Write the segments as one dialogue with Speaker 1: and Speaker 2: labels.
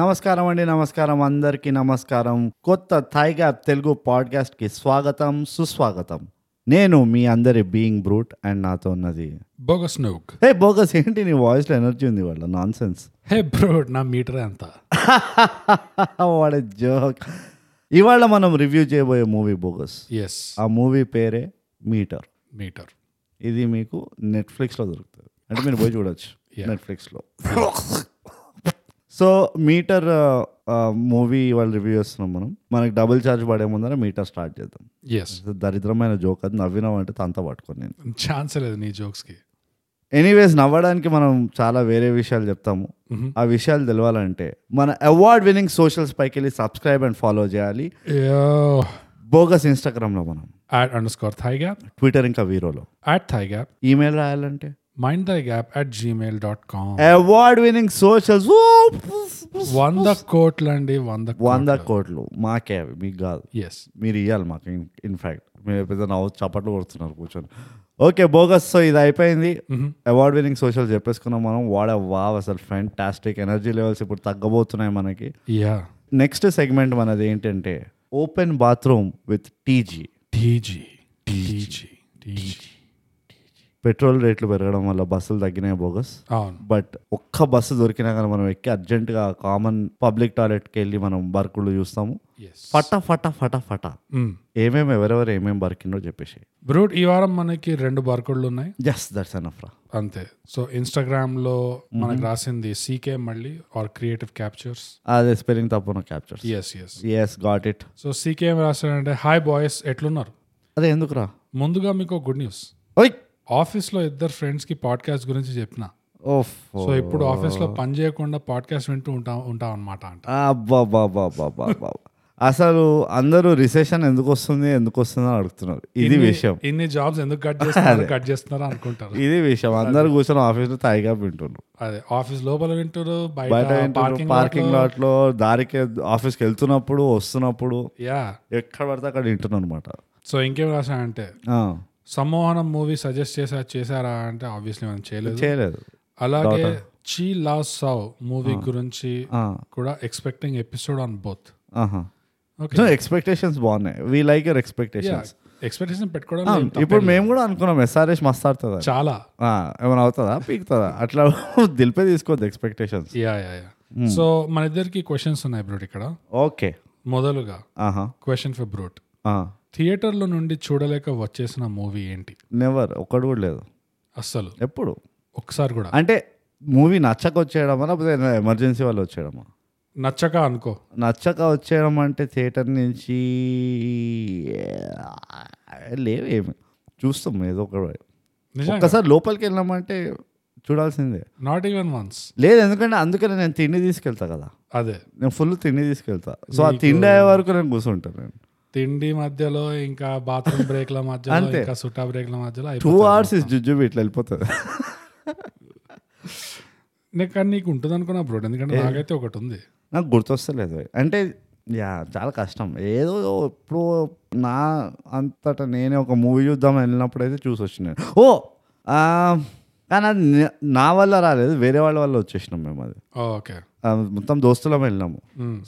Speaker 1: నమస్కారం అండి నమస్కారం అందరికీ నమస్కారం కొత్త థైగా తెలుగు పాడ్కాస్ట్కి స్వాగతం సుస్వాగతం నేను మీ అందరి బీయింగ్ బ్రూట్ అండ్ నాతో ఉన్నది
Speaker 2: బోగస్ నౌక్
Speaker 1: హే బోగస్ ఏంటి నీ వాయిస్లో ఎనర్జీ ఉంది వాళ్ళ నాన్ సెన్స్
Speaker 2: హే బ్రో నా మీటర్ ఎంత
Speaker 1: వాడ జోక్ ఇవాళ మనం రివ్యూ చేయబోయే మూవీ బోగస్
Speaker 2: ఎస్
Speaker 1: ఆ మూవీ పేరే మీటర్
Speaker 2: మీటర్
Speaker 1: ఇది మీకు నెట్ఫ్లిక్స్లో దొరుకుతుంది అంటే మీరు పోయి చూడొచ్చు నెట్ఫ్లిక్స్లో సో మీటర్ మూవీ వాళ్ళు రివ్యూ చేస్తున్నాం మనం మనకి డబుల్ ఛార్జ్ పడే ముందర మీటర్ స్టార్ట్ చేద్దాం
Speaker 2: ఎస్
Speaker 1: ఇది దరిద్రమైన జోక్ అది నవ్వినాం అంటే తనతో పట్టుకొని నేను
Speaker 2: ఛాన్స్ లేదు నీ జోక్స్కి
Speaker 1: ఎనీవేస్ నవ్వడానికి మనం చాలా వేరే విషయాలు చెప్తాము ఆ విషయాలు తెలవాలంటే మన అవార్డ్ విన్నింగ్ సోషల్స్ పైకి వెళ్ళి సబ్స్క్రైబ్ అండ్ ఫాలో చేయాలి బోగస్ ఇన్స్టాగ్రామ్లో మనం
Speaker 2: at underscore thigh gap
Speaker 1: Twitter ఇంకా వీరోలో
Speaker 2: యాట్ థై గ్యాప్
Speaker 1: ఈమెయిల్ రాయాలంటే
Speaker 2: mind thigh gap at Gmail dot com
Speaker 1: award winning socials
Speaker 2: వంద కోట్లు అండి వంద
Speaker 1: వంద కోట్లు మాకే అవి మీకు కాదు
Speaker 2: ఎస్
Speaker 1: మీరు ఇవ్వాలి మాకు ఇన్ఫ్యాక్ట్ మీరు పెద్ద నవ్వు చప్పట్లు కొడుతున్నారు కూర్చొని ఓకే బోగస్ సో ఇది అయిపోయింది అవార్డ్ వినింగ్ సోషల్ చెప్పేసుకున్నాం మనం వాడ వావ్ అసలు ఫ్యాంటాస్టిక్ ఎనర్జీ లెవెల్స్ ఇప్పుడు తగ్గబోతున్నాయి మనకి
Speaker 2: యా
Speaker 1: నెక్స్ట్ సెగ్మెంట్ మనది ఏంటంటే open bathroom with TG
Speaker 2: TG TG TG
Speaker 1: petrol రేట్లు పెరగడం వల్ల బస్సులు తగ్గినాయి బోగస్
Speaker 2: అవును
Speaker 1: బట్ ఒక్క బస్సు దొరికినా కానీ మనం ఎక్కి అర్జెంటుగా కామన్ పబ్లిక్ టాయిలెట్కి వెళ్ళి మనం బర్కులు చూస్తాము
Speaker 2: ఎస్
Speaker 1: ఫటా ఫటా ఫటా ఫటా ఏమేమి ఎవరెవరు ఏమేమి బరికిండో చెప్పేసి
Speaker 2: బ్రూట్ Hmm. ఈ వారం మనకి రెండు బార్కోడ్లు ఉన్నాయి
Speaker 1: జస్ట్ దట్స్ అనఫ్ రా
Speaker 2: అంతే సో ఇన్స్టాగ్రామ్ లో మనకు రాసింది సీకే మళ్ళీ ఆర్ క్రియేటివ్ క్యాప్చర్స్
Speaker 1: అదే స్పెల్లింగ్ తప్పున captures
Speaker 2: yes yes
Speaker 1: yes got it
Speaker 2: so CKM రాశాడంటే హాయ్ బాయ్స్ ఎట్లున్నారు
Speaker 1: అదే ఎందుకు రా
Speaker 2: ముందుగా మీకు గుడ్ న్యూస్
Speaker 1: ఓయ్
Speaker 2: ఆఫీస్లో ఇద్దరు ఫ్రెండ్స్కి పాడ్కాస్ట్ గురించి చెప్పిన
Speaker 1: ఓఫ్
Speaker 2: సో ఇప్పుడు ఆఫీస్లో పని చేయకుండా పాడ్కాస్ట్ వింటూ ఉంటా ఉంటాం అనమాట అంట
Speaker 1: అబ్బాబాబాబాబాబా అసలు అందరూ రిసెషన్ ఎందుకు వస్తుంది ఎందుకు వస్తుంది అని అడుగుతున్నారు ఇది విషయం
Speaker 2: ఇన్ని జాబ్స్ ఎందుకు కట్ చేస్తున్నారు కట్ చేస్తున్నారు అనుకుంటారు
Speaker 1: ఇది విషయం అందరు కూర్చొని ఆఫీస్లో తాయిగా వింటున్నారు
Speaker 2: అదే ఆఫీస్ లోపల వింటారు
Speaker 1: బయట
Speaker 2: బయట పార్కింగ్
Speaker 1: పార్కింగ్ లాట్లో దారికి ఆఫీస్కి వెళ్తున్నప్పుడు వస్తున్నప్పుడు
Speaker 2: యా
Speaker 1: ఎక్కడ పడితే అక్కడ వింటున్నాను అనమాట
Speaker 2: సో ఇంకేం రాశానంటే సమ్మోహనం మూవీ సజెస్ట్ చేసా చేశారా అంటే ఆబ్వియస్లీ మనం చేయలేదు
Speaker 1: చేయలేదు
Speaker 2: అలాగే చీ లాస్ సావ్ మూవీ గురించి కూడా ఎక్స్పెక్టింగ్ ఎపిసోడ్ ఆన్ బోత్
Speaker 1: ఆహా
Speaker 2: Okay.
Speaker 1: సో ఎక్స్పెక్టేషన్స్ బాగున్నాయి we like your expectations
Speaker 2: expectation పెట్టుకోవడం
Speaker 1: ఇప్పుడు మేము కూడా అనుకున్నాం ఎస్ఆర్ఎస్ మస్తు ఆడుతుందా
Speaker 2: చాలా
Speaker 1: ఆ, ఏమైనా అవుతుందా పీకుతుందా అట్లా దిల్పే తీసుకోవద్దు expectations
Speaker 2: yeah yeah yeah so మన ఇద్దరికి క్వశ్చన్స్ ఉన్నాయి బ్రోట్ ఇక్కడ
Speaker 1: ఓకే
Speaker 2: మొదలుగా
Speaker 1: ఆహా
Speaker 2: క్వశ్చన్ ఫర్ బ్రోట్ లో నుండి చూడలేక వచ్చేసిన మూవీ ఏంటి
Speaker 1: నెవర్ ఒక్కడు కూడా లేదు
Speaker 2: అస్సలు
Speaker 1: ఎప్పుడు
Speaker 2: ఒకసారి కూడా
Speaker 1: అంటే మూవీ నచ్చక వచ్చేయడమా లేకపోతే ఎమర్జెన్సీ వాళ్ళు వచ్చేయడమా
Speaker 2: నచ్చక అనుకో
Speaker 1: నచ్చక వచ్చేయడం అంటే థియేటర్ నుంచి లేవు ఏమి చూస్తాం ఏదో ఒక ఒక్కసారి లోపలికి వెళ్ళామంటే చూడాల్సిందే
Speaker 2: నాట్ ఈవెన్ వన్స్
Speaker 1: లేదు ఎందుకంటే అందుకనే నేను తిండి తీసుకెళ్తా కదా
Speaker 2: అదే
Speaker 1: నేను ఫుల్ తిండి తీసుకెళ్తా సో ఆ తిండి అయ్యే వరకు నేను కూర్చుంటాను నేను
Speaker 2: తిండి మధ్యలో ఇంకా బాత్రూమ్ బ్రేక్ల మధ్యలో ఇంకా సుటా బ్రేక్ల మధ్యలో
Speaker 1: టూ
Speaker 2: అయిపోతుంది
Speaker 1: అవర్స్ ఇస్ జుజ్జుబి ఇట్లా వెళ్ళిపోతుంది
Speaker 2: నీకు- కానీ నీకు ఉంటుంది అనుకున్నా బ్రోట్ ఎందుకంటే నాకైతే ఒకటి ఉంది
Speaker 1: నాకు గుర్తొస్తలేదు అంటే యా చాలా కష్టం ఏదో ఇప్పుడు నా అంతటా నేనే ఒక మూవీ చూద్దాం వెళ్ళినప్పుడు అయితే చూసి వచ్చినాను ఓ ఆ, కానీ అది నే- నా వల్ల రాలేదు వేరే వాళ్ళ వల్ల వచ్చేసినాం మేము అది
Speaker 2: ఓకే
Speaker 1: ఆ, మొత్తం దోస్తులం వెళ్ళినాము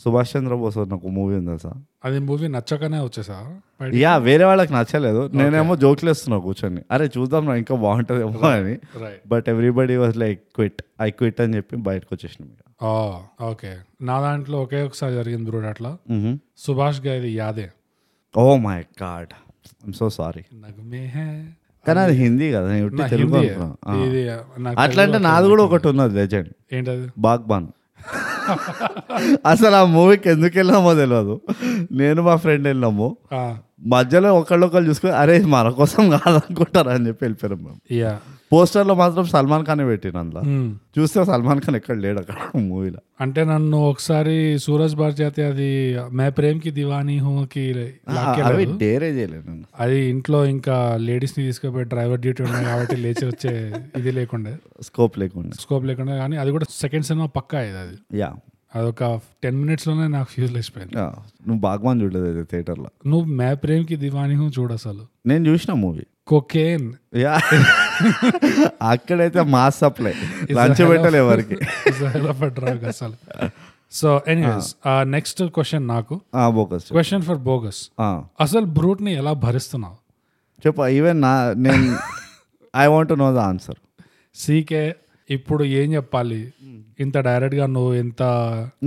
Speaker 1: సుభాష్ చంద్రబోస్ నాకు మూవీ ఉంది సార్
Speaker 2: Hmm. అది మూవీ నచ్చకనే వచ్చేసా బయట
Speaker 1: యా వేరే వాళ్ళకి నచ్చలేదు నేనేమో జోక్లు వేస్తున్నా కూర్చొని అరే చూద్దాం నా ఇంకా బాగుంటుందేమో అని
Speaker 2: right
Speaker 1: but everybody was like quit I quit అని చెప్పి బయటకు వచ్చేసినాం ఇక.
Speaker 2: ఓకే Oh, నా దాంట్లో ఒకే ఒకసారి జరిగింది బ్రోడ్ అట్లా
Speaker 1: మ్హూ.
Speaker 2: సుభాష్ గారి యాదే
Speaker 1: oh my God I'm so sorry
Speaker 2: నగమే హై.
Speaker 1: కానీ అది హిందీ కదా నేను ఉట్టి
Speaker 2: నా
Speaker 1: తెలుగు
Speaker 2: హిందీ.
Speaker 1: అనుకున్నా.
Speaker 2: ఇది నాకు
Speaker 1: అట్లా అంటే నాది కూడా ఒకటి ఉన్నది లెజెండ్
Speaker 2: ఏంటది
Speaker 1: బాగ్బాన్ అసలు ఆ మూవీకి ఎందుకు వెళ్ళామో తెలియదు నేను మా ఫ్రెండ్ వెళ్ళాము
Speaker 2: ఆ,
Speaker 1: మధ్యలో ఒకళ్ళొకళ్ళు చూసుకుని అరే ఇది మన కోసం కాదనుకుంటారా అని చెప్పి వెళ్ళిపోయాం మేము
Speaker 2: యా
Speaker 1: పోస్టర్లో మాత్రం సల్మాన్ ఖాన్ పెట్టిన అందులో
Speaker 2: Hmm.
Speaker 1: చూస్తే సల్మాన్ ఖాన్ ఎక్కడ లేడు అక్కడ మూవీలో
Speaker 2: అంటే నన్ను ఒకసారి సూరజ్ బార్ చేతే అది మే ప్రేమ్ కి దివానీ హూ కి లాక్కెళ్ళారు.
Speaker 1: అవి డేరే చేయలేదు నేను
Speaker 2: అది ఇంట్లో ఇంకా లేడీస్ ని తీసుకుపోయి డ్రైవర్ డ్యూటీ ఉన్నాయి కాబట్టి లేచి వచ్చే ఇది లేకుండా
Speaker 1: స్కోప్ లేకుండా
Speaker 2: స్కోప్ లేకుండా కానీ అది కూడా సెకండ్ సినిమా పక్కా ఇది అది
Speaker 1: యా
Speaker 2: అదొక టెన్ మినిట్స్ లోనే నాకు ఫ్యూజ్ లేచిపోయింది
Speaker 1: యా. నువ్వు బాగ్బాన్ చూడలేదు అయితే థియేటర్లో
Speaker 2: నువ్వు మే ప్రేమ్ కి దివానీ హూ చూడు అసలు
Speaker 1: నేను చూసిన మూవీ
Speaker 2: కొకేన్
Speaker 1: యా అక్కడైతే మాస్ సప్లై లంచ్ పెట్టలే ఎవరికి
Speaker 2: డ్రాగ్ అసలు సో ఎనీవేస్ నెక్స్ట్ క్వశ్చన్ నాకు
Speaker 1: బోకస్
Speaker 2: క్వశ్చన్ ఫర్ బోగస్ అసలు బ్రూట్ ని ఎలా భరిస్తున్నావు
Speaker 1: చెప్పు ఈవెన్ నా నేను I want know the answer
Speaker 2: CK ఇప్పుడు ఏం చెప్పాలి
Speaker 1: Hmm.
Speaker 2: ఇంత డైరెక్ట్ గా నువ్వు ఇంత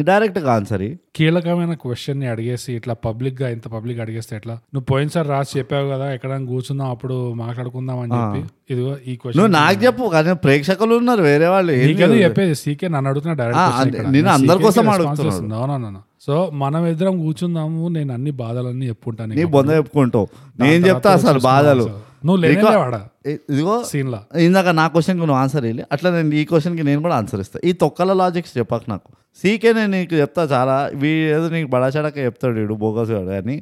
Speaker 1: డైరెక్ట్గా ఆన్సర్
Speaker 2: కీలకమైన క్వశ్చన్ ని అడిగేసి ఇట్లా పబ్లిక్ గా ఇంత పబ్లిక్ అడిగేస్తే ఎట్లా నువ్వు పోయినసారి రాసి చెప్పావు కదా ఎక్కడ కూర్చుందాం అప్పుడు మాట్లాడుకుందాం అని చెప్పి ఇదిగో ఈ
Speaker 1: నువ్వు
Speaker 2: క్వశ్చన్
Speaker 1: నాకు చెప్పు కానీ ప్రేక్షకులు ఉన్నారు వేరే వాళ్ళు ఏం
Speaker 2: నీకేదో చెప్పేది సీకే నన్ను అడుగుతున్నా
Speaker 1: ఆ,
Speaker 2: డైరెక్ట్
Speaker 1: అదే, నేను అందరి కోసం అడుగుతున్నాడు.
Speaker 2: అడుగుతున్నాను సో మనం ఇద్దరం కూర్చుందాము నేను అన్ని బాధలన్నీ చెప్పుకుంటాను
Speaker 1: నీ
Speaker 2: నీకు.
Speaker 1: బొంద చెప్పుకుంటావు నేను చెప్తా అసలు బాధలు
Speaker 2: నువ్వు లేనివాడా
Speaker 1: ఇ- ఇదిగో
Speaker 2: సీన్ లా
Speaker 1: ఇందాక నా క్వశ్చన్కి నువ్వు ఆన్సర్ వెళ్ళి అట్లా నేను ఈ క్వశ్చన్కి నేను కూడా ఆన్సర్ ఇస్తాను ఈ తొక్కల లాజిక్స్ చెప్పకు నాకు సీకే నేను నీకు చెప్తా చాలా వీ ఏదో నీకు బడాచడాక చెప్తాడు వీడు బోగస్ వాడు కానీ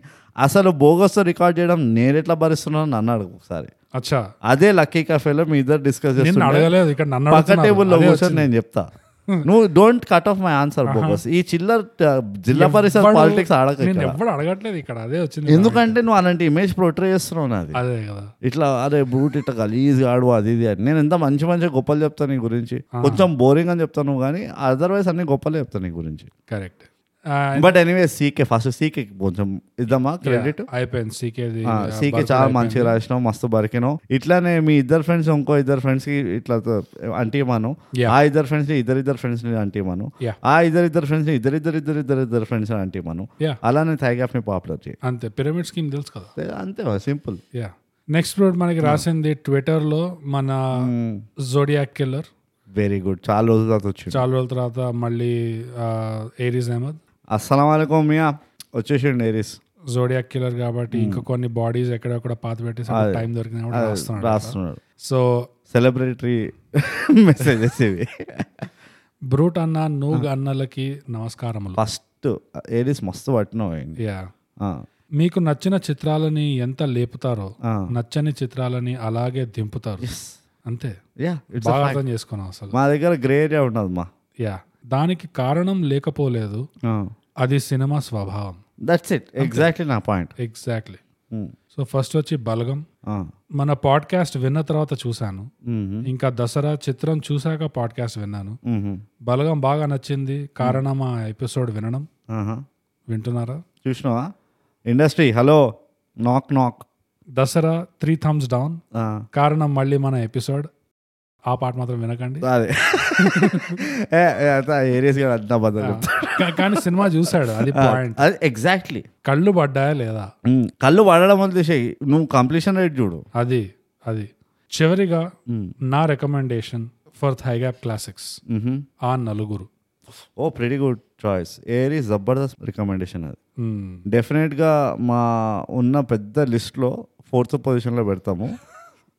Speaker 1: అసలు బోగస్తో రికార్డ్ చేయడం నేను ఎట్లా భరిస్తున్నాను నన్ను అడుగు ఒకసారి
Speaker 2: అచ్చా
Speaker 1: అదే లక్కీ కఫేలో మీ ఇద్దరు డిస్కస్
Speaker 2: నిన్ను
Speaker 1: చేస్తున్నా
Speaker 2: అడగలేదు ఇక్కడ నన్ను
Speaker 1: పక్క
Speaker 2: అడుగుతున్నారు.
Speaker 1: టేబుల్లో
Speaker 2: అదే
Speaker 1: కూర్చొని నేను చెప్తా నువ్వు don't cut off my answer Bogus ఈ చిల్లర uh, జిల్లా పరిషత్
Speaker 2: ఎవడు-
Speaker 1: పాలిటిక్స్ ఆడక
Speaker 2: నేను
Speaker 1: ఇక్కడ.
Speaker 2: ఎవడు అడగట్లేదు ఇక్కడ అదే వచ్చింది
Speaker 1: ఎందుకంటే నువ్వు అలాంటి ఇమేజ్ ప్రొట్రే చేస్తున్నావు నాది
Speaker 2: అదే కదా
Speaker 1: ఇట్లా అరే బ్రూట్ ఇట్లా గలీజ్ ఆడు అది ఇది అని నేను ఎంత మంచి మంచి గొప్పలు చెప్తాను నీ గురించి కొంచెం బోరింగ్ అని చెప్తాను నువ్వు కానీ అదర్వైజ్ అన్ని గొప్పలే చెప్తాను నీ గురించి
Speaker 2: correct
Speaker 1: but anyway CK first CK కొంచెం ఇద్దామా క్రెడిట్
Speaker 2: అయిపోయింది సీకే
Speaker 1: సీకే చాలా మంచిగా రాసినావు మస్తు బరికినావు ఇట్లానే మీ ఇద్దరు ఫ్రెండ్స్ ఇంకో ఇద్దరు ఫ్రెండ్స్ కి ఇట్లా అంటిమాను
Speaker 2: Yeah.
Speaker 1: ఆ ఇద్దరు ఫ్రెండ్స్ ని ఇద్దరు ఇద్దరు ఫ్రెండ్స్ ని అంటిమాను
Speaker 2: Yeah.
Speaker 1: ఆ ఇద్దరు ఇద్దరు ఫ్రెండ్స్ ని ఇద్దరు ఇద్దరు ఇద్దరు ఇద్దరు ఇద్దరు ఫ్రెండ్స్ ని అంటిమాను
Speaker 2: Yeah.
Speaker 1: అలానే థైగాఫ్ ని పాపులర్ చేయి
Speaker 2: అంతే పిరమిడ్ స్కీమ్ తెలుసు కదా
Speaker 1: అంతే సింపుల్
Speaker 2: యా నెక్స్ట్ రోడ్ మనకి రాసింది ట్విట్టర్ లో మన జోడియాక్ కిల్లర్
Speaker 1: వెరీ గుడ్ చాలా రోజుల తర్వాత వచ్చింది
Speaker 2: చాలా రోజుల తర్వాత మళ్ళీ ఏరీస్ అహ్మద్
Speaker 1: అస్సలం అలైకుం మియా వచ్చేసిండు ఏరిస్
Speaker 2: జోడియాక్ కిల్లర్ కాబట్టి
Speaker 1: Hmm.
Speaker 2: ఇంకా కొన్ని బాడీస్ ఎక్కడెక్కడ పాత పెట్టేసి టైం దొరికినప్పుడు రాస్తున్నాడు
Speaker 1: రాస్తున్నాడు
Speaker 2: సో
Speaker 1: సెలబ్రేటరీ మెసేజెస్ ఇవి
Speaker 2: బ్రూట్ అన్న నూగ్ అన్నలకి నమస్కారములు
Speaker 1: ఫస్ట్ ఏరిస్ మస్తు పట్టినావు ఆయన.
Speaker 2: యా
Speaker 1: ఆ,
Speaker 2: మీకు నచ్చిన చిత్రాలని ఎంత లేపుతారో
Speaker 1: ఆ.
Speaker 2: నచ్చని చిత్రాలని అలాగే దింపుతారు అంతే
Speaker 1: Yeah, it's a-
Speaker 2: బాగా అర్థం చేసుకున్నాం అసలు
Speaker 1: మా దగ్గర గ్రే ఏరియా ఉండదు మా
Speaker 2: యా దానికి కారణం లేకపోలేదు అది సినిమా స్వభావం
Speaker 1: దట్స్ ఇట్ ఎగ్జాక్ట్లీ నా పాయింట్
Speaker 2: ఎగ్జాక్ట్లీ సో ఫస్ట్ వచ్చి బలగం మన పాడ్కాస్ట్ విన్న తర్వాత చూశాను ఇంకా దసరా చిత్రం చూశాక పాడ్కాస్ట్ విన్నాను బలగం బాగా నచ్చింది కారణం ఆ ఎపిసోడ్ వినడం వింటున్నారా
Speaker 1: చూసినావా industry hello knock knock
Speaker 2: Dasara three thumbs down కారణం మళ్ళీ మన ఎపిసోడ్ ఆ పాట మాత్రం వినకండి
Speaker 1: అదే ఏ, ఏ, అంతా ఏరియస్ గారు అంతా బద్దలు చెప్తాడు.
Speaker 2: కా- కానీ సినిమా చూశాడు అది పాయింట్
Speaker 1: అది ఎగ్జాక్ట్లీ
Speaker 2: కళ్ళు పడ్డాయా లేదా
Speaker 1: కళ్ళు పడడం వదిలేసే నువ్వు కంప్లీషన్ రేట్ చూడు
Speaker 2: అది అది చివరిగా నా రికమెండేషన్ ఫర్ థైగ్యాప్ క్లాసిక్స్
Speaker 1: మ్మ్.
Speaker 2: ఆ నలుగురు
Speaker 1: ఓ వెరీ గుడ్ చాయిస్ ఏరీ జబర్దస్త్ రికమెండేషన్ అది
Speaker 2: మ్మ్.
Speaker 1: డెఫినెట్గా మా ఉన్న పెద్ద లిస్ట్లో ఫోర్త్ పొజిషన్లో పెడతాము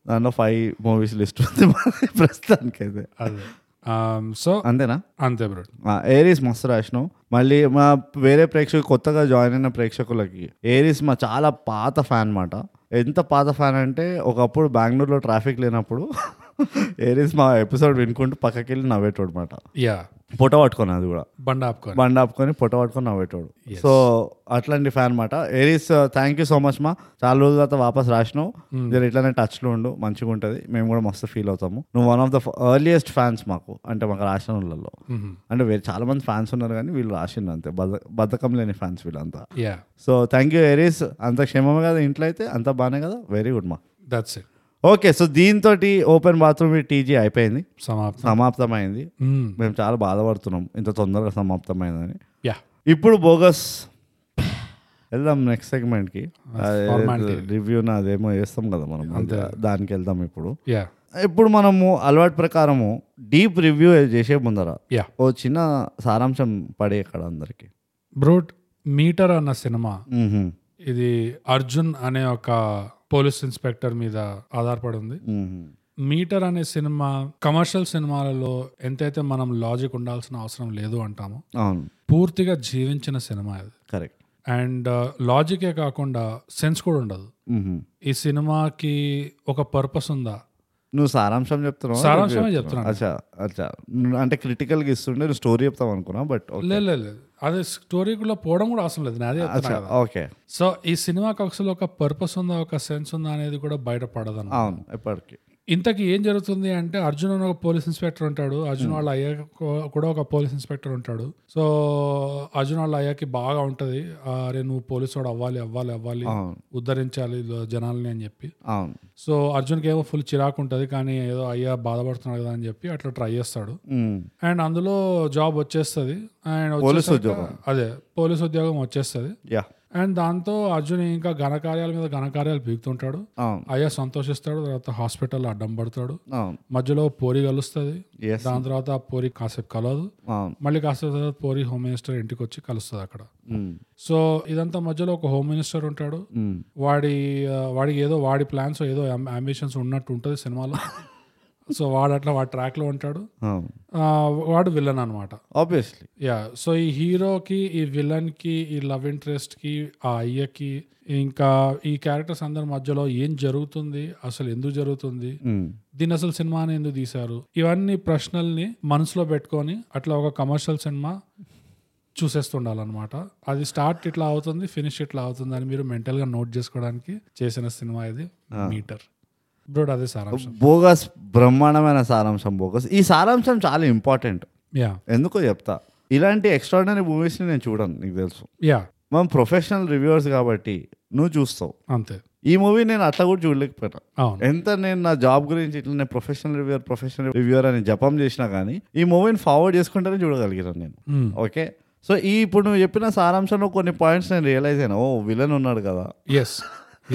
Speaker 1: దాంట్లో ఫైవ్ మూవీస్ లిస్ట్ ఉంది మాది ప్రస్తుతానికైతే
Speaker 2: అదే ఆమ్, సో
Speaker 1: అంతేనా
Speaker 2: అంతే బ్రో
Speaker 1: ఆ, ఏరీస్ మస్తు రాసినాం మళ్ళీ మా వేరే ప్రేక్షకులు కొత్తగా జాయిన్ అయిన ప్రేక్షకులకి ఏరీస్ మా చాలా పాత ఫ్యాన్ అనమాట ఎంత పాత ఫ్యాన్ అంటే ఒకప్పుడు బెంగళూరులో ట్రాఫిక్ లేనప్పుడు ఏరీస్ మా ఎపిసోడ్ వినుకుంటూ పక్కకి వెళ్ళి నవ్వేటోడు అనమాట
Speaker 2: యా
Speaker 1: ఫోటో పట్టుకుని అది కూడా
Speaker 2: బండ ఆపుకోండి
Speaker 1: బండ ఆపుకొని పొట్ట పట్టుకొని నవ్వేటోడు సో అట్లాంటి ఫ్యాన్ అనమాట Aries thank you so much మా చాలా రోజుల తర్వాత వాపస్ రాసినావు జర ఇట్లానే టచ్లో ఉండు మంచిగా ఉంటుంది మేము కూడా మస్తు ఫీల్ అవుతాము నువ్వు one of the earliest fans మాకు అంటే మాకు రాసిన వాళ్ళలో అంటే వేరే చాలా మంది ఫ్యాన్స్ ఉన్నారు కానీ వీళ్ళు రాసిండ్రు అంతే బద బద్ధకం లేని ఫ్యాన్స్ వీళ్ళంతా
Speaker 2: yeah
Speaker 1: so thank you Aries అంత క్షేమమే కదా ఇంట్లో అయితే అంత బాగానే కదా వెరీ గుడ్ మా
Speaker 2: దట్స్ ఇట్
Speaker 1: ఓకే సో దీంతో ఓపెన్ బాత్రూమ్ టీజీ అయిపోయింది
Speaker 2: సమాప్తం
Speaker 1: సమాప్తమైంది మేము చాలా బాధపడుతున్నాం ఇంత తొందరగా సమాప్తమైందని
Speaker 2: యా
Speaker 1: ఇప్పుడు బోగస్ వెళ్దాం నెక్స్ట్ సెగ్మెంట్కి
Speaker 2: formality.
Speaker 1: రివ్యూ నాదేమో చేస్తాం కదా మనం దానికి వెళ్దాం ఇప్పుడు
Speaker 2: యా
Speaker 1: ఇప్పుడు మనము అలవాటు ప్రకారము డీప్ రివ్యూ చేసే ముందర
Speaker 2: యా
Speaker 1: ఓ చిన్న సారాంశం పడే ఇక్కడ అందరికి
Speaker 2: బ్రూట్ మీటర్ అన్న సినిమా ఇది అర్జున్ అనే ఒక పోలీస్ ఇన్స్పెక్టర్ మీద ఆధారపడి ఉంది మీటర్ అనే సినిమా కమర్షియల్ సినిమాలలో ఎంతైతే మనం లాజిక్ ఉండాల్సిన అవసరం లేదు అంటామో
Speaker 1: అవును
Speaker 2: పూర్తిగా జీవించిన సినిమా ఇది
Speaker 1: కరెక్ట్
Speaker 2: అండ్ uh, లాజికే కాకుండా సెన్స్ కూడా ఉండదు ఈ సినిమాకి ఒక పర్పస్ ఉందా
Speaker 1: నువ్వు సారాంశం చెప్తున్నావు
Speaker 2: సారాంశమే చెప్తున్నాను
Speaker 1: అచ్చా అచ్చా నువ్వు అంటే క్రిటికల్గా ఇస్తుండే నువ్వు స్టోరీ చెప్తావు అనుకున్నా బట్
Speaker 2: లేదు లేదు అదే స్టోరీ కూడా పోవడం కూడా అవసరం లేదు నేను అదే చెప్తున్నా కదా.
Speaker 1: ఓకే
Speaker 2: సో ఈ సినిమాకి అసలు ఒక పర్పస్ ఉందా ఒక సెన్స్ ఉందా అనేది కూడా బయటపడదు
Speaker 1: అవును ఎప్పటికీ
Speaker 2: ఇంతకీ ఏం జరుగుతుంది అంటే అర్జున్ అని ఒక పోలీస్ ఇన్స్పెక్టర్ ఉంటాడు అర్జున్ వాళ్ళ అయ్య కూ- కూడా ఒక పోలీస్ ఇన్స్పెక్టర్ ఉంటాడు సో అర్జున్ వాళ్ళ అయ్యకి బాగా ఉంటది "ఆ, అరే నువ్వు పోలీసు వాడు అవ్వాలి అవ్వాలి అవ్వాలి
Speaker 1: అవును
Speaker 2: ఉద్ధరించాలి ఇలా జనాల్ని అని చెప్పి
Speaker 1: అవును
Speaker 2: సో అర్జున్కి ఏమో ఫుల్ చిరాకు ఉంటుంది కానీ ఏదో అయ్యా బాధపడుతున్నాడు కదా అని చెప్పి అట్లా ట్రై చేస్తాడు
Speaker 1: ఉమ్.
Speaker 2: అండ్ అందులో జాబ్ వచ్చేస్తుంది అండ్
Speaker 1: పోలీస్
Speaker 2: వచ్చేసాక-
Speaker 1: ఉద్యోగం.
Speaker 2: అదే పోలీస్ ఉద్యోగం వచ్చేస్తుంది
Speaker 1: యా
Speaker 2: అండ్ దాంతో అర్జున్ ఇంకా ఘనకార్యాల మీద ఘనకార్యాలు పీకుతుంటాడు
Speaker 1: అవును
Speaker 2: అయ్యా సంతోషిస్తాడు తర్వాత హాస్పిటల్లో అడ్డం పడతాడు
Speaker 1: అవును
Speaker 2: మధ్యలో పోరి కలుస్తుంది
Speaker 1: ఎస్
Speaker 2: దాని తర్వాత ఆ పోరి కాసేపు కలవదు
Speaker 1: అవును
Speaker 2: మళ్ళీ కాసేపు తర్వాత పోరి హోమ్ మినిస్టర్ ఇంటికి వచ్చి కలుస్తుంది అక్కడ
Speaker 1: ఉమ్.
Speaker 2: సో ఇదంతా మధ్యలో ఒక హోమ్ మినిస్టర్ ఉంటాడు
Speaker 1: ఉమ్.
Speaker 2: వాడి ఆ, వాడికి ఏదో వాడి ప్లాన్స్ ఏదో అంబిషన్స్ ఉన్నట్టు ఉంటుంది సినిమాలో సో వాడు అట్లా వాడి ట్రాక్లో ఉంటాడు
Speaker 1: అవును
Speaker 2: ఆ, వాడు విలన్ అనమాట
Speaker 1: ఆబ్వియస్లీ
Speaker 2: యా సో ఈ హీరోకి ఈ విలన్కి ఈ లవ్ ఇంట్రెస్ట్కి ఆ అయ్యకి ఇంకా ఈ క్యారెక్టర్స్ అందరి మధ్యలో ఏం జరుగుతుంది అసలు ఎందుకు జరుగుతుంది దీన్ని అసలు సినిమాని ఎందుకు తీశారు ఇవన్నీ ప్రశ్నల్ని మనసులో పెట్టుకొని అట్లా ఒక కమర్షియల్ సినిమా చూసేస్తుండాలన్నమాట అది స్టార్ట్ ఇట్లా అవుతుంది ఫినిష్ ఇట్లా అవుతుంది అని మీరు మెంటల్గా నోట్ చేసుకోవడానికి చేసిన సినిమా ఇది మీటర్ బ్రోడ్ అదే సారాంశం
Speaker 1: బోగస్ బ్రహ్మాండమైన సారాంశం బోగస్ ఈ సారాంశం చాలా ఇంపార్టెంట్
Speaker 2: యా
Speaker 1: ఎందుకో చెప్తా ఇలాంటి ఎక్స్ట్రాడినరీ మూవీస్ని నేను చూడను నీకు తెలుసు
Speaker 2: యా
Speaker 1: మనం ప్రొఫెషనల్ రివ్యూవర్స్ కాబట్టి నువ్వు చూస్తావు
Speaker 2: అంతే
Speaker 1: ఈ మూవీ నేను అట్లా కూడా చూడలేకపోయినా
Speaker 2: అవును
Speaker 1: ఎంత నేను నా జాబ్ గురించి ఇట్లా నేను ప్రొఫెషనల్ రివ్యూర్ ప్రొఫెషనల్ రివ్యూర్ అని జపం చేసినా కానీ ఈ మూవీని ఫార్వర్డ్ చేసుకుంటేనే చూడగలిగినాను నేను
Speaker 2: Hmm.
Speaker 1: ఓకే సో ఈ ఇప్పుడు నువ్వు చెప్పిన సారాంశంలో కొన్ని పాయింట్స్ నేను రియలైజ్ అయినా ఓ విలన్ ఉన్నాడు కదా
Speaker 2: ఎస్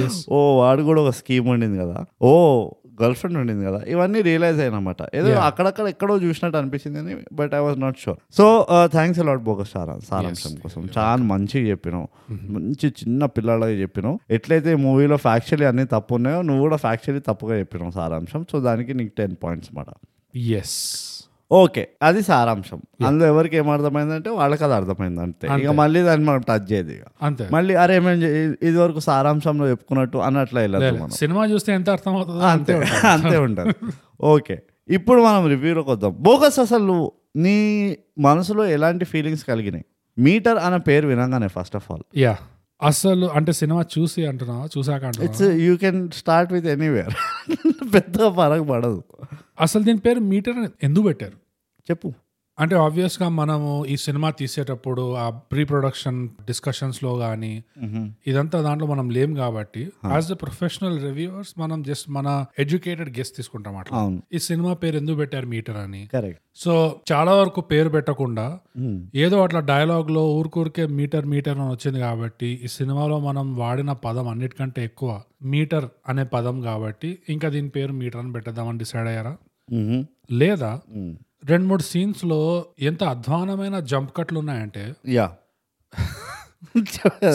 Speaker 2: ఎస్
Speaker 1: ఓ వాడు కూడా ఒక స్కీమ్ ఉండింది కదా ఓ గర్ల్ ఫ్రెండ్ ఉండింది కదా ఇవన్నీ రియలైజ్ అయ్యానమాట ఏదో
Speaker 2: Yeah.
Speaker 1: అక్కడక్కడ ఎక్కడో చూసినట్టు అనిపించింది అని but I was not sure so thanks a lot బోక సారా సారాంశం కోసం చాలా మంచిగా చెప్పినావు మంచి చిన్న పిల్లలాగా చెప్పినావు ఎట్లయితే ఈ మూవీలో ఫ్యాక్చువల్లీ అన్ని తప్పు ఉన్నాయో నువ్వు కూడా ఫ్యాక్చువల్లీ తప్పుగా చెప్పినావు సారాంశం సో దానికి నీకు టెన్ పాయింట్స్ మాట
Speaker 2: ఎస్
Speaker 1: ఓకే అది సారాంశం అందులో ఎవరికి ఏం అర్థమైందంటే వాళ్ళకి అది అర్థమైంది అంతే ఇక మళ్ళీ దాన్ని మనం టచ్ చేయదు ఇక
Speaker 2: అంతే
Speaker 1: మళ్ళీ అరే మేము ఇది వరకు సారాంశంలో చెప్పుకున్నట్టు అన్నట్లే
Speaker 2: లే,
Speaker 1: వెళ్ళదు
Speaker 2: లే.
Speaker 1: మనం
Speaker 2: సినిమా చూస్తే ఎంత అర్థం అవుతుందో
Speaker 1: అంతే అంతే ఉంటుంది ఓకే ఇప్పుడు మనం రివ్యూలోకి వద్దాం బోగస్ అసలు నీ మనసులో ఎలాంటి ఫీలింగ్స్ కలిగినాయి మీటర్ అనే పేరు వినగానే ఫస్ట్ ఆఫ్ ఆల్
Speaker 2: యా అసలు అంటే సినిమా చూసి అంటున్నావా చూసాక అంటున్నావా
Speaker 1: it's you can start with anywhere పెద్ద ఫరక్ పడదు
Speaker 2: అసలు దీని పేరు మీటర్ అని ఎందుకు పెట్టారు
Speaker 1: చెప్పు
Speaker 2: అంటే ఆబ్వియస్ గా మనము ఈ సినిమా తీసేటప్పుడు ఆ ప్రీ ప్రొడక్షన్ డిస్కషన్స్ లో గానీ ఇదంతా దాంట్లో మనం లేం కాబట్టి యాజ్ ఎ ప్రొఫెషనల్ రివ్యూవర్స్ మనం జస్ట్ మన ఎడ్యుకేటెడ్ గెస్ట్ తీసుకుంటాం అట్లా
Speaker 1: అవును
Speaker 2: ఈ సినిమా పేరు ఎందుకు పెట్టారు మీటర్ అని
Speaker 1: కరెక్ట్
Speaker 2: సో చాలా వరకు పేరు పెట్టకుండా ఏదో అట్లా డైలాగ్ లో ఊరికూరికే మీటర్ మీటర్ అని వచ్చింది కాబట్టి ఈ సినిమాలో మనం వాడిన పదం అన్నిటికంటే ఎక్కువ మీటర్ అనే పదం కాబట్టి ఇంకా దీని పేరు మీటర్ అని పెట్టేద్దామని డిసైడ్ అయ్యారా లేదా రెండు మూడు సీన్స్ లో ఎంత అధ్వానమైన జంప్ కట్లు ఉన్నాయంటే
Speaker 1: యా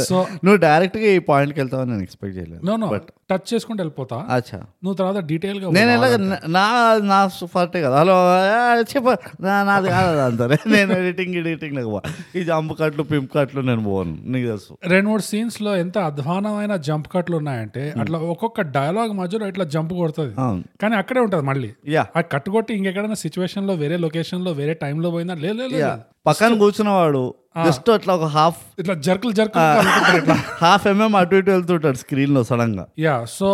Speaker 2: సో
Speaker 1: నువ్వు డైరెక్ట్గా ఈ పాయింట్కి వెళ్తావని నేను ఎక్స్పెక్ట్ చేయలేదు
Speaker 2: నో నో టచ్ చేసుకుంటూ వెళ్ళిపోతా
Speaker 1: అచ్చా
Speaker 2: నువ్వు తర్వాత డీటెయిల్ గా
Speaker 1: నేను ఎలాగ నా నా ఫార్టే కదా హలో ఆ, చెప్ప నా నాది కాదు అది అంటారే నేను ఎడిటింగ్ ఎడిటింగ్ నాకు పో ఈ జంప్ కట్లు పింప్ కట్లు నేను పోను నీకు తెలుసు
Speaker 2: రెండు మూడు సీన్స్ లో ఎంత అధ్వానమైన జంప్ కట్లు ఉన్నాయంటే అట్లా ఒక్కొక్క డైలాగ్ మధ్యలో ఇట్లా జంప్ కొడుతుంది
Speaker 1: అవును
Speaker 2: కానీ అక్కడే ఉంటది మళ్ళీ
Speaker 1: యా
Speaker 2: ఆ కట్టుకొట్టి ఇంకెక్కడైనా సిచ్యువేషన్ లో వేరే లొకేషన్ లో వేరే టైం లో పోయిందా లేదు లేదు
Speaker 1: యా పక్కన కూర్చున్నవాడు జస్ట్ అట్లా ఒక హాఫ్
Speaker 2: ఇట్లా జర్కులు
Speaker 1: Ah.
Speaker 2: జర్కులు
Speaker 1: హాఫ్ ఎంఎం అటు ఇటు వెళ్తుంటాడు స్క్రీన్లో సడన్గా
Speaker 2: యా సో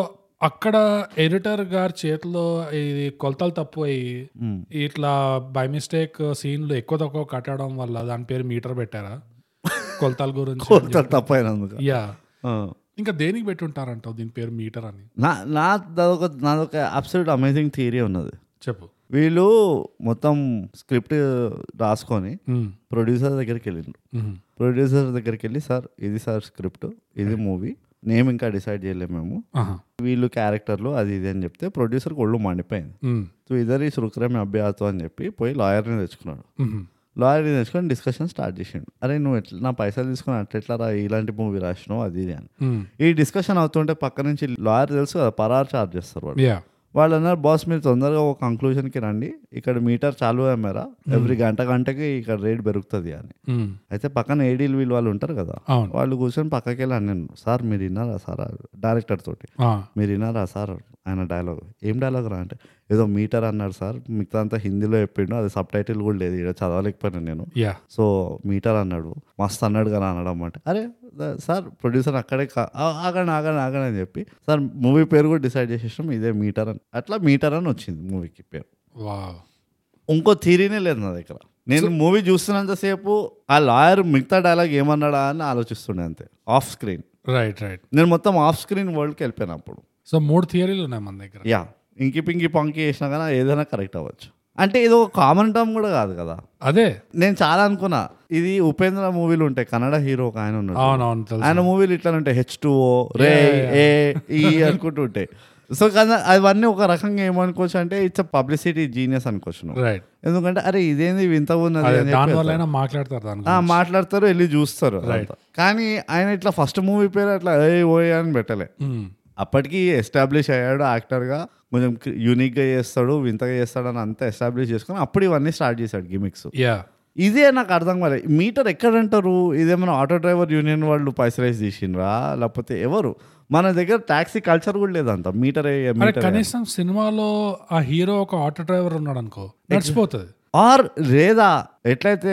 Speaker 2: అక్కడ ఎడిటర్ గారి చేతిలో ఇది కొలతలు తప్పు అయ్యి ఇట్లా బై మిస్టేక్ సీన్లు ఎక్కువ తక్కువ కట్టడం వల్ల దాని పేరు మీటర్ పెట్టారా కొలతల గురించి
Speaker 1: కొడతాడు తప్పైనందుకు
Speaker 2: యా
Speaker 1: ఆ.
Speaker 2: ఇంకా దేనికి పెట్టుంటారంటావు దీని పేరు మీటర్ అని
Speaker 1: నా నా నాదొక నాదొక అబ్సల్యూట్ అమేజింగ్ థియరీ ఉన్నది
Speaker 2: చెప్పు
Speaker 1: వీళ్ళు మొత్తం స్క్రిప్ట్ రాసుకొని
Speaker 2: ఉమ్,
Speaker 1: ప్రొడ్యూసర్ దగ్గరికి వెళ్ళిండ్రు
Speaker 2: ఉమ్,
Speaker 1: ప్రొడ్యూసర్ దగ్గరికి వెళ్ళి సార్ ఇది సార్ స్క్రిప్ట్ ఇది మూవీ నేమ్ ఇంకా డిసైడ్ చేయలేము మేము
Speaker 2: ఆహా,
Speaker 1: వీళ్ళు క్యారెక్టర్లు అది ఇది అని చెప్తే ప్రొడ్యూసర్ ఒళ్ళు మండిపోయింది
Speaker 2: ఉమ్,
Speaker 1: సో ఇద్దరు ఈ శుక్రమే అభ్యాసం అని చెప్పి పోయి లాయర్ని తెచ్చుకున్నాడు
Speaker 2: ఉమ్,
Speaker 1: లాయర్ని తెచ్చుకొని డిస్కషన్ స్టార్ట్ చేసిండు అరే నువ్వు ఎట్లా నా పైసలు తీసుకుని అట్లా ఎట్లా రా ఇలాంటి మూవీ రాసినావు అది ఇది అని
Speaker 2: ఉమ్,
Speaker 1: ఈ డిస్కషన్ అవుతుంటే పక్క నుంచి లాయర్ తెలుసు కదా పరార్ చార్జ్ చేస్తారు వాళ్ళు
Speaker 2: యా
Speaker 1: వాళ్ళు అన్నారు బాస్ మీరు తొందరగా ఒక కంక్లూజన్కి రండి ఇక్కడ మీటర్ చాలు అమ్మారా ఎవ్రీ గంట గంటకి ఇక్కడ రేట్ పెరుగుతుంది అని
Speaker 2: ఉమ్,
Speaker 1: అయితే పక్కన ఏడీలు వీళ్ళు వాళ్ళు ఉంటారు కదా
Speaker 2: Hmm. అవును
Speaker 1: వాళ్ళు కూర్చొని పక్కకి వెళ్ళి అన్నాను సార్ మీరు విన్నారా సార్ డైరెక్టర్ తోటి
Speaker 2: ఆ,
Speaker 1: మీరు విన్నారా సార్ ఆయన డైలాగ్ ఏం డైలాగ్ రా అంటే ఏదో మీటర్ అన్నాడు సార్ మిగతా అంతా హిందీలో చెప్పిండు అది సబ్ టైటిల్ కూడా లేదు ఇక్కడ చదవలేకపోయాను నేను
Speaker 2: యా
Speaker 1: సో మీటర్ అన్నాడు మస్తు అన్నాడు కదా అనడం అంటే అరే ద- సార్ ప్రొడ్యూసర్ అక్కడే కా- ఆ- ఆగండి ఆగండి ఆగండి అని చెప్పి సార్ మూవీ పేరు కూడా డిసైడ్ చేసేసాం ఇదే మీటర్ అని అట్లా మీటర్ అని వచ్చింది మూవీకి పేరు
Speaker 2: వావ్
Speaker 1: ఇంకో థీరీనే లేదు నా దగ్గర నేను మూవీ చూస్తున్నంతసేపు ఆ లాయర్ మిగతా డైలాగ్ ఏమన్నాడా అని ఆలోచిస్తుండే అంతే ఆఫ్ స్క్రీన్
Speaker 2: రైట్ రైట్
Speaker 1: నేను మొత్తం ఆఫ్ స్క్రీన్ వరల్డ్కి వెళ్ళిపోయాను అప్పుడు
Speaker 2: సో మూడు థియరీలు ఉన్నాయి మన దగ్గర
Speaker 1: యా ఇంకి పింకి పంకి చేసినా కానీ ఏదైనా కరెక్ట్ అవ్వచ్చు అంటే ఇది ఒక కామన్ టర్మ్ కూడా కాదు కదా
Speaker 2: అదే
Speaker 1: నేను చాలా అనుకున్నా ఇది ఉపేంద్ర మూవీలు ఉంటాయి కన్నడ హీరో ఒక ఆయన ఉన్నాడు
Speaker 2: అవునవును తెలుసు
Speaker 1: ఆయన మూవీలు ఇట్లా ఉంటాయి H two O ray A E అనుకుంటూ ఉంటాయి సో కానీ అవన్నీ ఒక రకంగా ఏమనుకోవచ్చు అంటే ఇట్స్ పబ్లిసిటీ జీనియస్ అనుకోవచ్చు నువ్వు.
Speaker 2: రైట్
Speaker 1: ఎందుకంటే అరే ఇదేంది వింత ఉన్నది అని
Speaker 2: దాని
Speaker 1: చెప్పి
Speaker 2: వల్ల అయినా మాట్లాడతారు దాని
Speaker 1: ఆ,
Speaker 2: గురించి.
Speaker 1: మాట్లాడతారు వెళ్ళి చూస్తారు
Speaker 2: Right.
Speaker 1: కానీ ఆయన ఇట్లా ఫస్ట్ మూవీ పేరు అట్లా ఏ ఓయ్ అని పెట్టలే
Speaker 2: మ్మ్.
Speaker 1: అప్పటికి ఎస్టాబ్లిష్ అయ్యాడు యాక్టర్గా కొంచెం క్రి- యూనిక్గా చేస్తాడు వింతగా చేస్తాడు అని అంతా ఎస్టాబ్లిష్ చేసుకొని అప్పుడు ఇవన్నీ స్టార్ట్ చేశాడు గిమిక్స్
Speaker 2: యా
Speaker 1: ఇదే నాకు అర్థం కాలేదు మీటర్ ఎక్కడ అంటారు ఇదేమైనా ఆటో డ్రైవర్ యూనియన్ వాళ్ళు పైసరైజ్ చేసిండ్రా లేకపోతే ఎవరు మన దగ్గర టాక్సీ కల్చర్ కూడా లేదంట మీటర్ ఏ-
Speaker 2: అరే
Speaker 1: మీటర్ ఏ-
Speaker 2: కనీసం సినిమాలో ఆ హీరో ఒక ఆటో డ్రైవర్ ఉన్నాడు అనుకో నడిచిపోతుంది
Speaker 1: ఆర్ లేదా ఎట్లయితే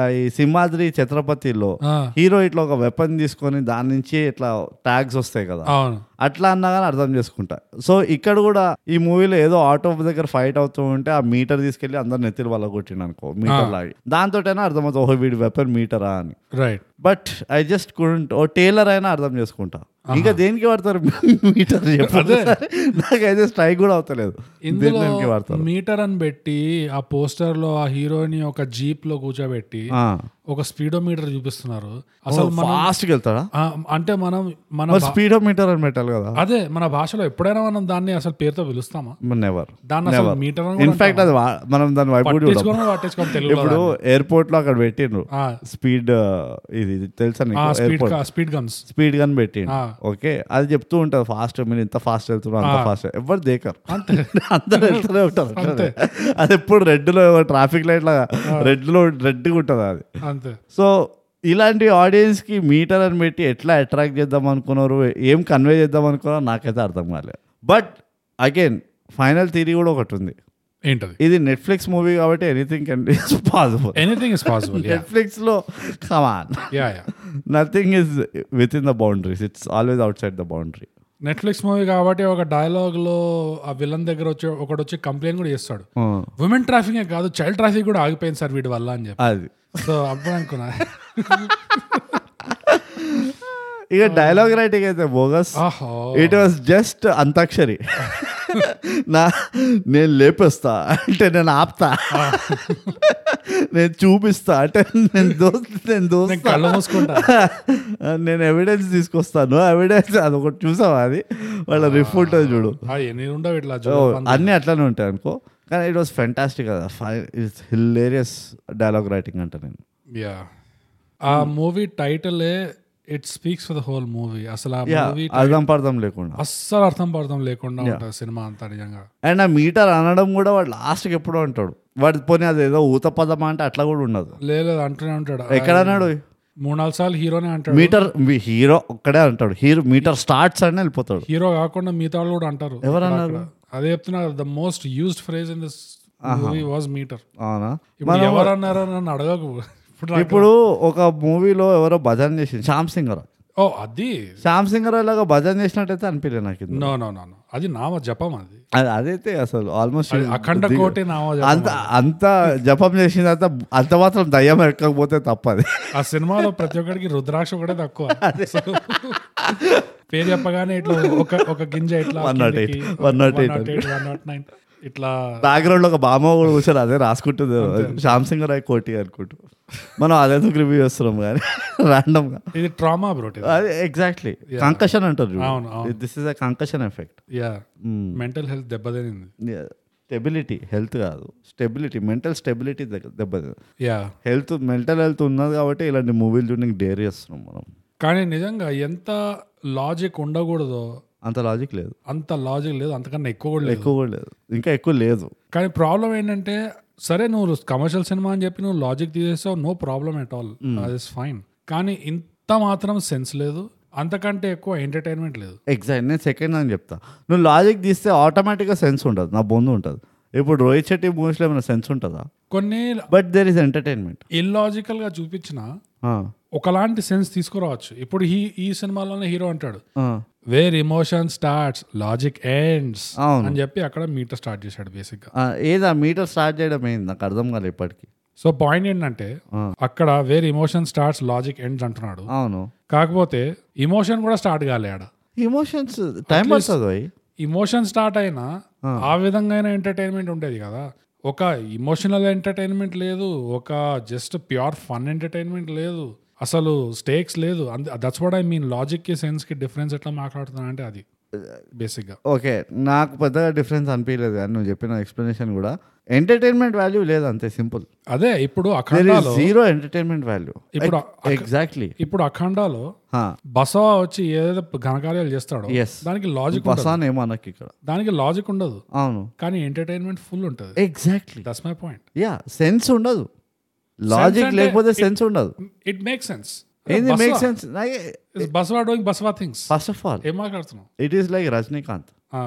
Speaker 1: ఆ, ఈ సింహాద్రి ఛత్రపతిలో
Speaker 2: ఆ,
Speaker 1: హీరో ఇట్లా ఒక వెపన్ తీసుకొని దాని నుంచి ఇట్లా ట్యాగ్స్ వస్తాయి కదా
Speaker 2: అవును
Speaker 1: అట్లా అన్నా కానీ అర్థం చేసుకుంటా సో ఇక్కడ కూడా ఈ మూవీలో ఏదో ఆటో దగ్గర ఫైట్ అవుతూ ఉంటే ఆ మీటర్ తీసుకెళ్లి అందరు నెత్తిలు వల్ల కొట్టిండు అనుకో
Speaker 2: Ah.
Speaker 1: మీటర్ లాగి దాంతోటైనా అర్థమవుతుంది ఓహో వీడి వెపన్ మీటరా అని
Speaker 2: right
Speaker 1: but I just couldn't ఓ టైలర్ అయినా అర్థం చేసుకుంటా
Speaker 2: Ah.
Speaker 1: ఇంకా దేనికి వాడతారు మీటర్ చెప్పదు నాకైతే స్ట్రైక్ కూడా అవుతలేదు
Speaker 2: ఇందులో
Speaker 1: దేనికి వాడతారు
Speaker 2: మీటర్ అని పెట్టి ఆ పోస్టర్ లో ఆ హీరోయిన్ ఒక జీప్ లో కూర్చోబెట్టి ఒక స్పీడో మీటర్ చూపిస్తున్నారు అసలు మనం
Speaker 1: ఫాస్ట్కి వెళ్తాడా
Speaker 2: ఆ, అంటే మనం మన Ah. భా-
Speaker 1: స్పీడో మీటర్ అని పెట్టాలి కదా
Speaker 2: అదే మన భాషలో ఎప్పుడైనా మనం దాన్ని అసలు పేరుతో పిలుస్తామా
Speaker 1: నెవర్
Speaker 2: దాన్ని అసలు మీటర్ అని కూడా
Speaker 1: ఇన్ఫాక్ట్ అది వా- మనం దాని వైపు కూడా చూడం
Speaker 2: పట్టించుకోను, పట్టించుకోను తెలుగులో
Speaker 1: ఇప్పుడు ఎయిర్పోర్ట్ లో అక్కడ పెట్టిండ్రు
Speaker 2: ఆ,
Speaker 1: స్పీడ్ ఆ, ఇది ఇది తెలుసా
Speaker 2: ఆ
Speaker 1: నీకు
Speaker 2: స్పీడ్
Speaker 1: ఎయిర్పోర్ట్
Speaker 2: కా- స్పీడ్ గన్స్
Speaker 1: స్పీడ్ గన్ పెట్టిండు
Speaker 2: ఆ.
Speaker 1: ఓకే అది చెప్తూ ఉంటారు ఫాస్ట్ మీరు ఇంత ఫాస్ట్ వెళ్తున్నారు అంత ఫాస్ట్ ఎవరు దేకరు
Speaker 2: అంతే
Speaker 1: అందరు వెళ్తూనే ఉంటారు అది ఎప్పుడు రెడ్ లో ట్రాఫిక్ లైట్ లాగా రెడ్ లో రెడ్ ఉంటుంది అది
Speaker 2: అంతే
Speaker 1: సో ఇలాంటి ఆడియన్స్ కి మీటర్ అని పెట్టి ఎట్లా అట్రాక్ట్ చేద్దాం అనుకున్నారు ఏం కన్వే చేద్దాం అనుకున్నారో నాకైతే అర్థం కాలేదు బట్ అగైన్ ఫైనల్ థియరీ కూడా ఒకటి ఉంది
Speaker 2: ఏంటది
Speaker 1: ఇది నెట్ఫ్లిక్స్ మూవీ కాబట్టి anything can possible
Speaker 2: anything is possible yeah
Speaker 1: Netflix లో come on
Speaker 2: yeah yeah
Speaker 1: nothing is within the boundaries it's always outside the boundary
Speaker 2: Netflix movie కాబట్టి ఒక dialogue లో ఆ విలన్ దగ్గర వచ్చి ఒకడు వచ్చి కంప్లైంట్ కూడా చేస్తాడు ఉమెన్ ట్రాఫిక్ కాదు చైల్డ్ ట్రాఫిక్ కూడా ఆగిపోయింది సార్ వీడి వల్ల అని చెప్పి
Speaker 1: అది
Speaker 2: సో అప్పుడు అనుకున్నా
Speaker 1: ఇక డైలాగ్ రైటింగ్ అయితే బోగస్
Speaker 2: ఆహో
Speaker 1: ఇట్ వాస్ జస్ట్ అంతాక్షరి నా నేను లేపేస్తా అంటే నేను ఆపుతా నేను చూపిస్తా అంటే నేను దో నేను
Speaker 2: నేను
Speaker 1: దోస్తా
Speaker 2: కళ్ళు మూసుకుంటా
Speaker 1: నేను ఎవిడెన్స్ తీసుకొస్తాను ఎవిడెన్స్ అది ఒకటి చూసావా అది వాళ్ళ రిఫ్ ఉంటుంది చూడు
Speaker 2: ఆ, ఎన్ని ఉండవు ఇట్లా
Speaker 1: ఓ,
Speaker 2: జోక్ పంది.
Speaker 1: అన్నీ అట్లానే ఉంటాయి అనుకో కానీ ఇట్ వాస్ ఫెంటాస్టిక్ కదా ఇట్స్ హిలేరియస్ డైలాగ్ రైటింగ్ అంట నేను
Speaker 2: యా ఆ మూవీ టైటిలే it speaks for the whole movie అసలు ఆ
Speaker 1: యా
Speaker 2: మూవీ
Speaker 1: అర్థం పర్థం లేకుండా
Speaker 2: అస్సలు అర్థం పర్థం లేకుండా ఉంటుంది సినిమా అంతా నిజంగా
Speaker 1: అండ్ ఆ మీటర్ అనడం కూడా వాడు లాస్ట్కి ఎప్పుడో అంటాడు వాడి పోనీ అది ఏదో ఊత పదమా అంటే అట్లా కూడా ఉండదు
Speaker 2: లేదు అంటూనే ఉంటాడు
Speaker 1: ఎక్కడ అన్నాడు
Speaker 2: మూడు నాలుగు సార్లు హీరోనే అంటాడు
Speaker 1: మీటర్ మీ- హీరో ఒక్కడే అంటాడు హీరో మీటర్ స్టార్ట్స్ అని వెళ్ళిపోతాడు
Speaker 2: హీరో కాకుండా మిగతా వాళ్ళు కూడా అంటారు
Speaker 1: ఎవరన్నారు
Speaker 2: అదే చెప్తున్నారు the most used phrase in this movie was meter
Speaker 1: అవునా
Speaker 2: ఇప్పుడు ఎవరన్నారో నన్ను అడగకు ఇప్పుడు నాకు-
Speaker 1: ఇప్పుడు ఒక మూవీలో ఎవరో భజన చేసింది శ్యామ్ సింగర్
Speaker 2: ఓ అది
Speaker 1: శ్యామ్ సింగర్ లాగా భజన చేసినట్టయితే అనిపించలేదు నాకు ఇది.
Speaker 2: నో నో నో నో అది నామ జపం అది
Speaker 1: అది- అదైతే అసలు ఆల్మోస్ట్
Speaker 2: అఖండ కోటి నామ జపం
Speaker 1: అంత అంత జపం చేసిన తర్వాత అంత మాత్రం దయ్యం ఎక్కకపోతే తప్పది
Speaker 2: ఆ సినిమాలో ప్రతి ఒక్కడికి రుద్రాక్ష కూడా తక్కువ అసలు పేరు చెప్పగానే ఇట్లా ఒక ఒక గింజ ఇట్లా
Speaker 1: One not
Speaker 2: కిందికి,
Speaker 1: eight, one not eight.
Speaker 2: 108, 109, ఇట్లా
Speaker 1: బ్యాక్గ్రౌండ్ లో ఒక బామ్మ కూడా కూర్చొని అదే రాసుకుంటుంది శ్యామ్ సింగర్ అయి కోటి అనుకుంటూ మనం అదేదో రివ్యూ చేస్తున్నాం కానీ random గా
Speaker 2: ఇది ట్రామా బ్రోట్
Speaker 1: అది ఎగ్జాక్ట్లీ కంకషన్
Speaker 2: అవును,
Speaker 1: అంటారు this is a concussion effect
Speaker 2: yeah
Speaker 1: Hmm.
Speaker 2: Mental health దెబ్బతినింది
Speaker 1: స్టెబిలిటీ హెల్త్ కాదు స్టెబిలిటీ మెంటల్ స్టెబిలిటీ దెబ్బ
Speaker 2: యా
Speaker 1: హెల్త్ మెంటల్ హెల్త్ ఉన్నది కాబట్టి ఇలాంటి మూవీలు చూడడానికి డేర్ చేస్తున్నాం మనం
Speaker 2: కానీ నిజంగా ఎంత లాజిక్ ఉండకూడదో
Speaker 1: అంత లాజిక్ లేదు
Speaker 2: అంత లాజిక్ లేదు అంతకన్నా ఎక్కువ కూడా లేదు
Speaker 1: ఎక్కువ కూడా లేదు ఇంకా ఎక్కువ లేదు
Speaker 2: కానీ ప్రాబ్లం ఏంటంటే సరే నువ్వు కమర్షియల్ సినిమా అని చెప్పి నువ్వు లాజిక్ తీసేస్తావు no problem at all
Speaker 1: Hmm.
Speaker 2: Is fine కానీ ఇంత మాత్రం సెన్స్ లేదు అంతకంటే ఎక్కువ ఎంటర్టైన్మెంట్ లేదు
Speaker 1: ఎగ్జాక్ట్ నేను సెకండ్ అని చెప్తా నువ్వు లాజిక్ తీస్తే ఆటోమేటిక్గా సెన్స్ ఉంటుంది నా బొందు ఉంటుంది ఇప్పుడు రోహిత్ శెట్టి మూవీస్లో ఏమైనా సెన్స్ ఉంటుందా
Speaker 2: కొన్ని
Speaker 1: but there is entertainment
Speaker 2: illogical గా చూపించిన ఒకలాంటి సెన్స్ తీసుకురావచ్చు ఇప్పుడు ఈ ఈ సినిమాలోనే హీరో అంటాడు where emotion starts logic ends
Speaker 1: అవును.
Speaker 2: అని చెప్పి అక్కడ మీటర్ స్టార్ట్ చేశాడు బేసిక్ గా
Speaker 1: ఏదా మీటర్ స్టార్ట్ చేయడం ఏంది నాకు అర్థం కాలేదు ఇప్పటికి
Speaker 2: సో పాయింట్ ఏంటంటే
Speaker 1: ఆ.
Speaker 2: అక్కడ where emotion starts logic ends అంటున్నాడు
Speaker 1: అవును
Speaker 2: కాకపోతే ఇమోషన్ కూడా స్టార్ట్ కాలే ఆడ
Speaker 1: ఇమోషన్స్ టైం పడుతుంది అవి
Speaker 2: ఇమోషన్ స్టార్ట్ అయినా ఆ విధంగా ఎంటర్టైన్మెంట్ ఉండేది కదా ఒక ఇమోషనల్ ఎంటర్టైన్మెంట్ లేదు ఒక జస్ట్ ప్యూర్ ఫన్ ఎంటర్టైన్మెంట్ లేదు అసలు స్టేక్స్ లేదు that's what I mean logic కి సెన్స్ కి డిఫరెన్స్ ఎట్లా మాట్లాడుతున్నా అంటే అది బేసిక్ గా
Speaker 1: ఓకే నాకు పెద్దగా డిఫరెన్స్ అనిపించలేదు కానీ నువ్వు చెప్పిన ఎక్స్ప్లెనేషన్ కూడా ఎంటర్టైన్మెంట్ వాల్యూ లేదు అంతే సింపుల్
Speaker 2: అదే ఇప్పుడు
Speaker 1: దేర్ ఇస్
Speaker 2: అఖండాలో
Speaker 1: జీరో ఎంటర్టైన్మెంట్ వాల్యూ
Speaker 2: ఇప్పుడు
Speaker 1: ఎగ్జాక్ట్లీ
Speaker 2: ఇప్పుడు అఖండాలో బసవా వచ్చి ఏదైతే ఘనకార్యాలు చేస్తాడో
Speaker 1: Yes.
Speaker 2: దానికి లాజిక్
Speaker 1: పసాన్ ఏమో నాకు ఇక్కడ
Speaker 2: దానికి లాజిక్ ఉండదు
Speaker 1: అవును
Speaker 2: కానీ ఎంటర్టైన్మెంట్ ఫుల్ ఉంటుంది
Speaker 1: exactly
Speaker 2: that's my point
Speaker 1: yeah sense ఉండదు లాజిక్
Speaker 2: అంటే
Speaker 1: లేకపోతే సెన్స్ ఉండదు
Speaker 2: ఇట్ మేక్ సెన్స్
Speaker 1: ఏంది make sense
Speaker 2: Baswa doing Baswa things
Speaker 1: first of all
Speaker 2: ఏం మాట్లాడుతున్నావు
Speaker 1: ఇట్ ఈస్ లైక్ రజనీకాంత్
Speaker 2: ఆ,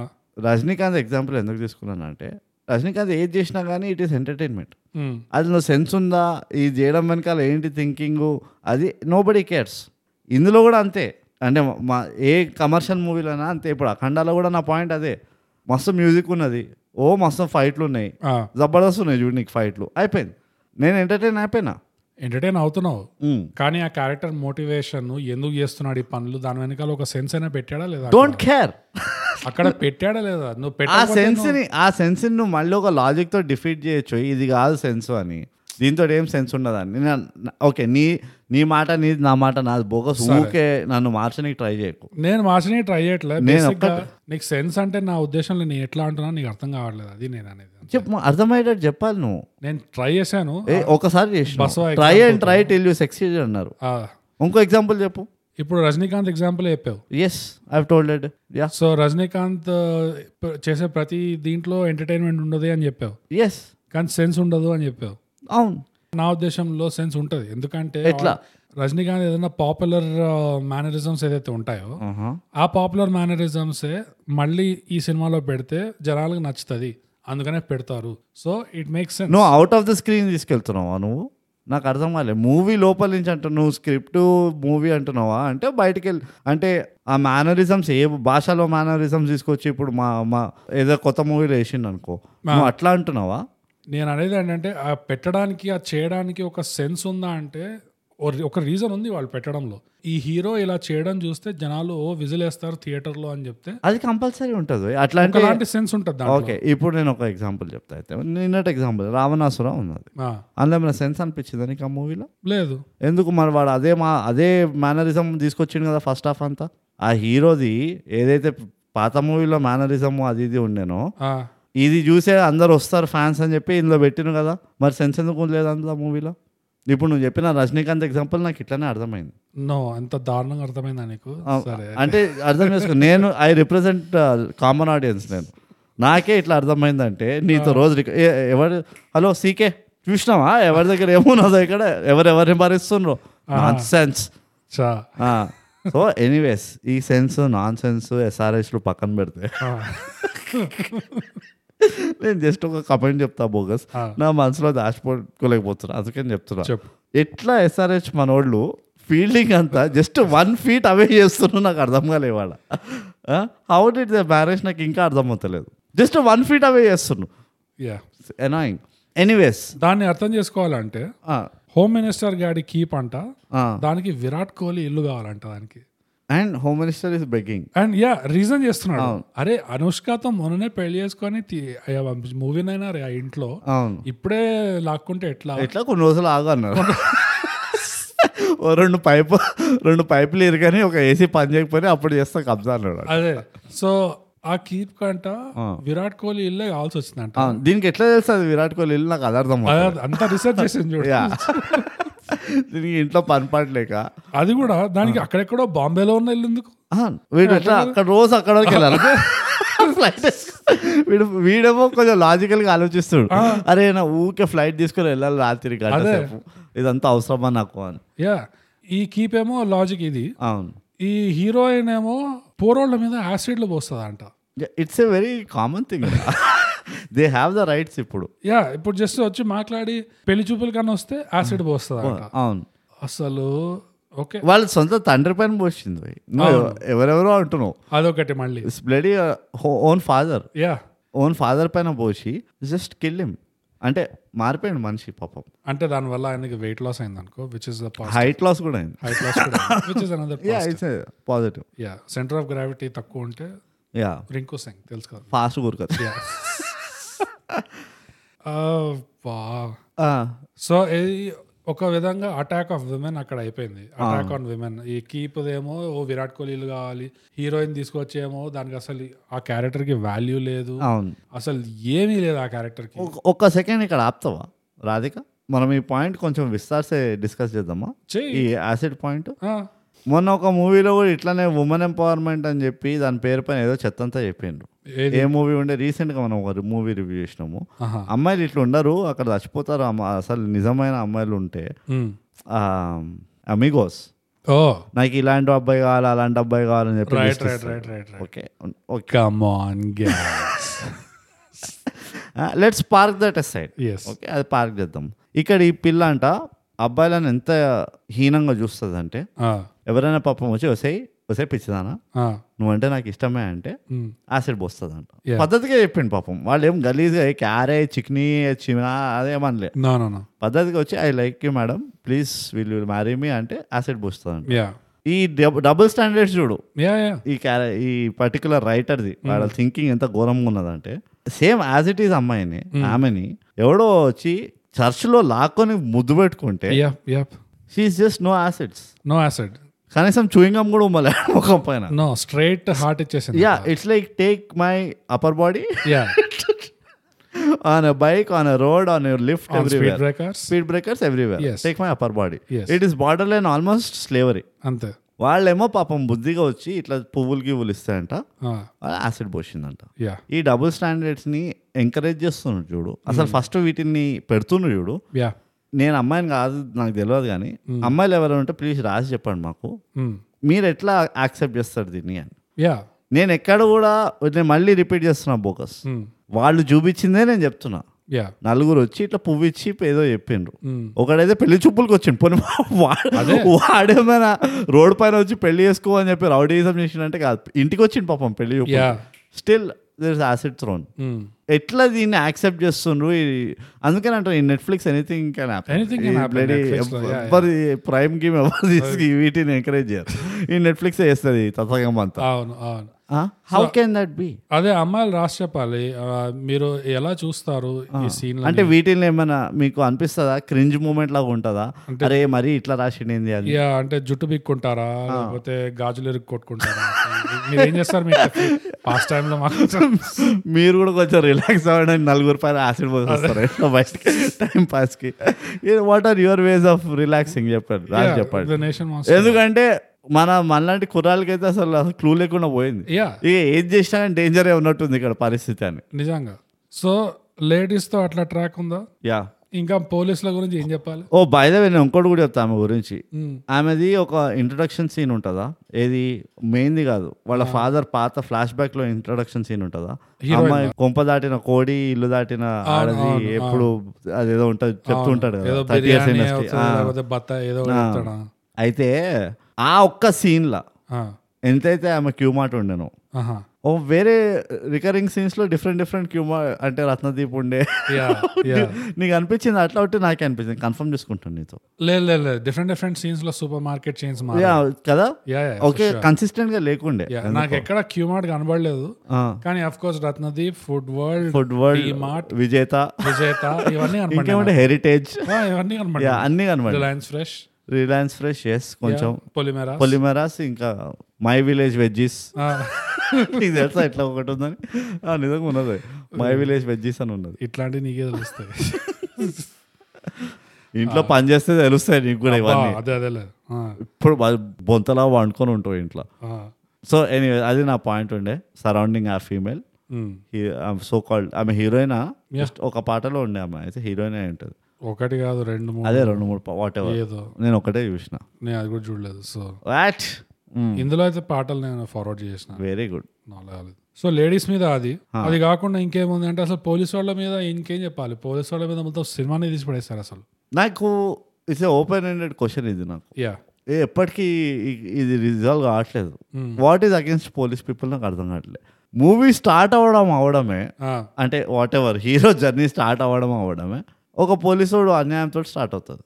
Speaker 1: రజనీకాంత్ ఎగ్జాంపుల్ ఎందుకు తీసుకున్నాను అంటే రజనీకాంత్ ఏది చేసినా కానీ ఇట్ ఈస్ ఎంటర్టైన్మెంట్
Speaker 2: ఉమ్,
Speaker 1: అది నువ్వు సెన్స్ ఉందా ఇది చేయడం వెనకాల ఏంటి థింకింగ్ అది నో బడీ కేర్స్ ఇందులో కూడా అంతే అంటే మా ఏ కమర్షియల్ మూవీలోనా అంతే ఇప్పుడు అఖండాలో కూడా నా పాయింట్ అదే మస్తు మ్యూజిక్ ఉన్నది ఓ మస్తు ఫైట్లు ఉన్నాయి
Speaker 2: ఆ,
Speaker 1: జబర్దస్త్ ఉన్నాయి చూడు నీకు ఫైట్లు అయిపోయింది నేను ఎంటర్టైన్ అయిపోయినా
Speaker 2: ఎంటర్టైన్ అవుతున్నావు
Speaker 1: మ్మ్.
Speaker 2: కానీ ఆ క్యారెక్టర్ మోటివేషన్ ఎందుకు చేస్తున్నాడు ఈ పనులు దాని వెనకాల ఒక సెన్స్ అయినా పెట్టాడా లేదా
Speaker 1: డోంట్ కేర్
Speaker 2: అక్కడ పెట్టాడా లేదా నువ్వు
Speaker 1: ఆ
Speaker 2: పెట్టకపోతే నువ్వు-
Speaker 1: సెన్స్ని ఆ సెన్స్ని నువ్వు మళ్ళీ ఒక లాజిక్తో డిఫీట్ చేయొచ్చు ఇది కాదు సెన్స్ అని దీంతో ఏం సెన్స్ ఉండదని నేను- ఓకే నీ నీ మాట నీది నా మాట నాది బోకస్ ఊకే నన్ను మార్చడానికి ట్రై చేయకు
Speaker 2: నేను మార్చిని ట్రై చేయట్లేదు
Speaker 1: నేను
Speaker 2: Basic గా నీకు సెన్స్ అంటే నా ఉద్దేశంలో నేను ఎట్లా అంటున్నా నీకు అర్థం కావట్లేదు అది నేను అనేది
Speaker 1: చెప్పు అర్థమయ్యేటట్టు చెప్పాలి నువ్వు
Speaker 2: నేను ట్రై చేశాను
Speaker 1: ఏ ఒకసారి చేసిన
Speaker 2: బస్సు example
Speaker 1: try and try till you succeed అన్నారు
Speaker 2: ఆ,
Speaker 1: ఇంకో ఎగ్జాంపుల్ చెప్పు
Speaker 2: ఇప్పుడు రజనీకాంత్ ఎగ్జాంపుల్ చెప్పావు
Speaker 1: yes I told it yeah
Speaker 2: so Rajinikanth ఆ, ప- చేసే ప్రతి దీంట్లో ఎంటర్టైన్మెంట్ ఉండదు అని చెప్పావు
Speaker 1: ఎస్
Speaker 2: కానీ సెన్స్ ఉండదు అని చెప్పావు
Speaker 1: అవును
Speaker 2: నా ఉద్దేశంలో సెన్స్ ఉంటుంది ఎందుకంటే
Speaker 1: ఎట్లా?
Speaker 2: రజనీకాంత్ ఏదైనా పాపులర్ మేనరిజమ్స్ ఏదైతే ఉంటాయో
Speaker 1: Uh-huh.
Speaker 2: ఆ పాపులర్ మేనరిజమ్సే మళ్ళీ ఈ సినిమాలో పెడితే జనాలకు నచ్చుతుంది అందుకనే పెడతారు సో ఇట్ మేక్స్ సెన్స్
Speaker 1: నువ్వు అవుట్ ఆఫ్ ద స్క్రీన్ తీసుకెళ్తున్నావా నువ్వు నాకు అర్థం కాలే మూవీ లోపల నుంచి అంటున్నావు నువ్వు స్క్రిప్ట్ మూవీ అంటున్నావా అంటే బయటికి వెళ్ళి అంటే ఆ మేనరిజమ్స్ ఏ భాషలో మేనరిజమ్స్ తీసుకొచ్చి ఇప్పుడు మా మా ఏదో కొత్త మూవీలో వేసిండు అనుకో నువ్వు అట్లా అంటున్నావా
Speaker 2: నేను అనేది ఏంటంటే ఆ పెట్టడానికి ఆ చేయడానికి ఒక సెన్స్ ఉందా అంటే ఓ- ఒక రీజన్ ఉంది వాళ్ళు పెట్టడంలో ఈ హీరో ఇలా చేయడం చూస్తే జనాలు ఓ విజిలేస్తారు థియేటర్లో అని చెప్తే
Speaker 1: అది కంపల్సరీ ఉంటుంది అట్లా అంటే
Speaker 2: ఒకలాంటి సెన్స్ ఉంటుంది దాంట్లో
Speaker 1: ఓకే ఇప్పుడు నేను ఒక ఎగ్జాంపుల్ చెప్తా అయితే నిన్నటి ఎగ్జాంపుల్ రావణాసుర ఉన్నది
Speaker 2: ఆ,
Speaker 1: అందులో ఏమైనా సెన్స్ అనిపించింది నీకు ఆ మూవీలో
Speaker 2: లేదు
Speaker 1: ఎందుకు మరి వాడు అదే మా అదే మేనరిజం తీసుకొచ్చిండు కదా ఫస్ట్ హాఫ్ అంతా ఆ హీరోది ఏదైతే పాత మూవీలో మేనరిజం అది ఇది ఉండేనో
Speaker 2: ఆ,
Speaker 1: ఇది చూసే అందరు వస్తారు ఫ్యాన్స్ అని చెప్పి ఇందులో పెట్టిను కదా మరి సెన్స్ ఎందుకు లేదు అందులో మూవీలో ఇప్పుడు నువ్వు చెప్పిన రజనీకాంత్ ఎగ్జాంపుల్ నాకు ఇట్లానే అర్థమైంది
Speaker 2: నో అంత దారుణంగా అర్థమైందా నీకు
Speaker 1: ఆ,
Speaker 2: సరే
Speaker 1: అంటే అర్థం చేసుకో నేను ఐ రిప్రజెంట్ కామన్ ఆడియన్స్ నేను నాకే ఇట్లా అర్థమైందంటే నీతో రోజు రిక- ఏ- ఎవరు హలో సీకే చూసినావా ఎవరి దగ్గర ఏమున్నదో ఇక్కడ ఎవరెవరిని భరిస్తుండ్రో నాన్ సెన్స్
Speaker 2: చా
Speaker 1: సో ఎనీవేస్ ఈ సెన్స్ నాన్ సెన్స్ ఎస్ఆర్ఎస్లు పక్కన పెడితే
Speaker 2: ఆ,
Speaker 1: నేను జస్ట్ ఒక కమెంట్ చెప్తా బోగస్
Speaker 2: ఆ.
Speaker 1: నా మనసులో దాచిపోలేకపోతున్నా అందుకని చెప్తున్నా
Speaker 2: చెప్పు
Speaker 1: ఎట్లా ఎస్ఆర్హెచ్ మనోళ్ళు ఫీల్డింగ్ అంతా జస్ట్ వన్ ఫీట్ అవే చేస్తున్నారు నాకు అర్థం కాలేదు వాళ్ళ హౌ డిడ్ ద మ్యారేజ్ నాకు ఇంకా అర్థం అవుతలేదు జస్ట్ వన్ ఫీట్ అవే చేస్తున్నాను
Speaker 2: యా
Speaker 1: ఎనాయింగ్ ఎనీవేస్
Speaker 2: దాన్ని అర్థం చేసుకోవాలంటే హోమ్ మినిస్టర్ గాడి కీప్ అంట దానికి విరాట్ కోహ్లీ ఇల్లు కావాలంట దానికి
Speaker 1: and home minister is begging
Speaker 2: and yeah reason చేస్తున్నాడు అరే అనుష్కతో మొన్ననే పెళ్లి చేసుకొని మూవీనైనా రే ఆ ఇంట్లో
Speaker 1: అవును
Speaker 2: ఇప్పుడే లాక్కుంటే ఎట్లా
Speaker 1: ఎట్లా కొన్ని రోజులు ఆగు అన్నారు ఓ రెండు పైపు రెండు పైపులు ఇరుగని ఒక ఏసీ పని చేయకపోతే అప్పుడు చేస్తా కబ్జా అన్నాడు
Speaker 2: అదే సో ఆ కీప్ కంట విరాట్ కోహ్లీ ఇల్లే కావాల్సి వచ్చిందంట
Speaker 1: అవును, దీనికి ఎట్లా తెలుసు అది విరాట్ కోహ్లీ ఇల్లు నాకు అది అర్థం కాదు.
Speaker 2: అదే అంతా రీసెర్చ్ చేసింది చూడు
Speaker 1: యా దీనికి ఇంట్లో పని పాట లేక
Speaker 2: అది కూడా దానికి అక్కడెక్కడో బాంబేలో ఉన్న ఇల్లు ఎందుకు
Speaker 1: ఆ, వీడు ఎట్లా అక్కడ రోజు అక్కడ వరకు వెళ్ళాలి ఫ్లైట్ వీడు వీడేమో కొంచెం లాజికల్ గా ఆలోచిస్తాడు అరే నా ఊరికే ఫ్లైట్ తీసుకుని వెళ్ళాలి రాత్రి గంట
Speaker 2: అదే.
Speaker 1: సేపు ఇదంతా అవసరమా నాకు అని
Speaker 2: యా ఈ కీప్ ఏమో లాజిక్ ఇది
Speaker 1: అవును
Speaker 2: ఈ హీరోయిన్ ఏమో పోరోళ్ళ మీద యాసిడ్లు పోస్తుంది అంట
Speaker 1: it's a very common thing they have the rights ఇప్పుడు
Speaker 2: యా ఇప్పుడు జస్ట్ వచ్చి మాట్లాడి పెళ్లి చూపులు కన్నా వస్తే యాసిడ్ పోస్తుంది అంట
Speaker 1: అవును
Speaker 2: అసలు ఓకే
Speaker 1: వాళ్ళ సొంత తండ్రి పైన పోసింది పోయి. నువ్వు ఎవరెవరో అంటున్నావు uh,
Speaker 2: అదొకటి మళ్ళీ
Speaker 1: bloody own father
Speaker 2: yeah
Speaker 1: own father పైన పోసి జస్ట్ కిల్లిం అంటే మారిపోయాడు మనిషి పాపం
Speaker 2: అంటే దానివల్ల ఆయనకి వెయిట్ లాస్ అయింది అనుకో which is the
Speaker 1: height loss కూడా అయింది
Speaker 2: height loss which is another
Speaker 1: yeah it's positive
Speaker 2: yeah centre of gravity తక్కువ ఉంటే
Speaker 1: యా
Speaker 2: రింకు సింగ్ తెలుసు కదా
Speaker 1: ఫాస్ట్ కూరకదు
Speaker 2: సో ఇది ఒక విధంగా అటాక్ ఆఫ్ విమెన్ అక్కడ అయిపోయింది అటాక్ ఆన్ విమెన్ ఈ కీప్ ఏమో ఓ విరాట్ కోహ్లీలు కావాలి హీరోయిన్ తీసుకొచ్చేమో దానికి అసలు ఆ క్యారెక్టర్ కి వాల్యూ లేదు
Speaker 1: అవును
Speaker 2: అసలు ఏమీ లేదు ఆ క్యారెక్టర్ కి
Speaker 1: ఒక- ఒక్క సెకండ్ ఇక్కడ ఆపుతావా రాధిక మనం ఈ పాయింట్ కొంచెం విస్తారిస్తే డిస్కస్ చేద్దామా ఈ
Speaker 2: చెయ్యి
Speaker 1: యాసిడ్ పాయింట్
Speaker 2: ఆ,
Speaker 1: మొన్న ఒక మూవీలో కూడా ఇట్లానే ఉమెన్ ఎంపవర్మెంట్ అని చెప్పి దాని పేరు పైన ఏదో చెత్తంతా చెప్పిండ్రు
Speaker 2: ఏది
Speaker 1: ఏ మూవీ ఉండే రీసెంట్గా మనం ఒక మూవీ రివ్యూ చేసినాము
Speaker 2: ఆహా.
Speaker 1: అమ్మాయిలు ఇట్లా ఉండరు అక్కడ చచ్చిపోతారు అమ్మ- అసలు నిజమైన అమ్మాయిలు ఉంటే
Speaker 2: ఉమ్.
Speaker 1: అమిగోస్
Speaker 2: ఓ
Speaker 1: నాకు ఇలాంటి అబ్బాయి కావాలి అలాంటి అబ్బాయి కావాలని చెప్పి
Speaker 2: రైట్
Speaker 1: list
Speaker 2: రైట్
Speaker 1: ఇస్తారు.
Speaker 2: Right right right
Speaker 1: okay okay
Speaker 2: come on
Speaker 1: let's park that side
Speaker 2: yes
Speaker 1: okay అది పార్క్ చేద్దాం ఇక్కడ ఈ పిల్ల అంట అబ్బాయిలను ఎంత హీనంగా చూస్తుందంటే ఎవరైనా పాపం వచ్చి వసే వసే పిచ్చిదానా నువ్వంటే నాకు ఇష్టమే అంటే యాసిడ్ పోస్తుందంట
Speaker 2: Yeah.
Speaker 1: పద్ధతిగా చెప్పిండు పాపం వాళ్ళు ఏం గలీజ్గా ఏ క్యారే చిక్నీ చిమినా అదేమనలే
Speaker 2: నో నో నో
Speaker 1: పద్ధతిగా వచ్చి I like you madam please will you marry me అంటే యాసిడ్ పోస్తుందంట
Speaker 2: యా
Speaker 1: ఈ డబ్- డబుల్ స్టాండర్డ్స్ చూడు
Speaker 2: యా యా
Speaker 1: ఈ క్యార ఈ పర్టికులర్ రైటర్ది వాళ్ళ థింకింగ్ ఎంత ఘోరంగా ఉన్నదంటే సేమ్ యాజ్ ఇట్ ఈస్ అమ్మాయిని ఆమెని ఎవడో వచ్చి చర్చ్లో లాక్కొని ముద్దు పెట్టుకుంటే
Speaker 2: yeah yeah
Speaker 1: she is just no acids
Speaker 2: no acid
Speaker 1: కనీసం చూయింగం కూడా ఉమ్మలే ముఖం పైన
Speaker 2: నో స్ట్రైట్ హార్ట్ ఇచ్చేసింది
Speaker 1: yeah it's like take my upper body
Speaker 2: yeah
Speaker 1: on a bike on a road on your lift
Speaker 2: speed
Speaker 1: everywhere
Speaker 2: breakers
Speaker 1: speed breakers everywhere
Speaker 2: Yes.
Speaker 1: Take my upper body
Speaker 2: Yes.
Speaker 1: It is border line almost slavery
Speaker 2: అంతే
Speaker 1: వాళ్ళేమో పాపం బుద్ధిగా వచ్చి ఇట్లా పువ్వులు గివ్వులు ఇస్తాయంట
Speaker 2: ఆ,
Speaker 1: యాసిడ్ పోసిందంట
Speaker 2: యా
Speaker 1: ఈ డబుల్ స్టాండర్డ్స్ని ఎంకరేజ్ చేస్తున్నాడు చూడు అసలు ఫస్ట్ వీటిని పెడుతున్నాడు చూడు
Speaker 2: యా
Speaker 1: నేను అమ్మాయిని కాదు నాకు తెలియదు కానీ అమ్మాయిలు ఎవరైనా ఉంటే ప్లీజ్ రాసి చెప్పండి మాకు
Speaker 2: మ్,
Speaker 1: మీరు ఎట్లా యాక్సెప్ట్ చేస్తారు దీన్ని అని
Speaker 2: యా
Speaker 1: నేను ఎక్కడ కూడా నేను మళ్ళీ రిపీట్ చేస్తున్నా బోకస్
Speaker 2: మ్,
Speaker 1: వాళ్ళు చూపించిందే నేను చెప్తున్నా
Speaker 2: యా
Speaker 1: నలుగురు వచ్చి ఇట్లా పువ్వు ఇచ్చి ఏదో చెప్పిండ్రు
Speaker 2: మ్,
Speaker 1: ఒకడైతే పెళ్లి చూపులకు వచ్చిండు పోనీ వా- వాడేమైనా రోడ్ పైన వచ్చి పెళ్లి చేసుకో అని చెప్పి రౌడీజం చేసిండంటే కాదు ఇంటికి వచ్చిండు పాపం పెళ్లి చూపులు
Speaker 2: Yeah.
Speaker 1: Still there is acid thrown
Speaker 2: మ్.
Speaker 1: ఎట్లా దీంని యాక్సెప్ట్ చేస్తుండ్రు ఈ- అందుకని అంటారు ఈ Netflix anything can
Speaker 2: Anything can happen Netflix లో, yeah, yeah.
Speaker 1: ఎవరి ప్రైమ్ గేమ్ ఎవరు తీసుకు వీటిని ఎంకరేజ్ చేయరు ఈ నెట్ఫ్లిక్స్ చేస్తుంది తతగం అంతా
Speaker 2: అవును అవును
Speaker 1: హౌ కెన్ దట్ బి
Speaker 2: అదే అమ్మాయిలు రాసి చెప్పాలి ఆ, మీరు ఎలా చూస్తారు ఈ సీన్
Speaker 1: అంటే వీటిని ఏమైనా మీకు అనిపిస్తుందా క్రింజ్ మూమెంట్ లాగా ఉంటుందా అరే మరి ఇట్లా రాసిండేంది అది
Speaker 2: యా అంటే జుట్టు బిక్కుంటారా లేకపోతే గాజులు ఇరుగు కొట్టుకుంటారా మీరు ఏం చేస్తారు మీకు పాస్ట్ టైమ్ లో మాకు
Speaker 1: మీరు కూడా కొంచెం రిలాక్స్ అవ్వడానికి నలుగురు పైన యాసిడ్ పోసేస్తారు ఎట్లా బయటకి టైం పాస్కి what are your ways of relaxing చెప్పండి రాజు చెప్పండి
Speaker 2: నేషన్
Speaker 1: ఎందుకంటే మన మనలాంటి కుర్రాలకైతే అసలు అసలు క్లూ లేకుండా పోయింది
Speaker 2: యా
Speaker 1: ఇక ఏం చేసినా డేంజర్ ఉన్నట్టుంది ఇక్కడ పరిస్థితి అని
Speaker 2: నిజంగా సో లేడీస్ తో అట్లా ట్రాక్ ఉందా
Speaker 1: యా
Speaker 2: ఇంకా పోలీసుల గురించి ఏం చెప్పాలి
Speaker 1: ఓ బాయ్ ద నేను ఇంకోటి కూడా చెప్తా ఆమె గురించి
Speaker 2: మ్,
Speaker 1: ఆమెది ఒక ఇంట్రడక్షన్ సీన్ ఉంటుందా ఏది మెయిన్ది కాదు వాళ్ళ ఫాదర్ పాత ఫ్లాష్ బ్యాక్ లో ఇంట్రడక్షన్ సీన్ ఉంటుందా అమ్మాయి కొంప దాటిన కోడి ఇల్లు దాటిన ఆడది ఎప్పుడు అదేదో ఉంటుంది చెప్తుంటాడు కదా,
Speaker 2: ఏదో
Speaker 1: 30 years
Speaker 2: బిర్యానీ
Speaker 1: industry.
Speaker 2: అవుతుంది, లేకపోతే బత్తాయి ఏదో ఒకటి అవుతాడా?
Speaker 1: అయితే ఆ ఒక్క సీన్ లా
Speaker 2: ఆ,
Speaker 1: ఎంతైతే ఆమె క్యూ మాట ఉండేనో
Speaker 2: Ah, ఆహా.
Speaker 1: ఓ వేరే రికరింగ్ సీన్స్ లో డిఫరెంట్ డిఫరెంట్ క్యూమా అంటే రత్నదీప్ ఉండే
Speaker 2: యా, యా.
Speaker 1: నీకు అనిపించింది అట్లా ఒకటి నాకే అనిపించింది కన్ఫర్మ్ చేసుకుంటాను నీతో
Speaker 2: లేదు లేదు లేదు డిఫరెంట్ డిఫరెంట్ సీన్స్ లో సూపర్ మార్కెట్ చైన్స్ మారాయి.
Speaker 1: యా కదా
Speaker 2: యా యా,
Speaker 1: ఓకే కన్సిస్టెంట్ గా లేకుండే
Speaker 2: యా. నాకు ఎక్కడ క్యూ మార్ట్ కనబడలేదు కానీ of course Ratnadeep food world
Speaker 1: food world
Speaker 2: mart
Speaker 1: Vijetha
Speaker 2: Vijetha ఇవన్నీ కనబడి
Speaker 1: ఇంకేమంటే హెరిటేజ్
Speaker 2: ఇవన్నీ కనబడి
Speaker 1: యా అన్ని కనబడి
Speaker 2: Reliance fresh
Speaker 1: Reliance fresh yes కొంచెం
Speaker 2: పొలిమేరా
Speaker 1: పొలిమెరాస్ ఇంకా మై విలేజ్ వెజ్జీస్
Speaker 2: ఆ,
Speaker 1: నీకు తెలుసా ఇట్లా ఒకటి ఉందని ఆ, నిజంగా ఉన్నది మై విలేజ్ వెజ్జీస్ అని ఉన్నది
Speaker 2: ఇట్లాంటివి నీకే తెలుస్తాయి
Speaker 1: ఇంట్లో పని చేస్తే తెలుస్తాయి నీకు కూడా
Speaker 2: ఆ,
Speaker 1: ఇవన్నీ
Speaker 2: అదే అదే లేదు ఆ,
Speaker 1: ఇప్పుడు బ- బొంతలా వండుకొని ఉంటావు ఇంట్లో
Speaker 2: ఆ.
Speaker 1: సో ఎనీవే అది నా పాయింట్ ఉండే సరౌండింగ్ ఆ ఫీమేల్
Speaker 2: ఉమ్.
Speaker 1: సో కాల్డ్ ఆమె హీరోయిన్ జస్ట్ ఒక పాటలో ఉండే ఆమె అయితే హీరోయిన్ అయి ఉంటుంది
Speaker 2: ఒకటి కాదు రెండు మూడు
Speaker 1: అదే రెండు మూడు వాట్ ఎవర్
Speaker 2: ఏదో
Speaker 1: నేను ఒకటే చూసిన
Speaker 2: నేను అది కూడా చూడలేదు సో
Speaker 1: వాట్
Speaker 2: Hmm. ఇందులో అయితే పాటలు నేను ఫార్వర్డ్ చేసిన
Speaker 1: వెరీ గుడ్
Speaker 2: నాకు రాలేదు. సో లేడీస్ మీద అది అది కాకుండా ఇంకేముంది అంటే అసలు పోలీస్ వాళ్ళ మీద ఇంకేం చెప్పాలి పోలీస్ వాళ్ళ మీద మొత్తం సినిమానే తీసి పడేస్తారు అసలు
Speaker 1: నాకు ఇట్స్ ఓపెన్ ఎండెడ్ క్వశ్చన్ ఇది నాకు
Speaker 2: యా
Speaker 1: ఏ ఎప్పటికీ ఇ- ఇది రిజాల్వ్ కావట్లేదు what is against police people నాకు అర్థం కావట్లేదు మూవీ స్టార్ట్ అవ్వడం అవడమే అంటే whatever hero journey start అవ్వడం అవడమే ఒక పోలీసుడు అన్యాయంతో స్టార్ట్ అవుతుంది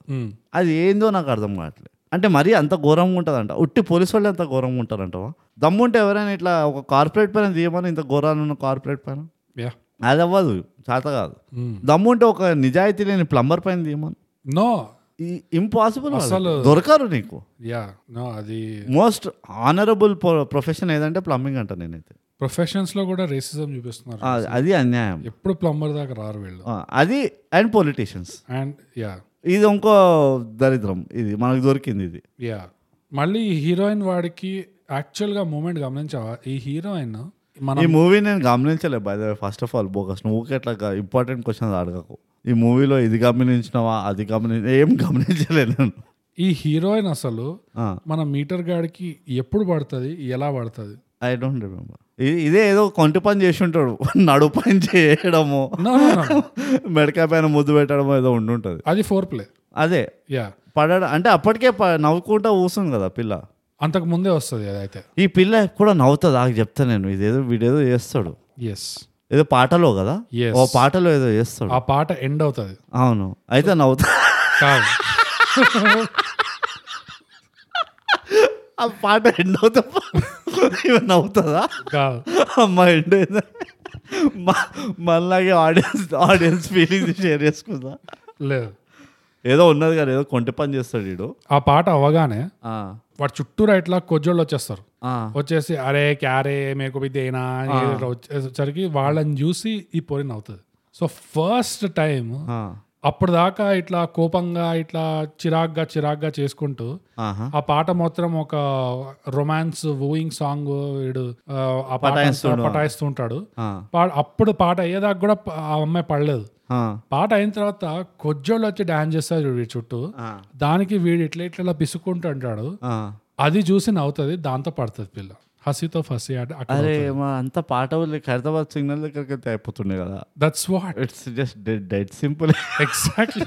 Speaker 1: అది ఏందో నాకు అర్థం కావట్లేదు అంటే మరీ అంత ఘోరంగా ఉంటుందంట ఉట్టి పోలీసు వాళ్ళు అంత ఘోరంగా ఉంటారంటవా దమ్ముంటే ఎవరైనా ఇట్లా ఒక కార్పొరేట్ పైన తీయమని ఇంత ఘోరాలు ఉన్న కార్పొరేట్ పైన
Speaker 2: యా
Speaker 1: అది అవ్వదు చేత కాదు దమ్ముంటే ఒక నిజాయితీ లేని ప్లంబర్ పైన తీయమని
Speaker 2: నో
Speaker 1: ఇంపాసిబుల్
Speaker 2: అసలు-
Speaker 1: దొరకరు నీకు
Speaker 2: యా నో అది
Speaker 1: మోస్ట్ ఆనరబుల్ ప్రొఫెషన్ ఏదంటే ప్లంబింగ్ అంట నేనైతే
Speaker 2: ప్రొఫెషన్స్ లో కూడా రేసిజం చూపిస్తున్నారు
Speaker 1: ఆ, అది అన్యాయం
Speaker 2: ఎప్పుడు ప్లంబర్ దాకా రారు వీళ్ళు
Speaker 1: ఆ, అది అండ్ పొలిటీషియన్స్
Speaker 2: అండ్ యా
Speaker 1: ఇది ఇంకో దరిద్రం ఇది మనకు దొరికింది ఇది
Speaker 2: యా మళ్ళీ ఈ హీరోయిన్ వాడికి యాక్చువల్ గా మూమెంట్ గమనించావా ఈ హీరోయిన్ మనం
Speaker 1: ఈ మూవీ నేను గమనించలే by the first of all bogus నువ్వుకి ఎట్లా ఇంపార్టెంట్ క్వశ్చన్ అడగకు ఈ మూవీలో ఇది గమనించినావా అది గమని ఏం గమనించలేదు నేను
Speaker 2: ఈ హీరోయిన్ అసలు మన మీటర్ గాడికి ఎప్పుడు పడుతుంది ఎలా పడుతుంది
Speaker 1: ఐ డోంట్ రిమెంబర్ ఇదే ఏదో కొంటి పని చేసి ఉంటాడు నడు పని చేయడము
Speaker 2: No, no, no, no.
Speaker 1: మెడకాయ పైన ముద్దు పెట్టడము ఏదో ఉండుంటుంది
Speaker 2: అది ఫోర్ ప్లే
Speaker 1: అదే
Speaker 2: యా
Speaker 1: పడడం అంటే అప్పటికే ప- నవ్వుకుంటా కూర్చుంది కదా పిల్ల
Speaker 2: అంతకు ముందే వస్తుంది అదైతే
Speaker 1: ఈ పిల్ల కూడా నవ్వుతుంది నాకు చెప్తా నేను ఇదేదో వీడేదో చేస్తాడు
Speaker 2: ఎస్
Speaker 1: ఏదో పాటలో కదా
Speaker 2: Yes.
Speaker 1: ఓ పాటలో ఏదో చేస్తాడు
Speaker 2: ఆ పాట ఎండ్ అవుతుంది
Speaker 1: అవును అయితే నవ్వుతా
Speaker 2: కాదు
Speaker 1: ఆ పాట ఎండ్ అవుతా ఇవి నవ్వుతుందా
Speaker 2: కాదు
Speaker 1: అమ్మ ఎండ్ అయిందా మ- మళ్ళాగే ఆడియన్స్ ఆడియన్స్ ఫీలింగ్స్ షేర్ చేసుకుందా
Speaker 2: లేదు
Speaker 1: ఏదో ఉన్నది కానీ ఏదో కొంటి పని చేస్తాడు వీడు
Speaker 2: ఆ పాట అవగానే
Speaker 1: ఆ,
Speaker 2: వాడు చుట్టూరా ఇట్లా కొజ్జోళ్ళు వచ్చేస్తారు
Speaker 1: ఆ,
Speaker 2: వచ్చేసి అరే క్యారే మేకు బిద్దేనా వచ్చేసరికి వాళ్ళని చూసి ఈ పొరి నవ్వుతుంది సో ఫస్ట్ టైం
Speaker 1: ఆ,
Speaker 2: అప్పుడు దాకా ఇట్లా కోపంగా ఇట్లా చిరాగ్గా చిరాగ్గా చేసుకుంటూ
Speaker 1: ఆహా.
Speaker 2: ఆ పాట మాత్రం ఒక రొమాన్స్ వూయింగ్ సాంగ్ వీడు ఆ, ఆ పాట
Speaker 1: పటాయిస్తుండు.
Speaker 2: పటాయిస్తూ ఉంటాడు
Speaker 1: ఆ,
Speaker 2: పా- అప్పుడు పాట అయ్యేదాకా కూడా ప- ఆ అమ్మాయి పడలేదు
Speaker 1: ఆ,
Speaker 2: పాట అయిన తర్వాత కొజ్జోళ్ళు వచ్చి డాన్స్ చేస్తారు చూడు వీడి చుట్టూ
Speaker 1: ఆ,
Speaker 2: దానికి వీడు ఇట్లా ఇట్లా ఇలా పిసుక్కుంటూ అంటాడు
Speaker 1: ఆ.
Speaker 2: అది చూసి నవ్వుతుంది దాంతో పడుతుంది పిల్ల హసీతో ఫసి అంటే అక్కడ
Speaker 1: అరే మా అంత పాట వదిలి ఖైరతాబాద్ సిగ్నల్ దగ్గరికి వెళ్తే అయిపోతుండే కదా
Speaker 2: that's what
Speaker 1: it's just dead dead simple
Speaker 2: exactly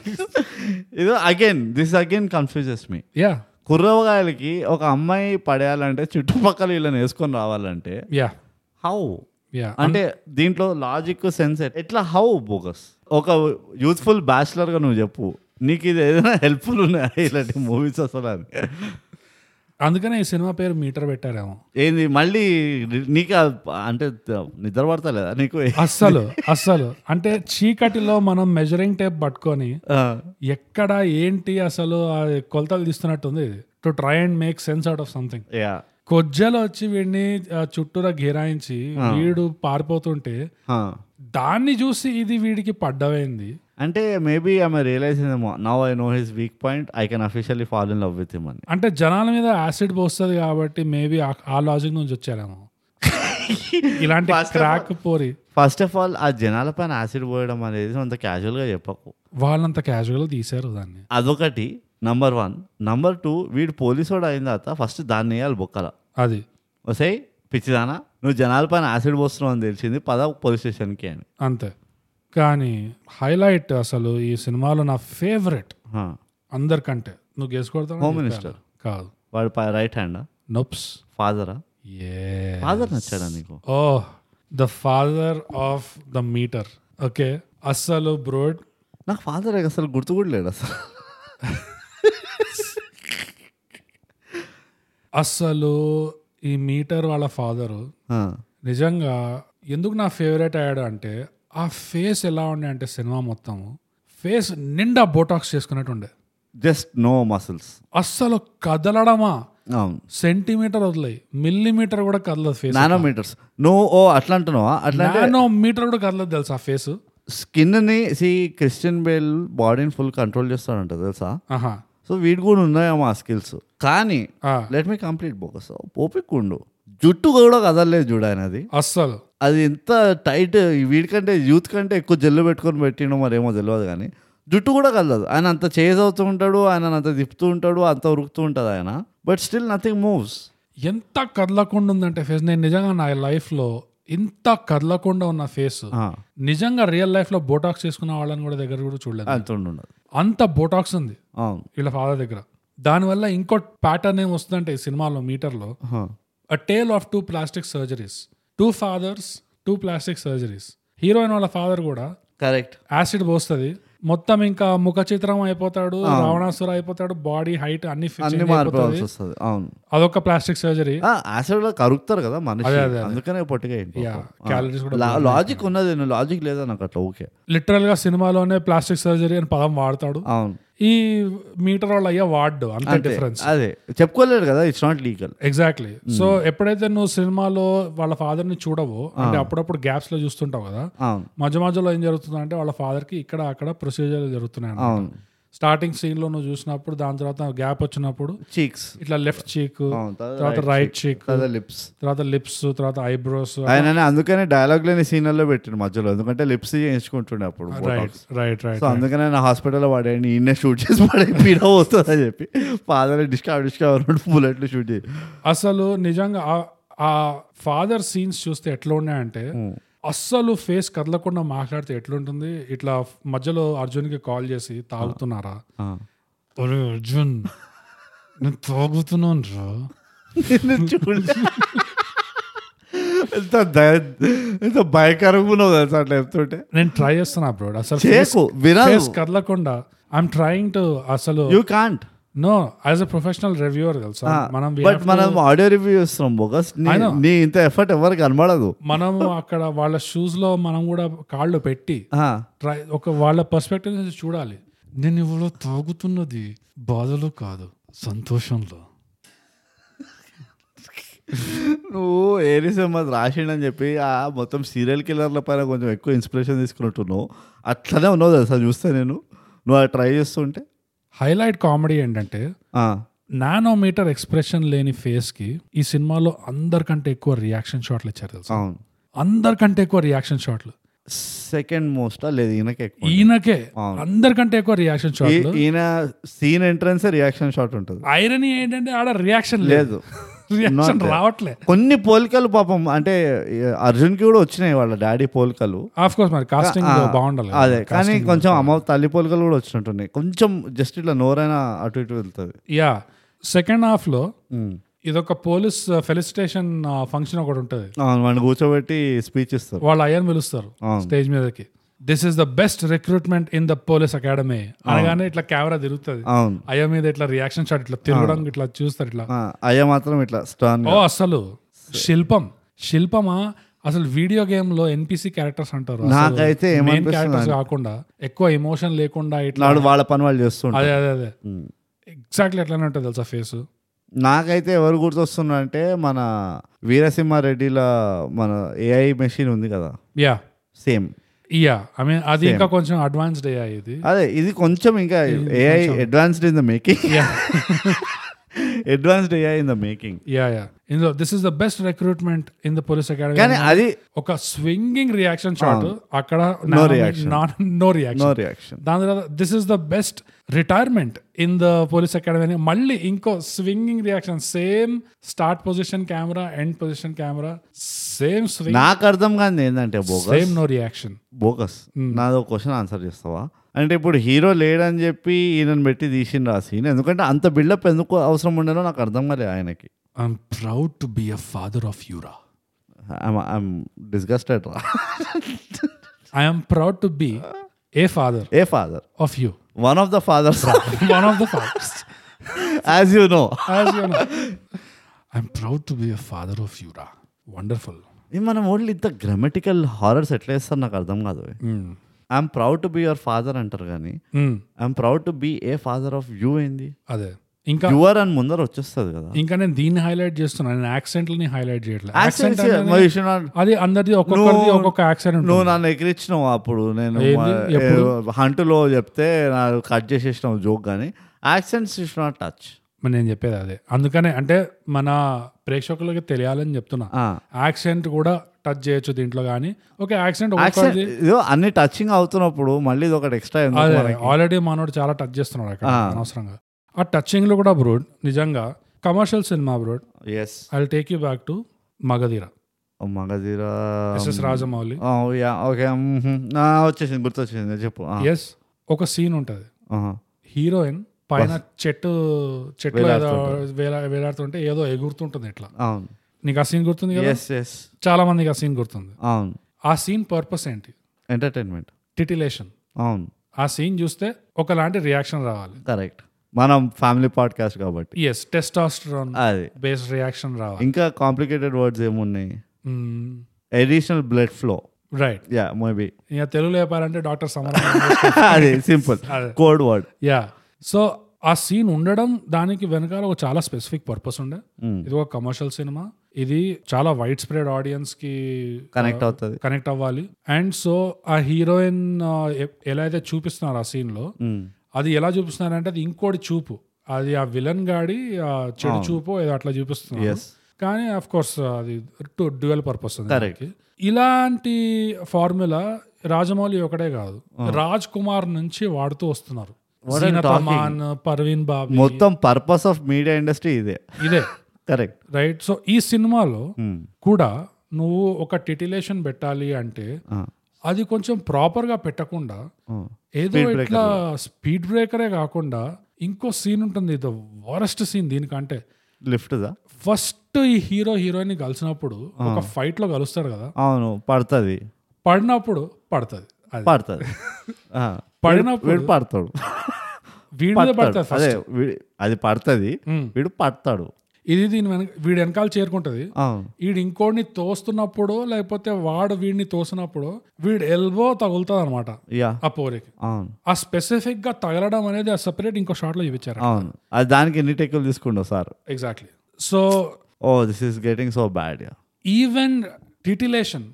Speaker 1: ఇది again this again confuses me
Speaker 2: yeah
Speaker 1: కుర్రవగాయలకి ఒక అమ్మాయి పడేయాలంటే చుట్టుపక్కల వీళ్ళని వేసుకొని రావాలంటే
Speaker 2: యా
Speaker 1: హౌ
Speaker 2: యా
Speaker 1: అంటే దీంట్లో లాజిక్ సెన్స్ ఎట్లా హౌ బోగస్ ఒక యూత్ఫుల్ బ్యాచిలర్గా నువ్వు చెప్పు నీకు ఇది ఏదైనా హెల్ప్ఫుల్ ఉన్నాయా ఇలాంటి మూవీస్ అసలు అని
Speaker 2: అందుకనే ఈ సినిమా పేరు మీటర్ పెట్టారేమో
Speaker 1: ఏంది మళ్ళీ నీకు ఆ- అంటే నిద్ర పడతలేదా నీకు
Speaker 2: అస్సలు అస్సలు అంటే చీకటిలో మనం మెజరింగ్ టేప్ పట్టుకొని
Speaker 1: ఆ,
Speaker 2: ఎక్కడ ఏంటి అసలు ఆ కొలతలు తీస్తున్నట్టుంది to try and make sense out of something
Speaker 1: yeah
Speaker 2: కొజ్జలు వచ్చి వీడిని ఆ, చుట్టూరా ఘిరాయించి వీడు పారిపోతుంటే
Speaker 1: ఆ.
Speaker 2: దాన్ని చూసి ఇది వీడికి పడ్డమైంది
Speaker 1: అంటే మేబీ ఆమె రియలైజ్ అయిందేమో now I know his weak point I can officially follow in love with him అని
Speaker 2: అంటే జనాల మీద యాసిడ్ పోస్తుంది కాబట్టి మేబీ ఆ లాజిక్ నుంచి వచ్చారేమో ఇలాంటి క్రాక్ పోరి
Speaker 1: ఫస్ట్ ఆఫ్ ఆల్ ఆ జనాల పైన యాసిడ్ పోయడం అనేది అంత క్యాజువల్గా చెప్పకు
Speaker 2: వాళ్ళంత క్యాజువల్ తీశారు దాన్ని
Speaker 1: అదొకటి నంబర్ వన్ నంబర్ టూ వీడు పోలీసోడు అయిన తర్వాత ఫస్ట్ దాన్ని వేయాలి బొక్కల
Speaker 2: అది
Speaker 1: వసై పిచ్చిదానా నువ్వు జనాల పైన యాసిడ్ పోస్తున్నావు అని తెలిసింది పద పోలీస్ స్టేషన్కి అని
Speaker 2: అంతే కానీ హైలైట్ అసలు ఈ సినిమాలో నా ఫేవరెట్
Speaker 1: హా.
Speaker 2: అందరికంటే నువ్వు గెస్ కొడతావా?
Speaker 1: హోమ్ మినిస్టర్
Speaker 2: కాదు
Speaker 1: వాడు రైట్ హ్యాండా
Speaker 2: నొప్స్
Speaker 1: ఫాదరా
Speaker 2: ఏ
Speaker 1: ఫాదర్ నచ్చాడా నీకు
Speaker 2: oh the father of the meter okay అస్సలు బ్రోడ్
Speaker 1: నాకు ఫాదర్ అసలు గుర్తు కూడా లేడు అసలు
Speaker 2: అస్సలు ఈ మీటర్ వాళ్ళ ఫాదరు
Speaker 1: హా.
Speaker 2: నిజంగా ఎందుకు నా ఫేవరెట్ అయ్యాడు అంటే ఆ ఫేస్ ఎలా ఉండే అంటే సినిమా మొత్తము ఫేస్ నిండా బోటాక్స్ చేసుకున్నట్టు ఉండే
Speaker 1: జస్ట్ నో మసిల్స్
Speaker 2: అస్సలు కదలడమా
Speaker 1: అవును
Speaker 2: సెంటీమీటర్ వదిలే మిల్లీమీటర్ కూడా కదలదు ఫేస్
Speaker 1: నానోమీటర్స్ నువ్వు ఓ అట్లా అంటున్నావా అట్లా అంటే
Speaker 2: నానో మీటర్ కూడా కదలదు తెలుసా ఫేస్
Speaker 1: స్కిన్ని సి క్రిస్టియన్ బేల్ బాడీని ఫుల్ కంట్రోల్ చేస్తాడంట తెలుసా
Speaker 2: ఆహా
Speaker 1: సో వీడు కూడా ఉన్నాయేమో ఆ స్కిల్స్ కానీ
Speaker 2: ఆ,
Speaker 1: లెట్ మీ కంప్లీట్ బోకస్ ఓపిక ఉండు జుట్టు కూడా కదలలేదు చూడు ఆయన అది
Speaker 2: అస్సలు
Speaker 1: అది ఎంత టైట్ వీడికంటే యూత్ కంటే ఎక్కువ జల్లు పెట్టుకొని పెట్టిండో మరేమో తెలియదు కానీ జుట్టు కూడా కదలదు ఆయన అంత చేజ్ అవుతూ ఉంటాడు ఆయన అంత తిప్పుతూ ఉంటాడు అంత ఉరుకుతూ ఉంటుంది ఆయన బట్ స్టిల్ నథింగ్ మూవ్స్
Speaker 2: ఎంత కదలకుండా ఉందంటే ఫేస్ నేను నిజంగా నా లైఫ్లో ఇంత కదలకుండా ఉన్న ఫేస్ నిజంగా రియల్ లైఫ్ లో బోటాక్స్ చేసుకున్న వాళ్ళని కూడా దగ్గర కూడా చూడలేదు
Speaker 1: అంత ఉండదు
Speaker 2: అంత బోటాక్స్ ఉంది
Speaker 1: అవును
Speaker 2: వీళ్ళ ఫాదర్ దగ్గర దానివల్ల ఇంకో ప్యాటర్న్ ఏం వస్తుందంటే ఈ సినిమాలో మీటర్లో
Speaker 1: హా.
Speaker 2: A tale of two plastic surgeries two fathers two plastic surgeries heroine వాళ్ళ ఫాదర్ కూడా
Speaker 1: కరెక్ట్
Speaker 2: యాసిడ్ పోస్తుంది మొత్తం ఇంకా ముఖ చిత్రం అయిపోతాడు రావణాసుర అయిపోతాడు బాడీ హైట్ అన్ని fi-
Speaker 1: అన్ని
Speaker 2: change
Speaker 1: మారిపోవాల్సి
Speaker 2: అయిపోతుంది.
Speaker 1: వస్తుంది అవును
Speaker 2: అదొక ప్లాస్టిక్ సర్జరీ
Speaker 1: యాసిడ్ లో కరుగుతారు కదా మనిషి
Speaker 2: అదే, అదే, అదే.
Speaker 1: అందుకనే పొట్టిగా అయింది
Speaker 2: యా క్యాలరీస్ కూడా
Speaker 1: లా- లాజిక్ ఉన్నది నువ్వు లాజిక్ లేదా నాకు అట్లా ఓకే
Speaker 2: లిటరల్ గా సినిమాలోనే ప్లాస్టిక్ సర్జరీ అని పదం వాడతాడు
Speaker 1: అవును
Speaker 2: ఈ మీటర్ వాళ్ళు అయ్యా వాడు అంత డిఫరెన్స్
Speaker 1: అదే చెప్పుకోలేరు కదా it's not legal
Speaker 2: exactly so ఎప్పుడైతే నువ్వు సినిమాలో వాళ్ళ ఫాదర్ ని చూడవో అంటే అప్పుడప్పుడు గ్యాప్స్ లో చూస్తుంటావు కదా
Speaker 1: అవును
Speaker 2: మధ్య మధ్యలో ఏం జరుగుతుందంటే వాళ్ళ ఫాదర్ కి ఇక్కడ అక్కడ ప్రొసీజర్ జరుగుతున్నాయి అన్నమాట.
Speaker 1: అవును
Speaker 2: స్టార్టింగ్ సీన్ లో నువ్వు చూసినప్పుడు దాని తర్వాత గ్యాప్ వచ్చినప్పుడు
Speaker 1: చీక్స్
Speaker 2: ఇట్లా లెఫ్ట్ చీక్
Speaker 1: అవును తర్వాత
Speaker 2: తర్వాత రైట్ చీక్
Speaker 1: తర్వాత లిప్స్
Speaker 2: తర్వాత లిప్స్ తర్వాత ఐబ్రోస్
Speaker 1: ఆయన అందుకనే డైలాగ్ లేని సీన్లలో పెట్టిండు మధ్యలో ఎందుకంటే లిప్స్ చేయించుకుంటుండే అప్పుడు
Speaker 2: రైట్ రైట్ రైట్
Speaker 1: సో అందుకనే నా హాస్పిటల్లో వాడేయండి ఈయన షూట్ చేసి వాడే పీడ వస్తుంది అని చెప్పి ఫాదర్ డిస్కవర్ డిస్కవర్ బుల్లెట్లు షూట్ చేసి
Speaker 2: అసలు నిజంగా ఆ- ఆ ఫాదర్ సీన్స్ చూస్తే ఎట్లా ఉన్నాయంటే అస్సలు ఫేస్ కదలకుండా మాట్లాడితే ఎట్లుంటుంది ఇట్లా మధ్యలో అర్జున్ కి కాల్ చేసి తాగుతున్నారా ఒరే అర్జున్ నేను తాగుతున్నాను రా
Speaker 1: నేను చూడలే. ఎంత దయ- ఎంత భయకరమున్నావు తెలుసా అట్లా చెప్తుంటే
Speaker 2: నేను ట్రై చేస్తున్నా బ్రో అసలు
Speaker 1: చేకు వినాలి
Speaker 2: ఫేస్ కదలకుండా ఐఎమ్ ట్రయింగ్ టు అసలు
Speaker 1: you can't
Speaker 2: know as a professional reviewer తెలుసా మనం we
Speaker 1: బట్
Speaker 2: have to-
Speaker 1: మనం ఆడియో రివ్యూ చేస్తున్నాం బొగస్ నీ-
Speaker 2: I know.
Speaker 1: నీ ఇంత ఎఫర్ట్ ఎవరు కనబడదు
Speaker 2: మనము అక్కడ వాళ్ళ షూస్ లో మనం కూడా కాళ్ళు పెట్టి
Speaker 1: ఆ,
Speaker 2: ట్రై ఒక వాళ్ళ పర్స్పెక్టివ్ నుంచి చూడాలి నేను ఇవాళ తాగుతున్నది బాధలో కాదు సంతోషంలో
Speaker 1: నువ్వు ఏరిస్ అహ్మద్ రాసిండని చెప్పి ఆ మొత్తం సీరియల్ కిల్లర్ల పైన కొంచెం ఎక్కువ ఇన్స్పిరేషన్ తీసుకున్నట్టున్నావు అట్లనే ఉన్నావు తెలుసా చూస్తే నేను నువ్వు అది ట్రై చేస్తుంటే
Speaker 2: హైలైట్ కామెడీ ఏంటంటే
Speaker 1: ఆ,
Speaker 2: నానోమీటర్ ఎక్స్ప్రెషన్ లేని ఫేస్ కి ఈ సినిమాలో అందరికంటే ఎక్కువ రియాక్షన్ షాట్లు ఇచ్చారు తెలుసు
Speaker 1: అవును
Speaker 2: అందరికంటే ఎక్కువ రియాక్షన్ షాట్లు
Speaker 1: సెకండ్ మోస్టా లేదు ఈయనకి ఎక్కువ
Speaker 2: ఈయనకే అందరికంటే ఎక్కువ రియాక్షన్
Speaker 1: ఈ-
Speaker 2: షాట్లు
Speaker 1: ఈయన సీన్ ఎంట్రన్స్ రియాక్షన్ షాట్ ఉంటుంది
Speaker 2: ఐరనీ ఏంటంటే ఆడ రియాక్షన్ లేదు
Speaker 1: లేదు
Speaker 2: రియాక్షన్ రావట్లే
Speaker 1: కొన్ని పోలికలు పాపం అంటే అర్జున్ కి కూడా వచ్చినాయి వాళ్ళ డాడీ పోలికలు
Speaker 2: ఆఫ్ కోర్స్ మరి కాస్టింగ్ బాగుండాలి
Speaker 1: అదే కానీ కొంచెం అమ్మ తల్లి పోలికలు కూడా వచ్చినట్టున్నాయి కొంచెం జస్ట్ ఇట్లా నోరైనా అటు ఇటు వెళ్తుంది
Speaker 2: యా సెకండ్ హాఫ్ లో ఇదొక పోలీస్ uh, ఫెలిసిటేషన్ ఫంక్షన్ ఒకటి ఉంటుంది
Speaker 1: అవును వాడిని కూర్చోబెట్టి స్పీచ్ ఇస్తారు
Speaker 2: వాళ్ళు అయ్యని పిలుస్తారు
Speaker 1: అవును.
Speaker 2: స్టేజ్ మీదకి this is the best recruitment in the police academy అనగానే ఇట్లా కెమెరా తిరుగుతుంది
Speaker 1: అవును
Speaker 2: అయ్య మీద ఇట్లా రియాక్షన్ షాట్ ఇట్లా తిరగడం ఇట్లా చూస్తారు ఇట్లా
Speaker 1: ఆ, అయ్య మాత్రం ఇట్లా స్టాన్
Speaker 2: ఓ అసలు శిల్పం శిల్పమా అసలు వీడియో గేమ్ లో ఎన్పిసి క్యారెక్టర్స్ అంటారు
Speaker 1: నాకైతే
Speaker 2: మెయిన్
Speaker 1: ఏమనిపిస్తుంది
Speaker 2: క్యారెక్టర్స్ కాకుండా ఎక్కువ ఎమోషన్ లేకుండా ఇట్లా
Speaker 1: నాడు వాళ్ళ పని వాళ్ళు చేస్తుంటారు
Speaker 2: అదే అదే అదే ఎగ్జాక్ట్లీ ఎట్లానే ఉంటుంది తెలుసా ఫేస్
Speaker 1: నాకైతే ఎవరు గుర్తొస్తున్నా అంటే మన వీరసింహారెడ్డిల మన ఏఐ మెషిన్ ఉంది కదా
Speaker 2: yeah
Speaker 1: same
Speaker 2: yeah I mean అది ఇంకా కొంచెం అడ్వాన్స్డ్ అయ్యా ఇది
Speaker 1: అదే ఇది కొంచెం ఇంకా AI advanced in the making advanced AI in the making
Speaker 2: yeah yeah ఇందులో this is the best recruitment in the police academy
Speaker 1: కానీ అది
Speaker 2: ఒక స్వింగింగ్ రియాక్షన్ షాట్ అక్కడ
Speaker 1: Ah. No reaction.
Speaker 2: No
Speaker 1: no
Speaker 2: reaction
Speaker 1: reaction
Speaker 2: దాని తర్వాత this is the best retirement in the police academy అని మళ్ళీ ఇంకో swinging reaction same start position camera end position camera same swing
Speaker 1: నాకు అర్థం కాదు ఏంటంటే bogus
Speaker 2: same no reaction
Speaker 1: Bogus నాదో క్వశ్చన్ ఆన్సర్ చేస్తావా అంటే ఇప్పుడు హీరో లేడని చెప్పి ఈయనను పెట్టి తీసిండు ఆ సీన్ ఎందుకంటే అంత బిల్డప్ ఎందుకు అవసరం ఉండేనో నాకు అర్థం కాలేదు ఆయనకి
Speaker 2: I'm proud to be a father of యూరా
Speaker 1: ఐఎమ్ డిస్గస్టెడ్ రా
Speaker 2: I'm proud to be a father
Speaker 1: a father
Speaker 2: of you
Speaker 1: one of the fathers
Speaker 2: one of the fathers
Speaker 1: as you know
Speaker 2: I'm proud to be a father of యూరా wonderful
Speaker 1: మనం only ఇంత grammatical horrors ఎట్లా వేస్తారు నాకు అర్థం కాదు I'm proud to be your father అంటారు కానీ I'm proud to be A father of you ఏంది
Speaker 2: Hmm. అదే ఇంకా
Speaker 1: యువర్ అని ముందర వచ్చేస్తుంది కదా
Speaker 2: ఇంకా నేను దీన్ని హైలైట్ చేస్తున్నా నేను యాక్సెంట్లని హైలైట్ చేయట్లేదు యాక్సెంట్
Speaker 1: Accents, మరి you should not-
Speaker 2: అది అందరిది ఒక్కొక్కరిది ఒక్కొక్క యాక్సెంట్
Speaker 1: నువ్వు నన్ను ఎక్కిరించినావు అప్పుడు నేను
Speaker 2: ఏంది?
Speaker 1: మా-
Speaker 2: ఎప్పుడు?
Speaker 1: ఏ- హంటులో చెప్తే నాకు కట్ చేసేసినావు జోక్ కానీ యాక్సెంట్స్ ఇస్ నాట్ టచ్
Speaker 2: నేను చెప్పేది అదే అందుకనే అంటే మన ప్రేక్షకులకి తెలియాలని చెప్తున్నా యాక్సెంట్ కూడా టచ్ చేయొచ్చు దీంట్లో కానీ ఓకే యాక్సెంట్ ఒక్కొక్కరిది
Speaker 1: ఇదో అన్ని టచింగ్ అవుతున్నప్పుడు మళ్ళీ ఇది ఒకటి ఎక్స్ట్రా
Speaker 2: అదే ఆల్రెడీ మనోడు చాలా టచ్ చేస్తున్నాడు అక్కడ అనవసరంగా ఆ టచింగ్ లో కూడా బ్రోడ్ నిజంగా కమర్షియల్ సినిమా బ్రోడ్
Speaker 1: yes
Speaker 2: I take you back to Magadheera
Speaker 1: Magadheera
Speaker 2: SS Rajamouli
Speaker 1: yeah okay వచ్చేసింది గుర్తొచ్చేసింది చెప్పు ఆ,
Speaker 2: ఎస్ ఒక సీన్ ఉంటది
Speaker 1: ఆహా.
Speaker 2: హీరోయిన్ పైన చెట్టు చెట్లు ఏదో
Speaker 1: వేలాడుతుంటది.
Speaker 2: వేలా- వేలాడుతుంటే ఏదో ఎగురుతుంటుంది ఇట్లా
Speaker 1: అవును
Speaker 2: నీకు ఆ సీన్ గుర్తుంది కదా
Speaker 1: ఎస్ ఎస్
Speaker 2: చాలా మందికి ఆ సీన్ గుర్తుంది
Speaker 1: అవును
Speaker 2: ఆ సీన్ పర్పస్ ఏంటి
Speaker 1: ఎంటర్టైన్మెంట్
Speaker 2: టిటిలేషన్
Speaker 1: అవును
Speaker 2: ఆ సీన్ చూస్తే ఒకలాంటి రియాక్షన్ రావాలి
Speaker 1: కరెక్ట్ మనం ఫ్యామిలీ పాడ్కాస్ట్ కాబట్టి
Speaker 2: ఎస్ టెస్టాస్టరాన్
Speaker 1: అది
Speaker 2: బేస్డ్ రియాక్షన్ రావాలి Hmm.
Speaker 1: ఇంకా కాంప్లికేటెడ్ వర్డ్స్ ఏమున్నాయి additional blood flow
Speaker 2: right
Speaker 1: yeah maybe
Speaker 2: ఇంకా తెలుగులో చెప్పాలంటే డాక్టర్ సమర
Speaker 1: అది సింపుల్
Speaker 2: అదే.
Speaker 1: కోడ్ వర్డ్
Speaker 2: యా సో ఆ సీన్ ఉండడం దానికి వెనకాల ఒక చాలా స్పెసిఫిక్ పర్పస్ ఉండే ఇది ఒక కమర్షియల్ సినిమా ఇది చాలా వైడ్ స్ప్రెడ్ ఆడియన్స్ కి
Speaker 1: కనెక్ట్ అవుతుంది
Speaker 2: కనెక్ట్ అవ్వాలి అండ్ సో ఆ హీరోయిన్ ఎలా అయితే చూపిస్తున్నారు ఆ సీన్ లో అది ఎలా చూపిస్తున్నారంటే అది ఇంకోటి చూపు అది ఆ విలన్ గాడి ఆ చెడు చూపు ఏదో అట్లా చూపిస్తున్నారు
Speaker 1: ఎస్
Speaker 2: కానీ ఆఫ్ కోర్స్ అది టు డ్యూయల్ పర్పస్ ఉంది
Speaker 1: Correct.
Speaker 2: దానికి. ఇలాంటి ఫార్ములా రాజమౌళి ఒకటే కాదు రాజ్ కుమార్ నుంచి వాడుతూ వస్తున్నారు
Speaker 1: What are you
Speaker 2: సీనత్
Speaker 1: talking?
Speaker 2: Aman Parveen బాబు
Speaker 1: మొత్తం పర్పస్ ఆఫ్ మీడియా ఇండస్ట్రీ ఇదే
Speaker 2: ఇదే
Speaker 1: కరెక్ట్
Speaker 2: రైట్ సో ఈ సినిమాలో కూడా నువ్వు ఒక టిటిలేషన్ పెట్టాలి అంటే అది కొంచెం ప్రాపర్ గా పెట్టకుండా ఏదో ఇట్లా స్పీడ్ బ్రేకరే కాకుండా ఇంకో సీన్ ఉంటుంది ద వరస్ట్ సీన్ దీనికంటే
Speaker 1: లిఫ్ట్దా
Speaker 2: ఫస్ట్ ఈ హీరో హీరోయిన్ కలిసినప్పుడు ఒక ఫైట్ లో కలుస్తారు కదా
Speaker 1: అవును పడుతుంది
Speaker 2: పడినప్పుడు పడుతుంది అది
Speaker 1: పడుతుంది
Speaker 2: పడినప్పుడు
Speaker 1: వీడు పడతాడు
Speaker 2: వీడి మీద
Speaker 1: పడతాడు
Speaker 2: పడుతుంది first.
Speaker 1: అదే వీడి- అది పడుతుంది
Speaker 2: Hmm.
Speaker 1: వీడు పడతాడు
Speaker 2: ఇది దీని వెనక వీడి వెనకాల చేరుకుంటది
Speaker 1: అవును
Speaker 2: వీడు ఇంకోడిని తోస్తున్నప్పుడు లేకపోతే వాడు వీడిని తోసినప్పుడు వీడి ఎల్బో తగులుతుంది అనమాట
Speaker 1: యా
Speaker 2: ఆ పోరికి
Speaker 1: అవును
Speaker 2: ఆ స్పెసిఫిక్ గా తగలడం అనేది ఆ సపరేట్ ఇంకో షాట్ లో చూపించారు
Speaker 1: అవును అది దానికి ఎన్ని టెక్కులు తీసుకుండో sir
Speaker 2: exactly so
Speaker 1: oh this is getting so bad yeah
Speaker 2: even titillation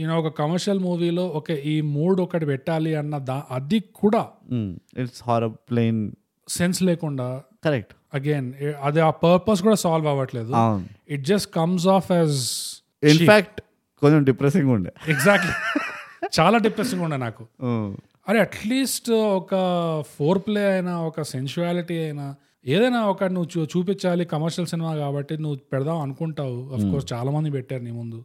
Speaker 2: ఈయన ఒక కమర్షియల్ మూవీలో ఓకే ఈ మూడ్ ఒకటి పెట్టాలి అన్న దా అది కూడా
Speaker 1: ఇట్స్ హారర్ ప్లెయిన్
Speaker 2: సెన్స్ లేకుండా
Speaker 1: కరెక్ట్
Speaker 2: అగైన్ అది ఆ పర్పస్ కూడా సాల్వ్ అవ్వట్లేదు
Speaker 1: అవును
Speaker 2: it just comes off as
Speaker 1: in fact కొంచెం డిప్రెసింగ్ ఉండే
Speaker 2: ఎగ్జాక్ట్లీ చాలా డిప్రెసింగ్ ఉండే నాకు అరే అట్లీస్ట్ ఒక ఫోర్ ప్లే అయినా ఒక సెన్షువాలిటీ అయినా ఏదైనా ఒక నువ్వు చూ చూపించాలి కమర్షియల్ సినిమా కాబట్టి నువ్వు పెడదాం అనుకుంటావు అఫ్ కోర్స్ చాలా మంది పెట్టారు నీ ముందు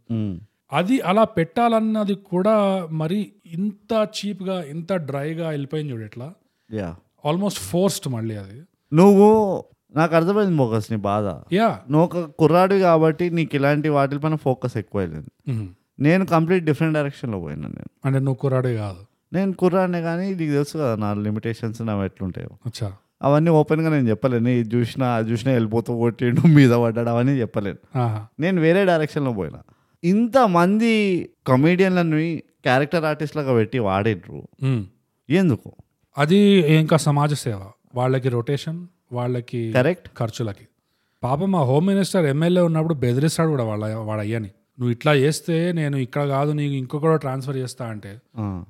Speaker 2: అది అలా పెట్టాలన్నది కూడా మరి ఇంత చీప్గా ఇంత డ్రైగా వెళ్ళిపోయింది చూడు ఇట్లా
Speaker 1: యా
Speaker 2: ఆల్మోస్ట్ ఫోర్స్డ్ మళ్ళీ అది
Speaker 1: నువ్వు నాకు అర్థమైంది మోకస్ నీ బాధ
Speaker 2: యా
Speaker 1: నువ్వు ఒక కుర్రాడు కాబట్టి నీకు ఇలాంటి వాటిపైన ఫోకస్ ఎక్కువ వెళ్ళింది నేను కంప్లీట్ డిఫరెంట్ డైరెక్షన్లో పోయినా నేను
Speaker 2: అంటే నువ్వు కుర్రాడే కాదు
Speaker 1: నేను కుర్రాడినే కానీ నీకు తెలుసు కదా నా లిమిటేషన్స్ నావి ఎట్లుంటాయో
Speaker 2: అచ్చా
Speaker 1: అవన్నీ ఓపెన్గా నేను చెప్పలేను ఇది చూసినా అది చూసినా వెళ్ళిపోతూ కొట్టిండు మీద పడ్డాడు అవన్నీ చెప్పలేను
Speaker 2: ఆహా.
Speaker 1: నేను వేరే డైరెక్షన్లో పోయినా ఇంతమంది కమీడియన్లని క్యారెక్టర్ ఆర్టిస్ట్లుగా పెట్టి వాడిండ్రు
Speaker 2: మ్మ్.
Speaker 1: ఎందుకు
Speaker 2: అది ఇంకా సమాజ సేవ వాళ్ళకి రొటేషన్ వాళ్ళకి
Speaker 1: కరెక్ట్
Speaker 2: ఖర్చులకి పాపం మా హోమ్ మినిస్టర్ ఎమ్మెల్యే ఉన్నప్పుడు బెదిరిస్తాడు కూడా వాళ్ళ వాడ అయ్యని నువ్వు ఇట్లా చేస్తే నేను ఇక్కడ కాదు నీకు ఇంకొకడో ట్రాన్స్ఫర్ చేస్తా అంటే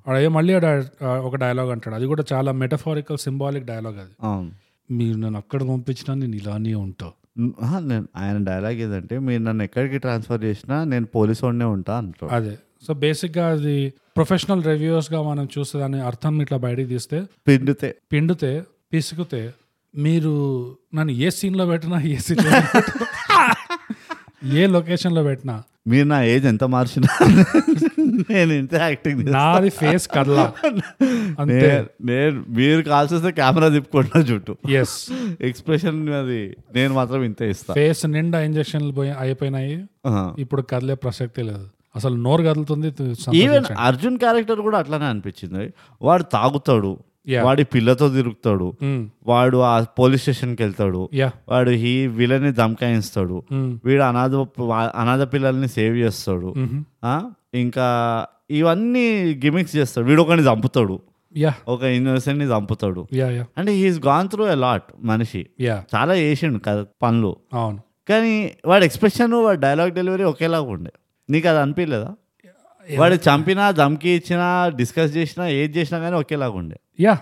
Speaker 2: వాడు అయ్యే మళ్ళీ ఆడ, ఆ, ఒక డైలాగ్ అంటాడు అది కూడా చాలా మెటఫారికల్ సింబాలిక్ డైలాగ్ అది
Speaker 1: అవును
Speaker 2: మీరు నన్ను అక్కడ పంపించినా నేను ఇలానే ఉంటావు
Speaker 1: ను- ఆ, నేను ఆయన డైలాగ్ ఏదంటే మీరు నన్ను ఎక్కడికి ట్రాన్స్ఫర్ చేసినా నేను పోలీస్ వాడినే ఉంటా అంటాడు
Speaker 2: అదే సో బేసిక్గా అది ప్రొఫెషనల్ రివ్యూస్గా మనం చూస్తే దాని అర్థం ఇట్లా బయటికి తీస్తే
Speaker 1: పిండితే
Speaker 2: పిండితే పిసుకుతే మీరు నన్ను ఏ సీన్లో పెట్టినా ఏ సీన్లో పెట్టినా, ఏ లొకేషన్లో పెట్టినా
Speaker 1: మీరు నా ఏజ్ ఎంత మార్చినా నేను ఇంత యాక్టింగ్
Speaker 2: నాది ఫేస్ కదలా అంతే
Speaker 1: నేను మీరు కాల్ చేస్తే కెమెరా తిప్పుకుంటున్నా చుట్టూ
Speaker 2: ఎస్
Speaker 1: ఎక్స్ప్రెషన్ అది నేను మాత్రం ఇంత ఇస్తా
Speaker 2: ఫేస్ నిండా ఇంజక్షన్లు పోయి అయిపోయినాయి ఇప్పుడు కదిలే ప్రసక్తే లేదు అసలు నోరు కదులుతుంది తు-
Speaker 1: ఈవెన్
Speaker 2: సంతోషించండి.
Speaker 1: అర్జున్ క్యారెక్టర్ కూడా అట్లానే అనిపించింది వాడు తాగుతాడు
Speaker 2: Yeah.
Speaker 1: వాడి పిల్లతో తిరుగుతాడు
Speaker 2: మ్మ్.
Speaker 1: వాడు ఆ పోలీస్ స్టేషన్కి వెళ్తాడు
Speaker 2: యా
Speaker 1: వాడు హీ విలని ధమకాయిస్తాడు
Speaker 2: మ్మ్.
Speaker 1: వీడు అనాథ అనాథ పిల్లల్ని సేవ్ చేస్తాడు
Speaker 2: మ్మ్.
Speaker 1: ఆ? ఇంకా ఇవన్నీ గిమిక్స్ చేస్తాడు వీడు ఒకరిని చంపుతాడు
Speaker 2: యా
Speaker 1: ఒక ఇన్నోసెంట్ని చంపుతాడు
Speaker 2: యా యా
Speaker 1: అంటే he's gone through a lot మనిషి
Speaker 2: యా
Speaker 1: చాలా చేసిండు కదా పనులు
Speaker 2: అవును
Speaker 1: కానీ వాడి ఎక్స్ప్రెషన్ వాడి డైలాగ్ డెలివరీ ఒకేలాగా ఉండే నీకు అది అనిపించలేదా వాడు చంపినా ధమ్కి ఇచ్చినా డిస్కస్ చేసినా ఏది చేసినా కానీ ఒకేలాగా ఉండే
Speaker 2: యా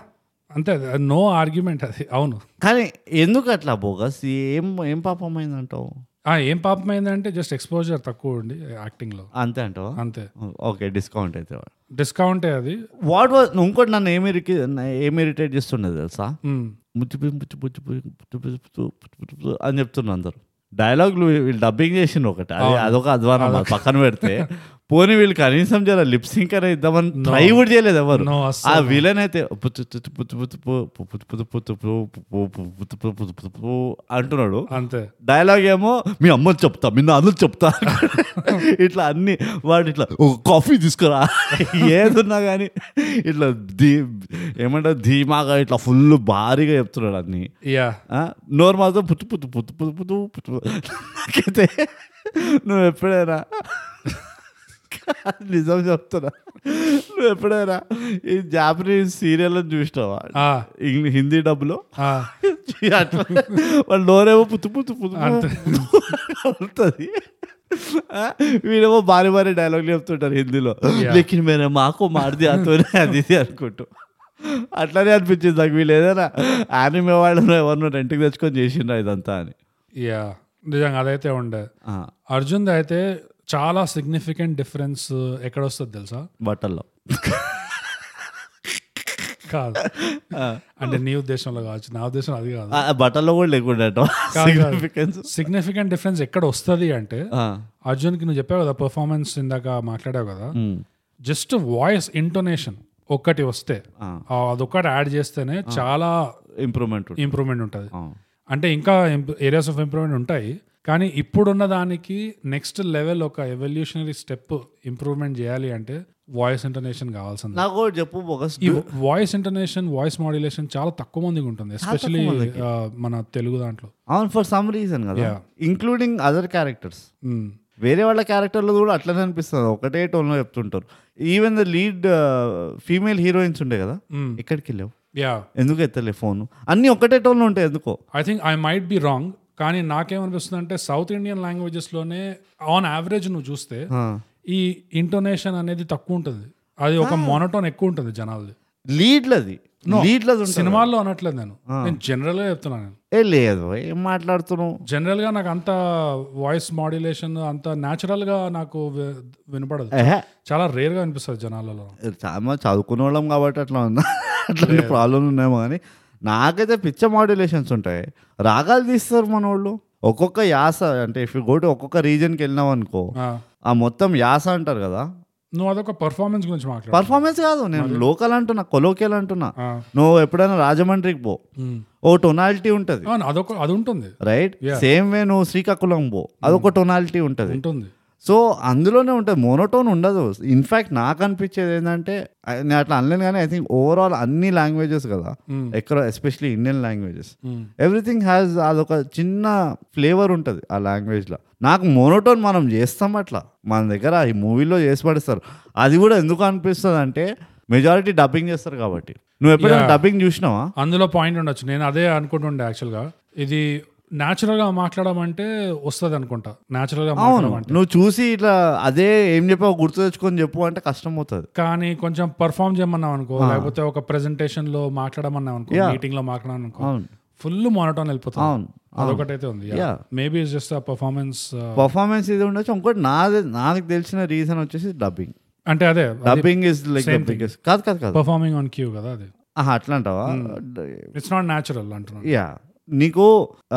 Speaker 2: అంతే నో ఆర్గ్యుమెంట్ అది అవును
Speaker 1: కానీ ఎందుకు అట్లా బోగస్ ఏం ఏం పాపమైంది అంటావు
Speaker 2: ఆ, ఏం పాపం అయిందంటే జస్ట్ ఎక్స్పోజర్ తక్కువ ఉంది యాక్టింగ్ లో
Speaker 1: అంతే అంటావా
Speaker 2: అంతే
Speaker 1: ఓకే డిస్కౌంట్ అయితే
Speaker 2: డిస్కౌంటే అది
Speaker 1: వాట్ వాజ్ ఇంకోటి నన్ను ఏమి ఇరికి- ఏమి ఇరిటేట్ చేస్తుండేది తెలుసా
Speaker 2: మ్మ్.
Speaker 1: ముచ్చు పిచ్చు, ముచ్చు పిచ్చు, ముచ్చు పిచ్చు, ముచ్చు పిచ్చు, ముచ్చు పిచ్చు, ముచ్చు పిచ్చు అని చెప్తున్నారు అందరు డైలాగులు వీళ్ళు డబ్బింగ్ చేసిండు ఒకటి అది అదొక అధ్వానం అది పక్కన పెడితే పోనీ వీళ్ళు కనీసం జర లిప్సింగ్ అనే ఇద్దామని ట్రై కూడా చేయలేదు ఎవరు
Speaker 2: No,
Speaker 1: ఆ
Speaker 2: అస్సలు.
Speaker 1: విలన్ అయితే పుత్తు పుత్తు పుత్తు పుత్తు పుత్తు పుత్తు పుత్తు పుత్తు పుత్తు పుత్తు పుత్తు పుత్తు అంటున్నాడు
Speaker 2: అంతే
Speaker 1: డైలాగ్ ఏమో మీ అమ్మని చెప్తా మీ నాన్నని చెప్తా ఇట్లా అన్ని వాడు ఇట్లా "ఒక కాఫీ తీసుకురా ఏదున్నా కానీ ఇట్లా ధీ ఏమంటారు ధీమాగా ఇట్లా ఫుల్ భారీగా చెప్తున్నాడు అన్నీ
Speaker 2: యా
Speaker 1: నోరు మాత్రం పుత్తు పుత్తు పుత్తు పుత్తు పుత్తు పుత్తు నాకైతే నువ్వు ఎప్పుడైనా నిజం చెప్తున్నా నువ్వు ఎప్పుడైనా ఈ జాపనీస్ సీరియల్ చూసినావా
Speaker 2: ఆ,
Speaker 1: ఇంగ్లీ హిందీ డబ్బులో
Speaker 2: ఆ,
Speaker 1: అట్లా వాళ్ళు నోరేమో పుత్తు పుత్తు పుత్తు
Speaker 2: అంతే.
Speaker 1: అవుతుంది వీడేమో భారీ భారీ డైలాగులు చెప్తుంటారు హిందీలో
Speaker 2: Yeah.
Speaker 1: లేకిన్ మేనే మాకు మాడిది అతోనే అది ఇది అనుకుంటూ అట్లానే అనిపించింది నాకు వీళ్ళు ఏదైనా యానిమే వాళ్ళను ఎవరినో రెంట్కి తెచ్చుకొని చేసిండ్రా ఇదంతా అని
Speaker 2: యా నిజంగా అదైతే ఉండే
Speaker 1: ఆ,
Speaker 2: అర్జున్ అయితే చాలా సిగ్నిఫికెంట్ డిఫరెన్స్ ఎక్కడ వస్తుంది తెలుసా
Speaker 1: బట్టల్లో
Speaker 2: కాదు అంటే నీ ఉద్దేశంలో కావచ్చు నా ఉద్దేశం అది కాదు
Speaker 1: ఆ, బట్టల్లో కూడా లేకుండా సిగ్నిఫికెన్స్
Speaker 2: సిగ్నిఫికెంట్ డిఫరెన్స్ ఎక్కడ వస్తుంది అంటే అర్జున్ కి నువ్వు చెప్పావు కదా పర్ఫార్మెన్స్ ఇందాక మాట్లాడావు కదా జస్ట్ వాయిస్ ఇంటోనేషన్ ఒక్కటి వస్తే ఆ అదొక్కటి యాడ్ చేస్తేనే చాలా
Speaker 1: ఇంప్రూవ్మెంట్
Speaker 2: ఇంప్రూవ్మెంట్ ఉంటుంది అంటే ఇంకా ఏరియాస్ ఆఫ్ ఇంప్రూవ్మెంట్ ఉంటాయి కానీ ఇప్పుడున్న దానికి నెక్స్ట్ లెవెల్ ఒక ఎవల్యూషనరీ స్టెప్ ఇంప్రూవ్మెంట్ చేయాలి అంటే వాయిస్ ఇంటర్నేషన్ కావాల్సింది
Speaker 1: నాకు కూడా చెప్పు ఒక
Speaker 2: ఈ వాయిస్ ఇంటర్నేషన్ వాయిస్ మాడ్యులేషన్ చాలా తక్కువ మందికి ఉంటుంది ఎస్పెషలీ మన తెలుగు దాంట్లో
Speaker 1: అవును ఫర్ సమ్ రీజన్ కదా
Speaker 2: Yeah.
Speaker 1: ఇంక్లూడింగ్ అదర్ క్యారెక్టర్స్
Speaker 2: మ్మ్.
Speaker 1: వేరే వాళ్ళ క్యారెక్టర్లు కూడా అట్లనే అనిపిస్తుంది ఒకటే టోన్లో చెప్తుంటారు even the lead female heroines uh, ఉండే కదా
Speaker 2: Mm.
Speaker 1: ఎక్కడికి వెళ్ళావు
Speaker 2: యా
Speaker 1: ఎందుకు ఎత్తలే ఫోన్ అన్నీ ఒకటే టోన్లో ఉంటాయి ఎందుకో
Speaker 2: I think I might be wrong కానీ నాకేమనిపిస్తుంది అంటే సౌత్ ఇండియన్ లాంగ్వేజెస్లోనే ఆన్ యావరేజ్ నువ్వు చూస్తే ఈ ఇంటోనేషన్ అనేది తక్కువ ఉంటుంది అది ఒక మోనటోన్ ఎక్కువ ఉంటుంది జనాలది
Speaker 1: లీడ్లది లీడ్లది ఉంటుంది
Speaker 2: సినిమాల్లో అనట్లేదు నేను నేను జనరల్గా చెప్తున్నాను నేను
Speaker 1: ఏ లేదు ఏం మాట్లాడుతున్నావు
Speaker 2: జనరల్గా నాకు అంత వాయిస్ మాడ్యులేషన్ అంత న్యాచురల్గా నాకు వి- వినపడదు
Speaker 1: ఏహే
Speaker 2: చాలా రేర్గా అనిపిస్తుంది జనాలలో
Speaker 1: చాలా చదువుకునే వాళ్ళం కాబట్టి అట్లా ఉందా అట్లాంటి ప్రాబ్లం ఉన్నాయేమో కానీ నాకైతే పిచ్చ మాడ్యులేషన్స్ ఉంటాయి రాగాలు తీస్తారు మన వాళ్ళు ఒక్కొక్క యాస అంటే ఇఫ్ యూ గో టు ఒక్కొక్క రీజన్కి వెళ్ళినావు అనుకో
Speaker 2: ఆ,
Speaker 1: ఆ మొత్తం యాస అంటారు కదా
Speaker 2: నువ్వు అదొక పర్ఫార్మెన్స్ గురించి మాట్లాడు
Speaker 1: పర్ఫార్మెన్స్ కాదు నేను లోకల్ అంటున్నా కొలోకియల్ అంటున్నా
Speaker 2: ఆ,
Speaker 1: నువ్వు ఎప్పుడైనా రాజమండ్రికి పో
Speaker 2: ఉమ్.
Speaker 1: ఓ టొనాలిటీ ఉంటుంది
Speaker 2: అవును, అదొక అది ఉంటుంది
Speaker 1: రైట్ సేమ్ వే నువ్వు శ్రీకాకుళం పో అదొక టొనాలిటీ ఉంటుంది
Speaker 2: ఉంటుంది
Speaker 1: సో అందులోనే ఉంటుంది మోనోటోన్ ఉండదు ఇన్ఫ్యాక్ట్ నాకు అనిపించేది ఏంటంటే I- నేను అట్లా అనలేను కానీ ఐ థింక్ ఓవరాల్ అన్ని లాంగ్వేజెస్ కదా
Speaker 2: Mm.
Speaker 1: ఎక్కడ especially Indian languages
Speaker 2: um.
Speaker 1: Everything has అదొక చిన్న ఫ్లేవర్ ఉంటుంది ఆ లాంగ్వేజ్లో నాకు మోనోటోన్ మనం చేస్తాం అట్లా మన దగ్గర ఈ మూవీలో చేసి పడిస్తారు అది కూడా ఎందుకు అనిపిస్తుంది అంటే మెజారిటీ డబ్బింగ్ చేస్తారు కాబట్టి నువ్వు ఎప్పుడైనా
Speaker 2: Yeah.
Speaker 1: డబ్బింగ్ చూసినావా
Speaker 2: అందులో పాయింట్ ఉండొచ్చు నేను అదే అనుకుంటుండే యాక్చువల్గా ఇది natural గా మాట్లాడమంటే వస్తుంది అనుకుంటా Natural గా
Speaker 1: అవును
Speaker 2: మాట్లాడమంటే
Speaker 1: నువ్వు చూసి ఇట్లా అదే ఏం చెప్పావు గుర్తు తెచ్చుకొని చెప్పు అంటే కష్టం అవుతుంది
Speaker 2: కానీ కొంచెం పర్ఫామ్ చేయమన్నాం అనుకో లేకపోతే ఒక ప్రెజెంటేషన్ లో మాట్లాడమన్నాం అనుకో మీటింగ్ లో మాట్లాడమని అనుకో
Speaker 1: అవును
Speaker 2: ఫుల్ మోనటోన్ వెళ్ళిపోతుంది
Speaker 1: అవును
Speaker 2: అదొకటి అయితే ఉంది
Speaker 1: Yeah.
Speaker 2: మేబీ ఇస్ జస్ట్ ఆ పర్ఫార్మెన్స్
Speaker 1: పర్ఫార్మెన్స్ ఇది ఉండొచ్చు ఇంకోటి నాది నాకు తెలిసిన రీజన్ వచ్చేసి డబ్బింగ్
Speaker 2: అంటే అదే
Speaker 1: dubbing is like the biggest కాదు కాదు కాదు
Speaker 2: పర్ఫార్మింగ్ ఆన్ క్యూ కదా అది
Speaker 1: ఆహా, అట్లా అంటావా
Speaker 2: Hmm. ఇట్స్ నాట్ న్యాచురల్ అంటున్నాను
Speaker 1: యా నీకు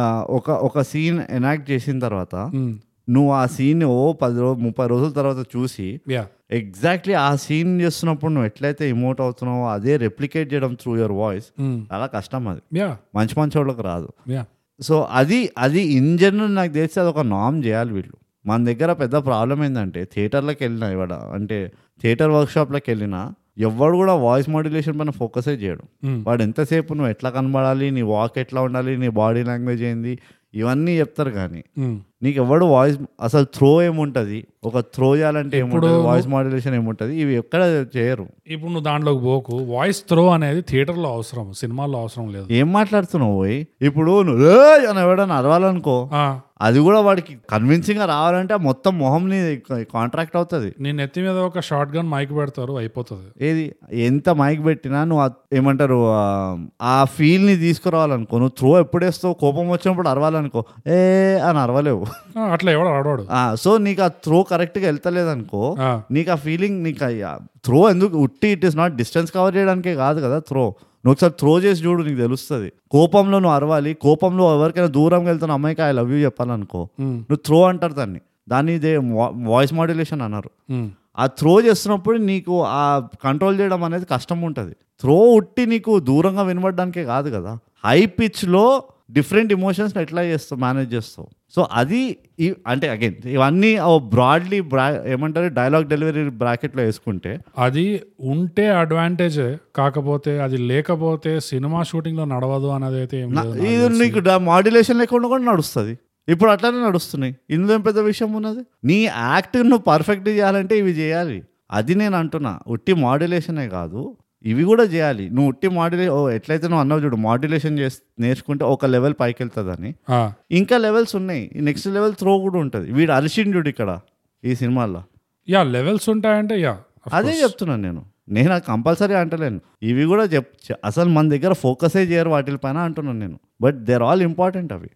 Speaker 1: ఆ, ఒక ఒక సీన్ ఎనాక్ట్ చేసిన తర్వాత
Speaker 2: Hmm.
Speaker 1: నువ్వు ఆ సీన్ ఓ పది రోజు ముప్పై రోజుల తర్వాత చూసి
Speaker 2: యా
Speaker 1: ఎగ్జాక్ట్లీ ఆ సీన్ చేస్తున్నప్పుడు నువ్వు ఎట్లయితే ఇమోట్ అవుతున్నావో అదే రెప్లికేట్ చేయడం త్రూ యువర్ వాయిస్
Speaker 2: Hmm.
Speaker 1: చాలా కష్టం అది
Speaker 2: యా
Speaker 1: మంచి మంచి వాళ్ళకి రాదు
Speaker 2: యా
Speaker 1: సో అది అది ఇన్ జనరల్ నాకు తెలిసి అది ఒక నామ్ చేయాలి వీళ్ళు మన దగ్గర పెద్ద ప్రాబ్లం ఏంటంటే థియేటర్లకు వెళ్ళినా ఇవాడ అంటే థియేటర్ వర్క్షాప్లకు వెళ్ళినా ఎవడు కూడా వాయిస్ మాడ్యులేషన్ పైన ఫోకసే చేయడు వాడు ఎంతసేపు నువ్వు ఎట్లా కనబడాలి నీ వాక్ ఎట్లా ఉండాలి నీ బాడీ లాంగ్వేజ్ ఏంది ఇవన్నీ చెప్తారు కానీ
Speaker 2: Hmm.
Speaker 1: నీకు ఎవడు వాయిస్ అసలు త్రో ఏముంటుంది ఒక త్రో చేయాలంటే ఏముంటుంది వాయిస్ మాడ్యులేషన్ ఏముంటుంది ఇవి ఎక్కడ చేయరు
Speaker 2: ఇప్పుడు నువ్వు దాంట్లోకి పోకు వాయిస్ త్రో అనేది theater లో అవసరం సినిమాల్లో అవసరం లేదు
Speaker 1: ఏం మాట్లాడుతున్నావు పోయి ఇప్పుడు నువ్వు "ఏయ్" అని ఎవడన్నా అరవాలనుకో
Speaker 2: ఆ,
Speaker 1: అది కూడా వాడికి కన్విన్సింగ్ గా రావాలంటే ఆ మొత్తం మొహంని కాంట్రాక్ట్ అవుతుంది
Speaker 2: నీ నెత్తి మీద ఒక షార్ట్ గన్ మైక్ పెడతారు అయిపోతుంది
Speaker 1: ఏది ఎంత మైక్ పెట్టినా నువ్వు ఆ- ఏమంటారు ఆ- ఆ ఫీల్ ని తీసుకురావాలనుకో నువ్వు త్రో ఎప్పుడేస్తావు కోపం వచ్చినప్పుడు అరవాలనుకో ఏ అని అరవలేవు
Speaker 2: ఆ, అట్లా ఎవడు ఆడవాడు
Speaker 1: ఆ, సో నీకు ఆ త్రో కరెక్ట్ గా వెళ్తలేదనుకో
Speaker 2: ఆ,
Speaker 1: నీకు ఆ ఫీలింగ్ నీకు త్రో ఎందుకు ఉట్టి it is not distance cover చేయడానికే కాదు కదా త్రో నువ్వు ఒకసారి త్రో చేసి చూడు నీకు తెలుస్తుంది కోపంలో నువ్వు అరవాలి కోపంలో ఎవరికైనా దూరం వెళ్తున్న అమ్మాయికి ఐ లవ్ యూ చెప్పాలనుకో
Speaker 2: మ్మ్.
Speaker 1: నువ్వు త్రో అంటారు దాన్ని దాన్ని ఇదే వాయిస్ మాడ్యులేషన్ అన్నారు
Speaker 2: మ్మ్.
Speaker 1: ఆ త్రో చేస్తున్నప్పుడు నీకు ఆ కంట్రోల్ చేయడం అనేది కష్టం ఉంటుంది త్రో ఉట్టి నీకు దూరంగా వినబడడానికే కాదు కదా హై పిచ్లో డిఫరెంట్ ఇమోషన్స్ని ఎట్లా చేస్తావు మేనేజ్ చేస్తావు సో అది ఈ- అంటే అగైన్ ఇవన్నీ బ్రాడ్లీ బ్రా ఏమంటారు డైలాగ్ డెలివరీ బ్రాకెట్లో వేసుకుంటే
Speaker 2: అది ఉంటే అడ్వాంటేజ్ కాకపోతే అది లేకపోతే సినిమా షూటింగ్ లో నడవదు అనేది అయితే ఏం లేదు నాకు
Speaker 1: ఇది
Speaker 2: తెలిసి.
Speaker 1: నీకు మాడ్యులేషన్ లేకుండా కూడా నడుస్తుంది ఇప్పుడు అట్లానే నడుస్తున్నాయి ఇందులో ఏం పెద్ద విషయం ఉన్నది నీ యాక్ట్ నువ్వు పర్ఫెక్ట్ చేయాలంటే ఇవి చేయాలి అది నేను అంటున్నా ఉట్టి మాడ్యులేషనే కాదు ఇవి కూడా చేయాలి నువ్వు ఉట్టి మాడ్యులే ఓ ఎట్లయితే నువ్వు అన్నావు చూడు మాడ్యులేషన్ చేసి నేర్చుకుంటే ఒక లెవెల్ పైకి వెళ్తుందని
Speaker 2: ఆ,
Speaker 1: ఇంకా లెవెల్స్ ఉన్నాయి నెక్స్ట్ లెవెల్ త్రో కూడా ఉంటుంది వీడు అరిషిండు ఇక్కడ ఈ సినిమాల్లో
Speaker 2: యా లెవెల్స్ ఉంటాయంటే యా of
Speaker 1: అదే
Speaker 2: course.
Speaker 1: చెప్తున్నాను నేను నేను కంపల్సరీ అంటలేను ఇవి కూడా చెప్ చె- అసలు మన దగ్గర ఫోకసే చేయరు వాటిపైన అంటున్నాను నేను బట్ దేర్ ఆల్ ఇంపార్టెంట్ అవి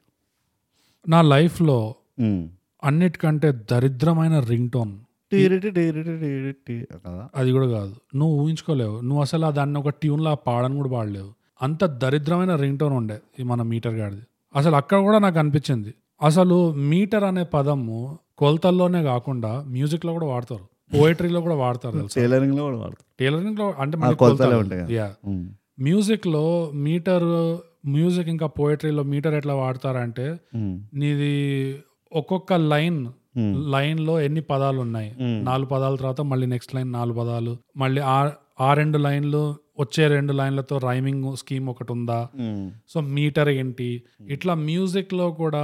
Speaker 2: నా లైఫ్ లో
Speaker 1: ఉమ్.
Speaker 2: అన్నిటికంటే దరిద్రమైన రింగ్ టోన్
Speaker 1: టీరిటి టీరిటి టీరిటి కదా
Speaker 2: అది కూడా కాదు నువ్వు ఊహించుకోలేవు నువ్వు అసలు ఆ దాన్ని ఒక tune లా పాడని కూడా పాడలేవు అంత దరిద్రమైన రింగ్ టోన్ ఉండే ఈ మన మీటర్ గాడిది అసలు అక్కడ కూడా నాకు అనిపించింది అసలు మీటర్ అనే పదము కొలతల్లోనే కాకుండా music లో కూడా వాడతారు పోయిటరీలో కూడా వాడతారు తెలుసా
Speaker 1: టైలరింగ్ లో కూడా వాడతారు
Speaker 2: టైలరింగ్ లో అంటే
Speaker 1: ఆ,
Speaker 2: మనకి
Speaker 1: కొలతలే
Speaker 2: కొలతలు
Speaker 1: ఉంటాయి కదా.
Speaker 2: Yeah
Speaker 1: um.
Speaker 2: మ్యూజిక్ లో మీటర్ మ్యూజిక్ ఇంకా పోయిటరీలో మీటర్ ఎట్లా వాడతారంటే
Speaker 1: ఉమ్.
Speaker 2: నీది ఒక్కొక్క లైన్
Speaker 1: Hmm.
Speaker 2: లైన్ లో ఎన్ని పదాలు ఉన్నాయి
Speaker 1: Hmm.
Speaker 2: నాలుగు పదాల తర్వాత మళ్ళీ నెక్స్ట్ లైన్ నాలుగు పదాలు మళ్ళీ ఆ ఆ రెండు లైన్లు వచ్చే రెండు లైన్లతో రైమింగ్ స్కీమ్ ఒకటి ఉందా
Speaker 1: ఉమ్.
Speaker 2: సో మీటర్ ఏంటి
Speaker 1: Hmm.
Speaker 2: ఇట్లా మ్యూజిక్ లో కూడా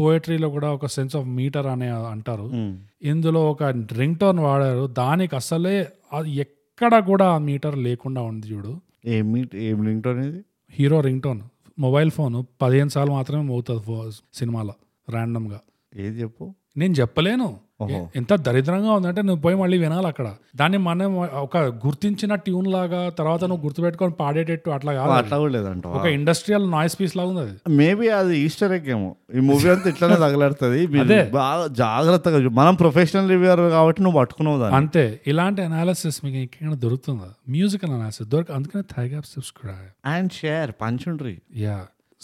Speaker 2: పోయిటరీలో కూడా ఒక సెన్స్ ఆఫ్ మీటర్ అనే అంటారు
Speaker 1: ఉమ్.
Speaker 2: ఇందులో ఒక రింగ్ టోన్ వాడారు దానికి అసలే అది ఎక్కడ కూడా ఆ మీటర్ లేకుండా ఉంది చూడు
Speaker 1: ఏమి ఏం లింక్ అనేది
Speaker 2: hero ringtone mobile phone పదిహేను సార్లు మాత్రమే మోగుతుంది ఫో- సినిమాలో random గా
Speaker 1: ఏది చెప్పు
Speaker 2: నేను చెప్పలేను
Speaker 1: ఓహో.
Speaker 2: ఎ- ఎంత దరిద్రంగా ఉందంటే నువ్వు పోయి మళ్ళీ వినాలి అక్కడ దాన్ని మనం ఒక గుర్తించిన ట్యూన్ లాగా తర్వాత నువ్వు గుర్తుపెట్టుకొని పాడేటట్టు అట్లా కాదు అది.
Speaker 1: అట్లా కూడా లేదంట
Speaker 2: ఒక ఇండస్ట్రియల్ నాయిస్ పీస్ లాగా ఉంది అది
Speaker 1: మేబీ అది ఈస్టర్ ఎగ్ ఏమో ఈ మూవీ అంతా ఇట్లానే తగలాడుతుంది మీరు
Speaker 2: అదే.
Speaker 1: బాగా జాగ్రత్తగా చూ- మనం ప్రొఫెషనల్ రివ్యూర్ కాబట్టి నువ్వు పట్టుకున్నావు దాన్ని
Speaker 2: అంతే ఇలాంటి అనాలిసిస్ మీకు ఎక్కడైనా దొరుకుతుందా మ్యూజిక్ అనాలిసిస్ దొరక అందుకనే థైగా సబ్స్క్రైబ్
Speaker 1: అండ్ షేర్ పంచుండ్రి
Speaker 2: యా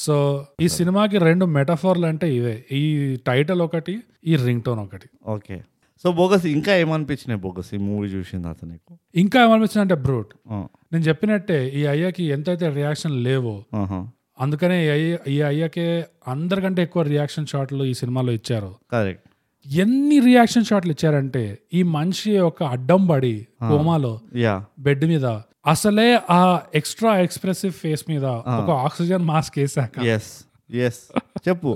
Speaker 2: సో ఈ సినిమాకి రెండు మెటఫార్లు అంటే ఇవే ఈ టైటిల్ ఒకటి ఈ రింగ్ టోన్ ఒకటి
Speaker 1: ఓకే సో బోగస్ ఇంకా ఏమనిపించినాయి బోగస్ ఈ మూవీ చూసింది అతను నీకు
Speaker 2: ఇంకా ఏమనిపించింది అంటే బ్రూట్
Speaker 1: ఆ,
Speaker 2: నేను చెప్పినట్టే ఈ అయ్యాకి ఎంతైతే రియాక్షన్ లేవో
Speaker 1: ఆహా.
Speaker 2: అందుకనే ఈ అయ్య- ఈ అయ్యాకే అందరికంటే ఎక్కువ రియాక్షన్ షాట్లు ఈ సినిమాలో ఇచ్చారు
Speaker 1: కరెక్ట్
Speaker 2: ఎన్ని రియాక్షన్ షాట్లు ఇచ్చారంటే ఈ మనిషి ఒక అడ్డం పడి కోమాలో
Speaker 1: యా
Speaker 2: బెడ్ మీద అసలే ఆ ఎక్స్ట్రా ఎక్స్ప్రెసివ్ ఫేస్ మీద ఒక ఆక్సిజన్ మాస్క్ వేసాక
Speaker 1: ఎస్ ఎస్ చెప్పు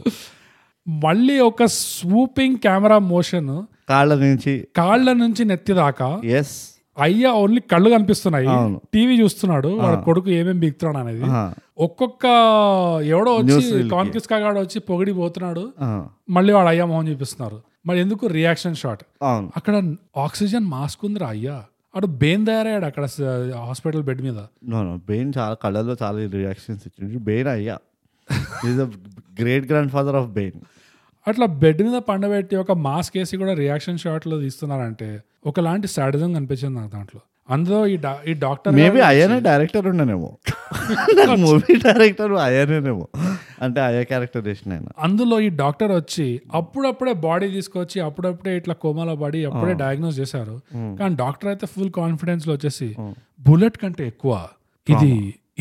Speaker 2: మళ్ళీ ఒక స్వూపింగ్ కెమెరా మోషన్
Speaker 1: కాళ్ళ నుంచి
Speaker 2: కాళ్ళ నుంచి నెత్తి దాకా
Speaker 1: ఎస్
Speaker 2: అయ్యా ఓన్లీ కళ్ళు కనిపిస్తున్నాయి
Speaker 1: అవును.
Speaker 2: టీవీ చూస్తున్నాడు వాడి కొడుకు ఏమేమి బీగుతున్నాడు అనేది ఒక్కొక్క ఎవడో
Speaker 1: News
Speaker 2: వచ్చి
Speaker 1: reel కి.
Speaker 2: కాన్కిస్ కాగాడు వచ్చి పొగిడి పోతున్నాడు మళ్ళీ వాడు అయ్యా మొహం చూపిస్తున్నారు మరి ఎందుకు రియాక్షన్ షాట్
Speaker 1: అవును
Speaker 2: అక్కడ ఆక్సిజన్ మాస్క్ ఉందిరా అయ్యా అటు బేన్ తయారయ్యాడు అక్కడ హాస్పిటల్ బెడ్ మీద
Speaker 1: నో బెయిన్ చాలా కళ్ళల్లో చాలా రియాక్షన్స్ ఇచ్చింది బెయిన్ అయ్యా is a great grandfather of Bane
Speaker 2: అట్లా బెడ్ మీద పండబెట్టి ఒక మాస్క్ వేసి కూడా రియాక్షన్ షాట్లు తీస్తున్నారంటే ఒకలాంటి సాడిజం కనిపించింది నాకు దాంట్లో అందులో ఈ డా- ఈ డాక్టర్
Speaker 1: మేబీ అయ్యానే డైరెక్టర్ ఉండనేమో మూవీ డైరెక్టర్ అయ్యానేమో అంటే అయ్యా క్యారెక్టర్ చేసిన ఆయన
Speaker 2: అందులో ఈ డాక్టర్ వచ్చి అప్పుడప్పుడే బాడీ తీసుకొచ్చి అప్పుడప్పుడే ఇట్లా కోమాలో బాడీ అప్పుడే డయాగ్నోస్ చేశారు కానీ డాక్టర్ అయితే ఫుల్ కాన్ఫిడెన్స్ లో వచ్చేసి బుల్లెట్ కంటే ఎక్కువ ఇది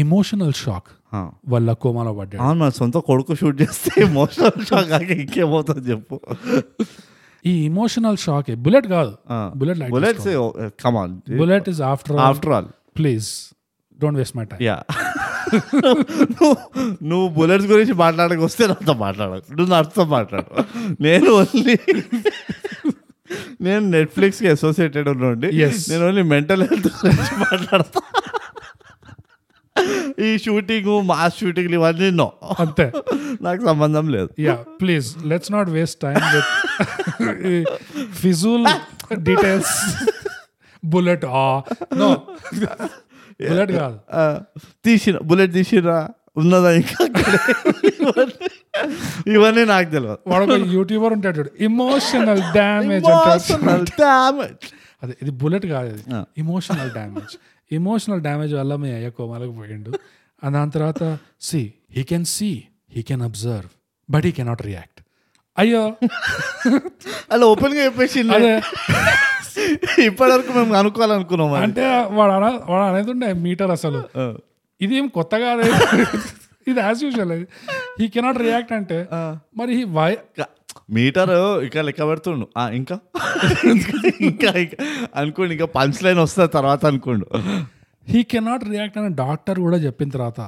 Speaker 2: ఇమోషనల్ షాక్
Speaker 1: ఆ.
Speaker 2: వల్ల కోమాలో పడ్డాడు
Speaker 1: అవును మన సొంత కొడుకు షూట్ చేస్తే ఎమోషనల్ షాక్ ఆగి ఇంకేమవుతుంది చెప్పు
Speaker 2: ఈ ఇమోషనల్ షాక్ బుల్లెట్ కాదు bullet light
Speaker 1: bullets come on
Speaker 2: bullet is after
Speaker 1: after all
Speaker 2: please don't waste my time
Speaker 1: yeah నువ్వు బుల్లెట్స్ గురించి మాట్లాడక వస్తే నాతో మాట్లాడకు నువ్వు నాతో మాట్లాడు నేను ఓన్లీ నేను నెట్ఫ్లిక్స్కి అసోసియేటెడ్ ఉన్నండి
Speaker 2: Yes.
Speaker 1: నేను ఓన్లీ మెంటల్ హెల్త్ గురించి మాట్లాడతా ఈ షూటింగ్ మాస్ షూటింగ్లు ఇవన్నీ నో
Speaker 2: అంతే
Speaker 1: నాకు సంబంధం లేదు
Speaker 2: yeah please let's not waste time with ఫిజుల్ డీటెయిల్స్ బుల్లెట్ ఆ నో బుల్లెట్ ah. కాదు
Speaker 1: ఆ, తీసిన బుల్లెట్ తీసిరా ఉన్నదా ఇంకా అక్కడే? ఇవన్నీ నాకు తెలియదు
Speaker 2: వాడు ఒక యూట్యూబర్ ఉంటాడు చూడు ఇమోషనల్ డ్యామేజ్
Speaker 1: Emotional damage.
Speaker 2: అదే ఇది బుల్లెట్ కాదు ఇది ఇమోషనల్ డ్యామేజ్ ఇమోషనల్ డ్యామేజ్ వల్ల మీ అయ్య కోమాలకు పోయిండు ఆ దాని తర్వాత see he can see he can observe but he cannot react అయ్యో
Speaker 1: అలా ఓపెన్ గా చెప్పేసిండు
Speaker 2: అదే
Speaker 1: ఇప్పటి వరకు మేము అనుకోవాలనుకున్నాం అది.
Speaker 2: అంటే వాడు అన వాడు అనేది ఉండే మీటర్ అసలు ఇదేం కొత్త కాదు ఇది as usual he cannot react అంటే మరి హీ వై
Speaker 1: క- మీటర్ ఇక లెక్క పెడుతుండు ఆ, ఇంకా ఇంకా ఇంకా అనుకోండి ఇంకా పంచ్ లైన్ వస్తుంది తర్వాత అనుకోండు
Speaker 2: హీ కెనాట్ రియాక్ట్ అని డాక్టర్ కూడా చెప్పిన తర్వాత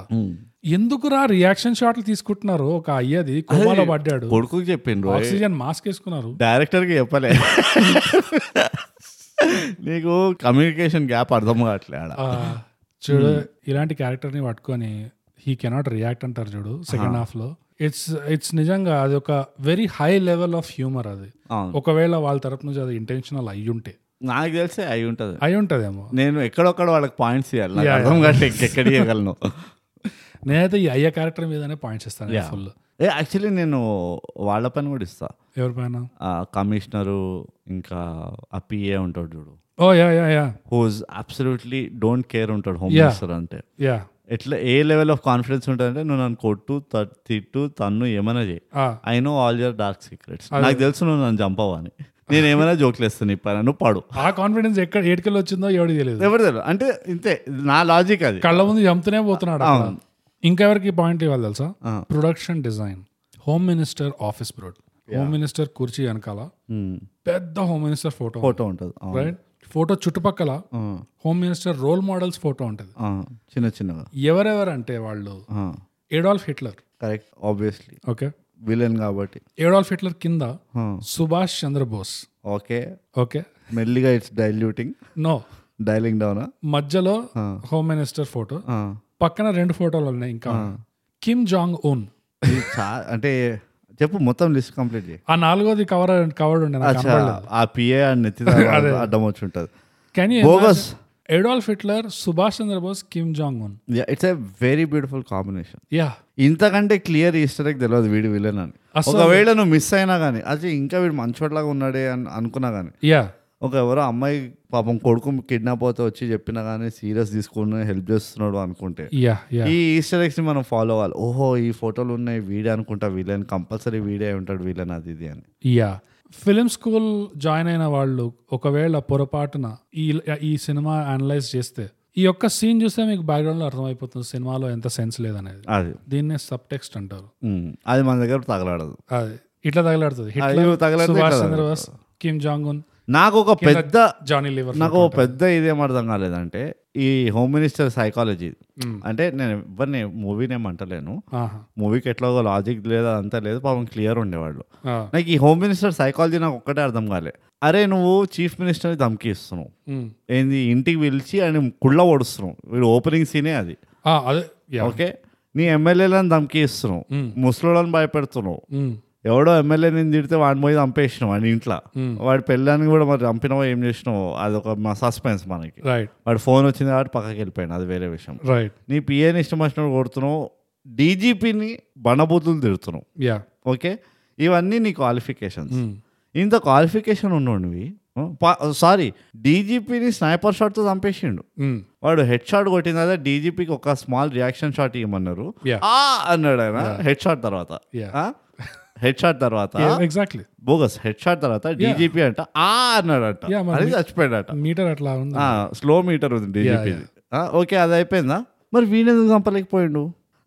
Speaker 2: ఎందుకురా రియాక్షన్ షాట్లు తీసుకుంటున్నారు ఒక అయ్యది కోమాలో పడ్డాడు
Speaker 1: కొడుకుకి చెప్పిండ్రు
Speaker 2: ఆక్సిజన్ మాస్క్ వేసుకున్నారు
Speaker 1: డైరెక్టర్కి చెప్పలే నీకు కమ్యూనికేషన్ గ్యాప్ అర్థం కావట్లే ఆడ
Speaker 2: ఆ, చూడు ఇలాంటి క్యారెక్టర్ ని పట్టుకొని హీ కెనాట్ రియాక్ట్ అంటారు చూడు సెకండ్ హాఫ్ లో ఇట్స్ ఇట్స్ నిజంగా అది ఒక very high level of humour అది
Speaker 1: అవును.
Speaker 2: ఒకవేళ వాళ్ళ తరపు నుంచి అది ఇంటెన్షనల్ అయి ఉంటే
Speaker 1: నాకు తెలిసే అయి ఉంటుంది
Speaker 2: అయి ఉంటదేమో
Speaker 1: నేను ఎక్కడొక్కడ వాళ్ళకి పాయింట్స్ ఇవ్వాలి నాకు అర్థం కావట్లే ఎక్కడ ఇవ్వగలను
Speaker 2: నేనైతే ఈ అయ్య క్యారెక్టర్ మీదనే పాయింట్స్ ఇస్తాను ఫుల్
Speaker 1: ఏ యాక్చువల్లీ నేను వాళ్ళ పని కూడా ఇస్తా
Speaker 2: ఎవరిపైన
Speaker 1: ఆ కమిషనరు ఇంకా ఆ పిఏ ఉంటాడు చూడు
Speaker 2: oh yeah yeah yeah
Speaker 1: who's absolutely don't care ఉంటాడు హోమ్
Speaker 2: Yeah.
Speaker 1: మినిస్టర్ అంటే
Speaker 2: యా
Speaker 1: ఎట్లా ఏ లెవెల్ ఆఫ్ కాన్ఫిడెన్స్ ఉంటుందంటే నువ్వు నన్ను కొట్టు త- తిట్టు తన్ను ఏమైనా చేయి
Speaker 2: ఆ,
Speaker 1: I know all your dark secrets నాకు తెలుసు నువ్వు నన్ను చంపవని నేను ఏమైనా జోక్లు వేస్తాను నీ పైన నువ్వు పాడు
Speaker 2: ఆ కాన్ఫిడెన్స్ ఎక్కడ ఏడుకెళ్ళి వచ్చిందో ఎవడికి తెలియదు
Speaker 1: ఎవరు తెలియదు అంటే ఇంతే నా లాజిక్ అది
Speaker 2: కళ్ళ ముందు చంపుతూనే పోతున్నాడు అక్కడ. ఇంకెవరికి పాయింట్ ఇవ్వాలి తెలుసా
Speaker 1: ఆ.
Speaker 2: Production design home minister office broad home minister కుర్చీ వెనకాల
Speaker 1: Hmm.
Speaker 2: పెద్ద హోమ్ మినిస్టర్ ఫోటో
Speaker 1: ఫోటో ఉంటుంది అవును.
Speaker 2: రైట్ ఫోటో చుట్టుపక్కల
Speaker 1: ఆ,
Speaker 2: home minister role models photo ఉంటుంది
Speaker 1: ఆ, చిన్న చిన్నగా
Speaker 2: ఎవరెవరంటే వాళ్ళు Adolf Hitler
Speaker 1: correct obviously
Speaker 2: okay
Speaker 1: villain కాబట్టి
Speaker 2: ఏడాల్ఫ్ హిట్లర్ కింద
Speaker 1: ఆ,
Speaker 2: సుభాష్ చంద్రబోస్
Speaker 1: ఓకే
Speaker 2: ఓకే
Speaker 1: మెల్లిగా ఇట్స్ డైల్యూటింగ్
Speaker 2: నో
Speaker 1: డైలింగ్ డౌనా
Speaker 2: మధ్యలో హోమ్ మినిస్టర్ ఫోటో
Speaker 1: ఆ.
Speaker 2: పక్కన రెండు ఫోటోలు ఉన్నాయి ఇంకా కిమ్ జాంగ్ ఉన్
Speaker 1: ఇది చా- అంటే చెప్పు మొత్తం లిస్ట్ కంప్లీట్ చేయి
Speaker 2: ఆ నాలుగోది కవర్ కవర్డ్ ఉండే నాకు
Speaker 1: అచ్చా, ఆ పిఏ అండ్ నెత్తి అడ్డం వచ్చి ఉంటుంది
Speaker 2: కానీ
Speaker 1: bogus
Speaker 2: Adolf Hitler Subhash Chandrabose Kim Jong Un
Speaker 1: it's a very beautiful combination
Speaker 2: yeah
Speaker 1: ఇంతకంటే క్లియర్ ఈస్టర్ ఎగ్ తెలియదు వీడు విలన్ అని
Speaker 2: అసలు-
Speaker 1: ఒకవేళ నువ్వు మిస్ అయినా కానీ అది ఇంకా వీడు మంచోట్లాగా ఉన్నాడే అని అనుకున్నా కానీ
Speaker 2: యా
Speaker 1: ఒక ఎవరో అమ్మాయి పాపం కొడుకు కిడ్నాప్ అవుతే వచ్చి చెప్పినా కానీ సీరియస్ తీసుకుని హెల్ప్ చేస్తున్నాడు అనుకుంటే
Speaker 2: యా యా
Speaker 1: ఈ ఈస్టర్ ఎగ్స్ ని మనం ఫాలో అవ్వాలి ఓహో ఈ ఫోటోలు ఉన్నాయి వీడే అనుకుంటా వీలైన కంపల్సరీ వీడే అయి ఉంటాడు వీలైన అది ఇది అని
Speaker 2: యా ఫిలిం స్కూల్ జాయిన్ అయిన వాళ్ళు ఒకవేళ పొరపాటున ఈ ఈ సినిమా అనలైజ్ చేస్తే ఈ యొక్క సీన్ చూస్తే మీకు background లో అర్థమైపోతుంది సినిమాలో ఎంత సెన్స్ లేదనేది
Speaker 1: అది
Speaker 2: దీన్నే సబ్ టెక్స్ట్ అంటారు
Speaker 1: ఉమ్, అది మన దగ్గర తగలాడదు
Speaker 2: అది ఇట్లా తగలాడుతుంది హిట్లర్
Speaker 1: అది తగలదు
Speaker 2: సుభాష్ చంద్రబోస్ కిమ్ జాంగ్ ఉన్
Speaker 1: నాకు ఒక పెద్ద
Speaker 2: జానీ లివర్
Speaker 1: నాకు ఓ పెద్ద ఇదేం అర్థం కాలేదంటే ఈ హోమ్ మినిస్టర్ సైకాలజీ అంటే నేను ఎవరిని మూవీ నేమ్ అంటలేను
Speaker 2: ఆహా.
Speaker 1: మూవీకి ఎట్లా ఒక లాజిక్ లేదా అంతా లేదు పాపం క్లియర్ ఉండేవాళ్ళు
Speaker 2: ఆ.
Speaker 1: నాకు ఈ హోమ్ మినిస్టర్ సైకాలజీ నాకు ఒక్కటే అర్థం కాలే అరే నువ్వు చీఫ్ మినిస్టర్ని ధమ్కి ఇస్తున్నావు
Speaker 2: ఉమ్.
Speaker 1: ఏంది ఇంటికి పిలిచి ఆయన కుళ్ళ ఓడుస్తున్నావు వీడు ఓపెనింగ్ సీనే అది
Speaker 2: ఆ, అదే యా
Speaker 1: ఓకే నీ ఎమ్మెల్యేలను ధమ్కి ఇస్తున్నావు ముసలోళ్ళని భయపెడుతున్నావు
Speaker 2: ఉమ్.
Speaker 1: ఎవడో ఎమ్మెల్యే నేను తిడితే వాడిని పోయి చంపేసినావు వాడి ఇంట్లో వాడి పెళ్ళానికి కూడా మరి చంపినావో ఏం చేసినావో అదొక మా సస్పెన్స్ మనకి
Speaker 2: రైట్
Speaker 1: వాడు ఫోన్ వచ్చింది కాబట్టి పక్కకి వెళ్ళిపోయాను అది వేరే విషయం
Speaker 2: రైట్
Speaker 1: నీ పిఏని ఇష్టం వచ్చినప్పుడు కొడుతున్నావు డీజీపీని బండబూతులు తిడుతున్నావు
Speaker 2: యా
Speaker 1: ఓకే ఇవన్నీ నీ క్వాలిఫికేషన్స్ ఇంత క్వాలిఫికేషన్ ఉన్నోడివి సారీ డీజీపీని స్నైపర్ షాట్తో చంపేసిండు
Speaker 2: ఉమ్.
Speaker 1: వాడు హెడ్ షాట్ కొట్టిన తర్వాత డీజీపీకి ఒక స్మాల్ రియాక్షన్ షాట్ ఇవ్వమన్నారు
Speaker 2: Yeah.
Speaker 1: ఆ అన్నాడు ఆయన హెడ్ షాట్ తర్వాత
Speaker 2: Yeah.
Speaker 1: హెడ్ షాట్ తర్వాత
Speaker 2: ఎగ్జాక్ట్లీ
Speaker 1: బోగస్ హెడ్ షాట్ తర్వాత డీజీపీ అంట ఆ అన్నాడంట
Speaker 2: Yeah, మరి
Speaker 1: అది చచ్చిపోయాడట
Speaker 2: మీటర్ అట్లా ఉంది
Speaker 1: స్లో మీటర్ ఉంది డీజీపీ ఓకే అది అయిపోయిందా మరి వీణెందుకు చంపలేకపోయిండు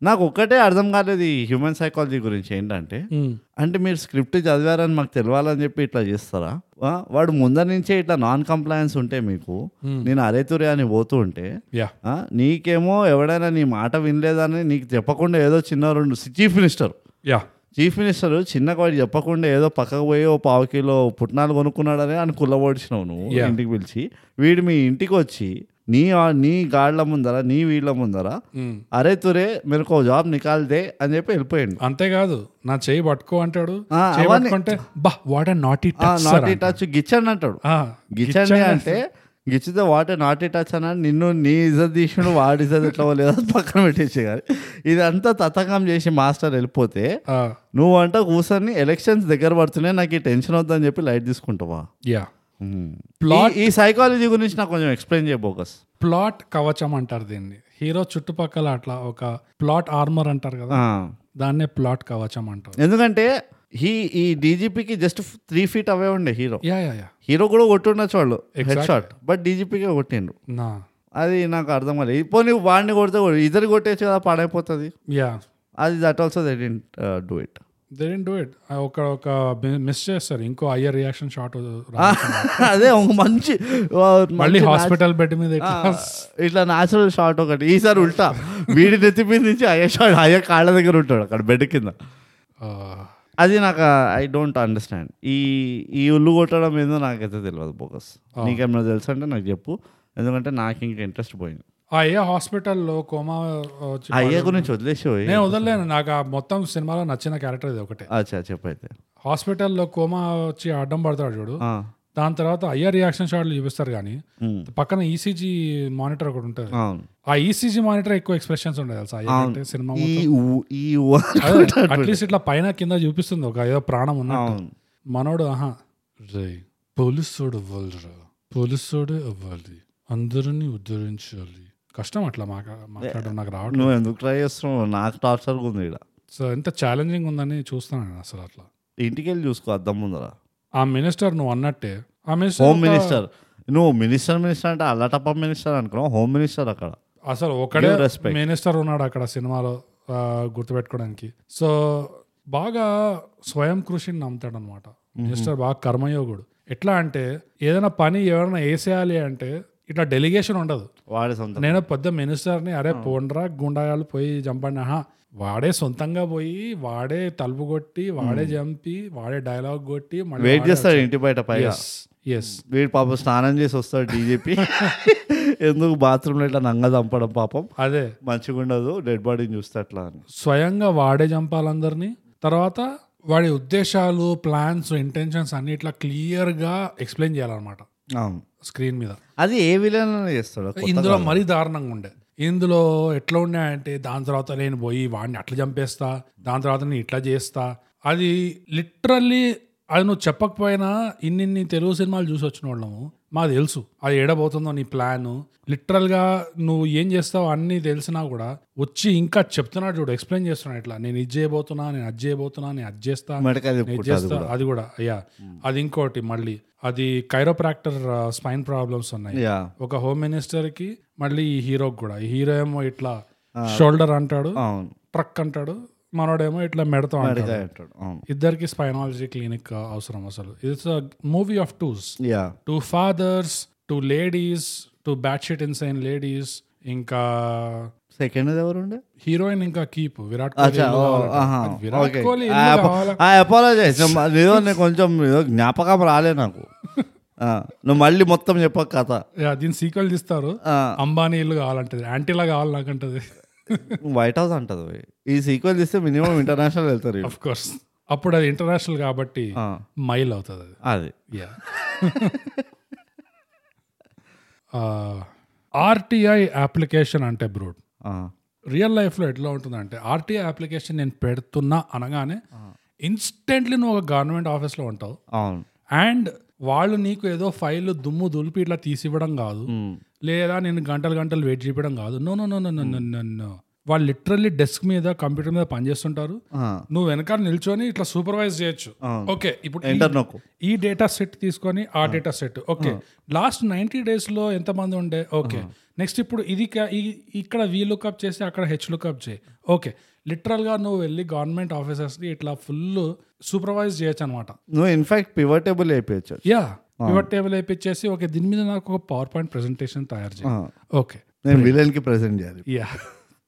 Speaker 1: నాకు ఒక్కటే అర్థం కాలేదు ఈ హ్యూమన్ సైకాలజీ గురించి ఏంటంటే
Speaker 2: ఉమ్.
Speaker 1: అంటే మీరు స్క్రిప్ట్ చదివారని మాకు తెలియాలని చెప్పి ఇట్లా చేస్తారా ఆ, వాడు ముందర నుంచే ఇట్లా నాన్ కంప్లయన్స్ ఉంటే మీకు
Speaker 2: Hmm.
Speaker 1: నేను అరేతురే అని పోతూ ఉంటే
Speaker 2: యా
Speaker 1: ఆ, నీకేమో ఎవడైనా నీ మాట వినలేదని నీకు చెప్పకుండా ఏదో చిన్న రెండు chief minister
Speaker 2: yeah
Speaker 1: chief minister చిన్నగా వాడు చెప్పకుండా ఏదో పక్కకు పోయి ఓ పావు కిలో పుట్నాలు కొనుక్కున్నాడని అని కుల్లబోడిచినావు నువ్వు
Speaker 2: Yeah.
Speaker 1: ఇంటికి పిలిచి వీడు మీ ఇంటికి వచ్చి నీ ఆ- నీ గాళ్ళ ముందర నీ వీళ్ళ ముందర
Speaker 2: ఉమ్.
Speaker 1: అరే తురే మీరు ఒక జాబ్ నికాల్ దే అని చెప్పి వెళ్ళిపోయిండు
Speaker 2: అంతేకాదు నా చేయి పట్టుకో అంటాడు
Speaker 1: ఆ,
Speaker 2: చేయి
Speaker 1: అవన్నీ-
Speaker 2: పట్టుకుంటే బా వాట్ అండ్ నాట్
Speaker 1: ఆ, నాటి టచ్ గిచ్చండి అంటాడు గిచ్చండి అంటే గిచ్చితే వాటే నాటి టచ్ అని అని నిన్ను నీ ఇజ్జత్ తీసినాడు వాడి ఇజ్జత్ ఎట్లా లేదా పక్కన పెట్టేసి కానీ ఇదంతా తతంగం చేసి మాస్టర్ వెళ్ళిపోతే నువ్వు అంట కూర్చొని ఎలక్షన్స్ దగ్గర పడుతున్నాయి నాకు ఈ టెన్షన్ వద్దని చెప్పి లైట్ తీసుకుంటావా
Speaker 2: యా ప్లాట్
Speaker 1: ఈ సైకాలజీ గురించి నాకు కొంచెం ఎక్స్ప్లెయిన్ చేయబోకస్
Speaker 2: ప్లాట్ కవచం అంటారు దీన్ని హీరో చుట్టుపక్కల అట్లా ఒక ప్లాట్ ఆర్మర్ అంటారు కదా దాన్నే ప్లాట్ కవచం అంటారు
Speaker 1: ఎందుకంటే హీ ఈ డీజీపీకి జస్ట్ త్రీ ఫీట్ అవే ఉండే hero
Speaker 2: yeah yeah yeah
Speaker 1: hero కూడా కొట్టుండొచ్చు వాళ్ళు హెడ్
Speaker 2: Exactly.
Speaker 1: షాట్ బట్ డీజీపీకే కొట్టిండ్రు
Speaker 2: నా
Speaker 1: అది నాకు అర్థం కాలేదు ఇప్పుడు నువ్వు వాడిని కొడితే కూడా ఇద్దరు కొట్టేసి కదా పాడైపోతుంది
Speaker 2: యా
Speaker 1: అది that also they didn't do it
Speaker 2: they didn't do it ఒక ఒక మిస్ చేస్తారు ఇంకో అయ్యర్ రియాక్షన్ షాట్
Speaker 1: అదే ఒక మంచి ఆ,
Speaker 2: మళ్ళీ
Speaker 1: మంచి
Speaker 2: హాస్పిటల్ బెడ్ మీద ఇట్లా
Speaker 1: నా- ఇట్లా న్యాచురల్ షాట్ ఒకటి ఈసారి ఉల్టా వీడి నెత్తి మీద నుంచి అయ్యే షాట్ అయ్యే కాళ్ళ దగ్గర ఉంటాడు అక్కడ బెడ్ కింద
Speaker 2: ఆ,
Speaker 1: అది నాకు ఐ డోంట్ అండర్స్టాండ్ ఈ ఈ ఉల్లు కొట్టడం ఏందో నాకైతే తెలియదు బోకస్ నీకేమైనా తెలుసు అంటే నాకు చెప్పు ఎందుకంటే నాకు ఇంకా ఇంట్రెస్ట్ పోయింది
Speaker 2: ఆ ఏ హాస్పిటల్లో కోమా ఆ, వచ్చి-
Speaker 1: అయ్యే గురించి వదిలేసి పోయి
Speaker 2: నేను వదలలేను నాకు ఆ మొత్తం సినిమాలో నచ్చిన క్యారెక్టర్ ఇది ఒకటే
Speaker 1: అచ్చా చెప్పైతే
Speaker 2: హాస్పిటల్లో కోమా వచ్చి అడ్డం పడతాడు చూడు దాని తర్వాత అయ్యర్ రియాక్షన్ షాట్లు చూపిస్తారు కానీ
Speaker 1: Hmm.
Speaker 2: పక్కన E ఈసీజీ మానిటర్ ఒకటి ఉంటుంది
Speaker 1: అవును
Speaker 2: ఆ E ఈసీజీ మానిటర్ ఎక్కువ ఎక్స్ప్రెషన్స్ ఉండదు తెలుసా అయ్యర్ అంటే సినిమా
Speaker 1: ఈ ఊ- ఈ ఊ-
Speaker 2: అట్లీస్ట్ ఇట్లా పైన కింద చూపిస్తుంది ఒక ఏదో ప్రాణం ఉన్నా
Speaker 1: అవును
Speaker 2: మనోడు ఆహా రే పోలీసుడు ఇవ్వాలిరా పోలీసుడు ఇవ్వాలి అందరినీ ఉద్ధరించాలి కష్టం అట్లా మాట్లా మాట్లాడడం నాకు రావడం
Speaker 1: నువ్వు ఎందుకు ట్రై చేస్తున్నావు నాకు టార్చర్గా ఉంది ఇక్కడ
Speaker 2: సో ఎంత ఛాలెంజింగ్ ఉందని చూస్తాను నేను అసలు అట్లా
Speaker 1: ఇంటికి వెళ్ళి చూసుకో అద్దం ముందర
Speaker 2: ఆ మినిస్టర్ నువ్వు అన్నట్టే ఆ
Speaker 1: హోమ్
Speaker 2: మినిస్టర్
Speaker 1: మినిస్టర్ నువ్వు మినిస్టర్ మినిస్టర్ అంటే అల్లటప్ప మినిస్టర్ అనుకున్నావు హోమ్ మినిస్టర్ అక్కడ
Speaker 2: అసలు ఒకడే
Speaker 1: Give respect.
Speaker 2: మినిస్టర్ ఉన్నాడు అక్కడ సినిమాలో ఆ, గుర్తుపెట్టుకోవడానికి సో బాగా స్వయం కృషిని నమ్ముతాడు అనమాట మినిస్టర్ బాగా కర్మయోగుడు ఎట్లా అంటే ఏదైనా పని ఎవరైనా వేసేయాలి అంటే ఇట్లా డెలిగేషన్ ఉండదు
Speaker 1: వాడే సొంత
Speaker 2: నేను పెద్ద మినిస్టర్ని అరే పోండ్రా గుండాయాలు పోయి చంపండి ఆహా వాడే సొంతంగా పోయి వాడే తలుపు కొట్టి వాడే చంపి వాడే డైలాగ్ కొట్టి మళ్ళీ
Speaker 1: వెయిట్ చేస్తాడు ఇంటి బయట పైగా
Speaker 2: ఎస్
Speaker 1: వీడు పాపం స్నానం చేసి వస్తాడు డీజీపీ ఎందుకు బాత్రూంలో ఇట్లా నంగ చంపడం పాపం
Speaker 2: అదే
Speaker 1: మంచిగా ఉండదు డెడ్ బాడీని చూస్తే అట్లా అని
Speaker 2: స్వయంగా వాడే చంపాలందరినీ తర్వాత వాడి ఉద్దేశాలు ప్లాన్స్ ఇంటెన్షన్స్ అన్ని ఇట్లా క్లియర్గా ఎక్స్ప్లెయిన్ చేయాలన్నమాట
Speaker 1: అవును
Speaker 2: స్క్రీన్ మీద
Speaker 1: అది ఏ విలన్ చేస్తాడు
Speaker 2: ఇందులో మరీ దారుణంగా ఉండే ఇందులో ఎట్లా ఉన్నాయంటే దాని తర్వాత నేను పోయి వాడిని అట్లా చంపేస్తా దాని తర్వాత నేను ఇట్లా చేస్తా అది లిటరల్లీ అది నువ్వు చెప్పకపోయినా ఇన్నిన్ని తెలుగు సినిమాలు చూసి వచ్చిన వాళ్ళము మాకు తెలుసు అది ఏడబోతుందో నీ ప్లాన్ లిటరల్గా నువ్వు ఏం చేస్తావు అన్నీ తెలిసినా కూడా వచ్చి ఇంకా చెప్తున్నాడు చూడు ఎక్స్ప్లెయిన్ చేస్తున్నాడు ఇట్లా నేను ఇది చేయబోతున్నా నేను అది చేయబోతున్నా నేను అది చేస్తా
Speaker 1: మెడకాయ
Speaker 2: నేను ఇది చేస్తా అది కూడా అయ్యా అది ఇంకోటి మళ్ళీ అది కైరోప్రాక్టర్ స్పైన్ ప్రాబ్లమ్స్ ఉన్నాయి
Speaker 1: యా
Speaker 2: ఒక హోమ్ మినిస్టర్ కి మళ్ళీ ఈ హీరోకి కూడా ఈ హీరో ఏమో ఇట్లా షోల్డర్ అంటాడు
Speaker 1: అవును
Speaker 2: ట్రక్ అంటాడు మనోడేమో ఇట్లా మెడతా అంటాడు
Speaker 1: మెడకాయ అంటాడు అవును
Speaker 2: ఇద్దరికి స్పైనాలజీ క్లినిక్ అవసరం అసలు it's movie of twos
Speaker 1: yeah
Speaker 2: two fathers two ladies two batshit insane ladies ఇంకా
Speaker 1: సెకండ్ ఎవరు ఉండే
Speaker 2: హీరోయిన్ ఇంకా కీప్ విరాట్ కోహ్లీ ఇల్లు కావాలంట. అది విరాట్ కోహ్లీ
Speaker 1: Ah,
Speaker 2: ఇల్లు కావాలా?
Speaker 1: ఐ అపాలజైజ్ ఏదో నేను కొంచెం ఏదో జ్ఞాపకం రాలే నాకు ఆ, నువ్వు మళ్ళీ మొత్తం చెప్పక కథ
Speaker 2: యా, దీని సీక్వెల్ తీస్తారు
Speaker 1: ఆ,
Speaker 2: అంబానీ ఇల్లు కావాలంటది యాంటీలా కావాలి నాకంటది
Speaker 1: వైట్ హౌస్ అంటది పోయి. ఈ సీక్వెల్ ఇస్తే మినిమం ఇంటర్నేషనల్ వెళ్తారు వీళ్ళు.
Speaker 2: అఫ్ కోర్స్ అప్పుడు అది ఇంటర్నేషనల్ కాబట్టి
Speaker 1: ఆ,
Speaker 2: మైల్ అవుతుంది అది
Speaker 1: అది
Speaker 2: యా Uh, ఆర్టీఐ అప్లికేషన్ అంటే బ్రూడ్
Speaker 1: ఆ,
Speaker 2: రియల్ లైఫ్లో ఎట్లా ఉంటుందంటే ఆర్టీఐ అప్లికేషన్ నేను పెడుతున్నా అనగానే ఇన్స్టెంట్లీ నువ్వు ఒక గవర్నమెంట్ ఆఫీస్లో ఉంటావు
Speaker 1: అవును
Speaker 2: అండ్ వాళ్ళు నీకు ఏదో ఫైల్ దుమ్ము దులిపి ఇట్లా తీసివ్వడం కాదు
Speaker 1: ఉమ్,
Speaker 2: లేదా నేను గంటలు గంటలు వెయిట్ చేయడం కాదు no no no no no no no no వాళ్ళు లిటరల్లీ డెస్క్ మీద కంప్యూటర్ మీద పనిచేస్తుంటారు
Speaker 1: ఆ,
Speaker 2: నువ్వు వెనకాల నిల్చొని ఇట్లా సూపర్వైజ్ చేయొచ్చు
Speaker 1: అవును.
Speaker 2: ఓకే ఇప్పుడు ఈ
Speaker 1: ఎంటర్ నొక్కు
Speaker 2: ఈ డేటా సెట్ తీసుకొని ఆ data set okay last ninety డేస్లో ఎంతమంది ఉండే ఓకే నెక్స్ట్ ఇప్పుడు ఇది క- ఈ- ఇక్కడ వి లుకప్ చేసి అక్కడ హెచ్ లుకప్ చేయి ఓకే లిటరల్గా నువ్వు వెళ్ళి గవర్నమెంట్ ఆఫీసర్స్ని ఇట్లా ఫుల్ సూపర్వైజ్ చేయొచ్చు అనమాట
Speaker 1: నువ్వు ఇన్ఫాక్ట్ పివటేబుల్ అయిపోయచ్చు
Speaker 2: యా పివట్ టేబుల్ వేయించేసి ఓకే దీని మీద నాకు ఒక పవర్ పాయింట్ ప్రెజెంటేషన్ తయారు చేయి
Speaker 1: Ah,
Speaker 2: ఓకే
Speaker 1: నేను విలన్ కి ప్రజెంట్ చేయాలి
Speaker 2: యా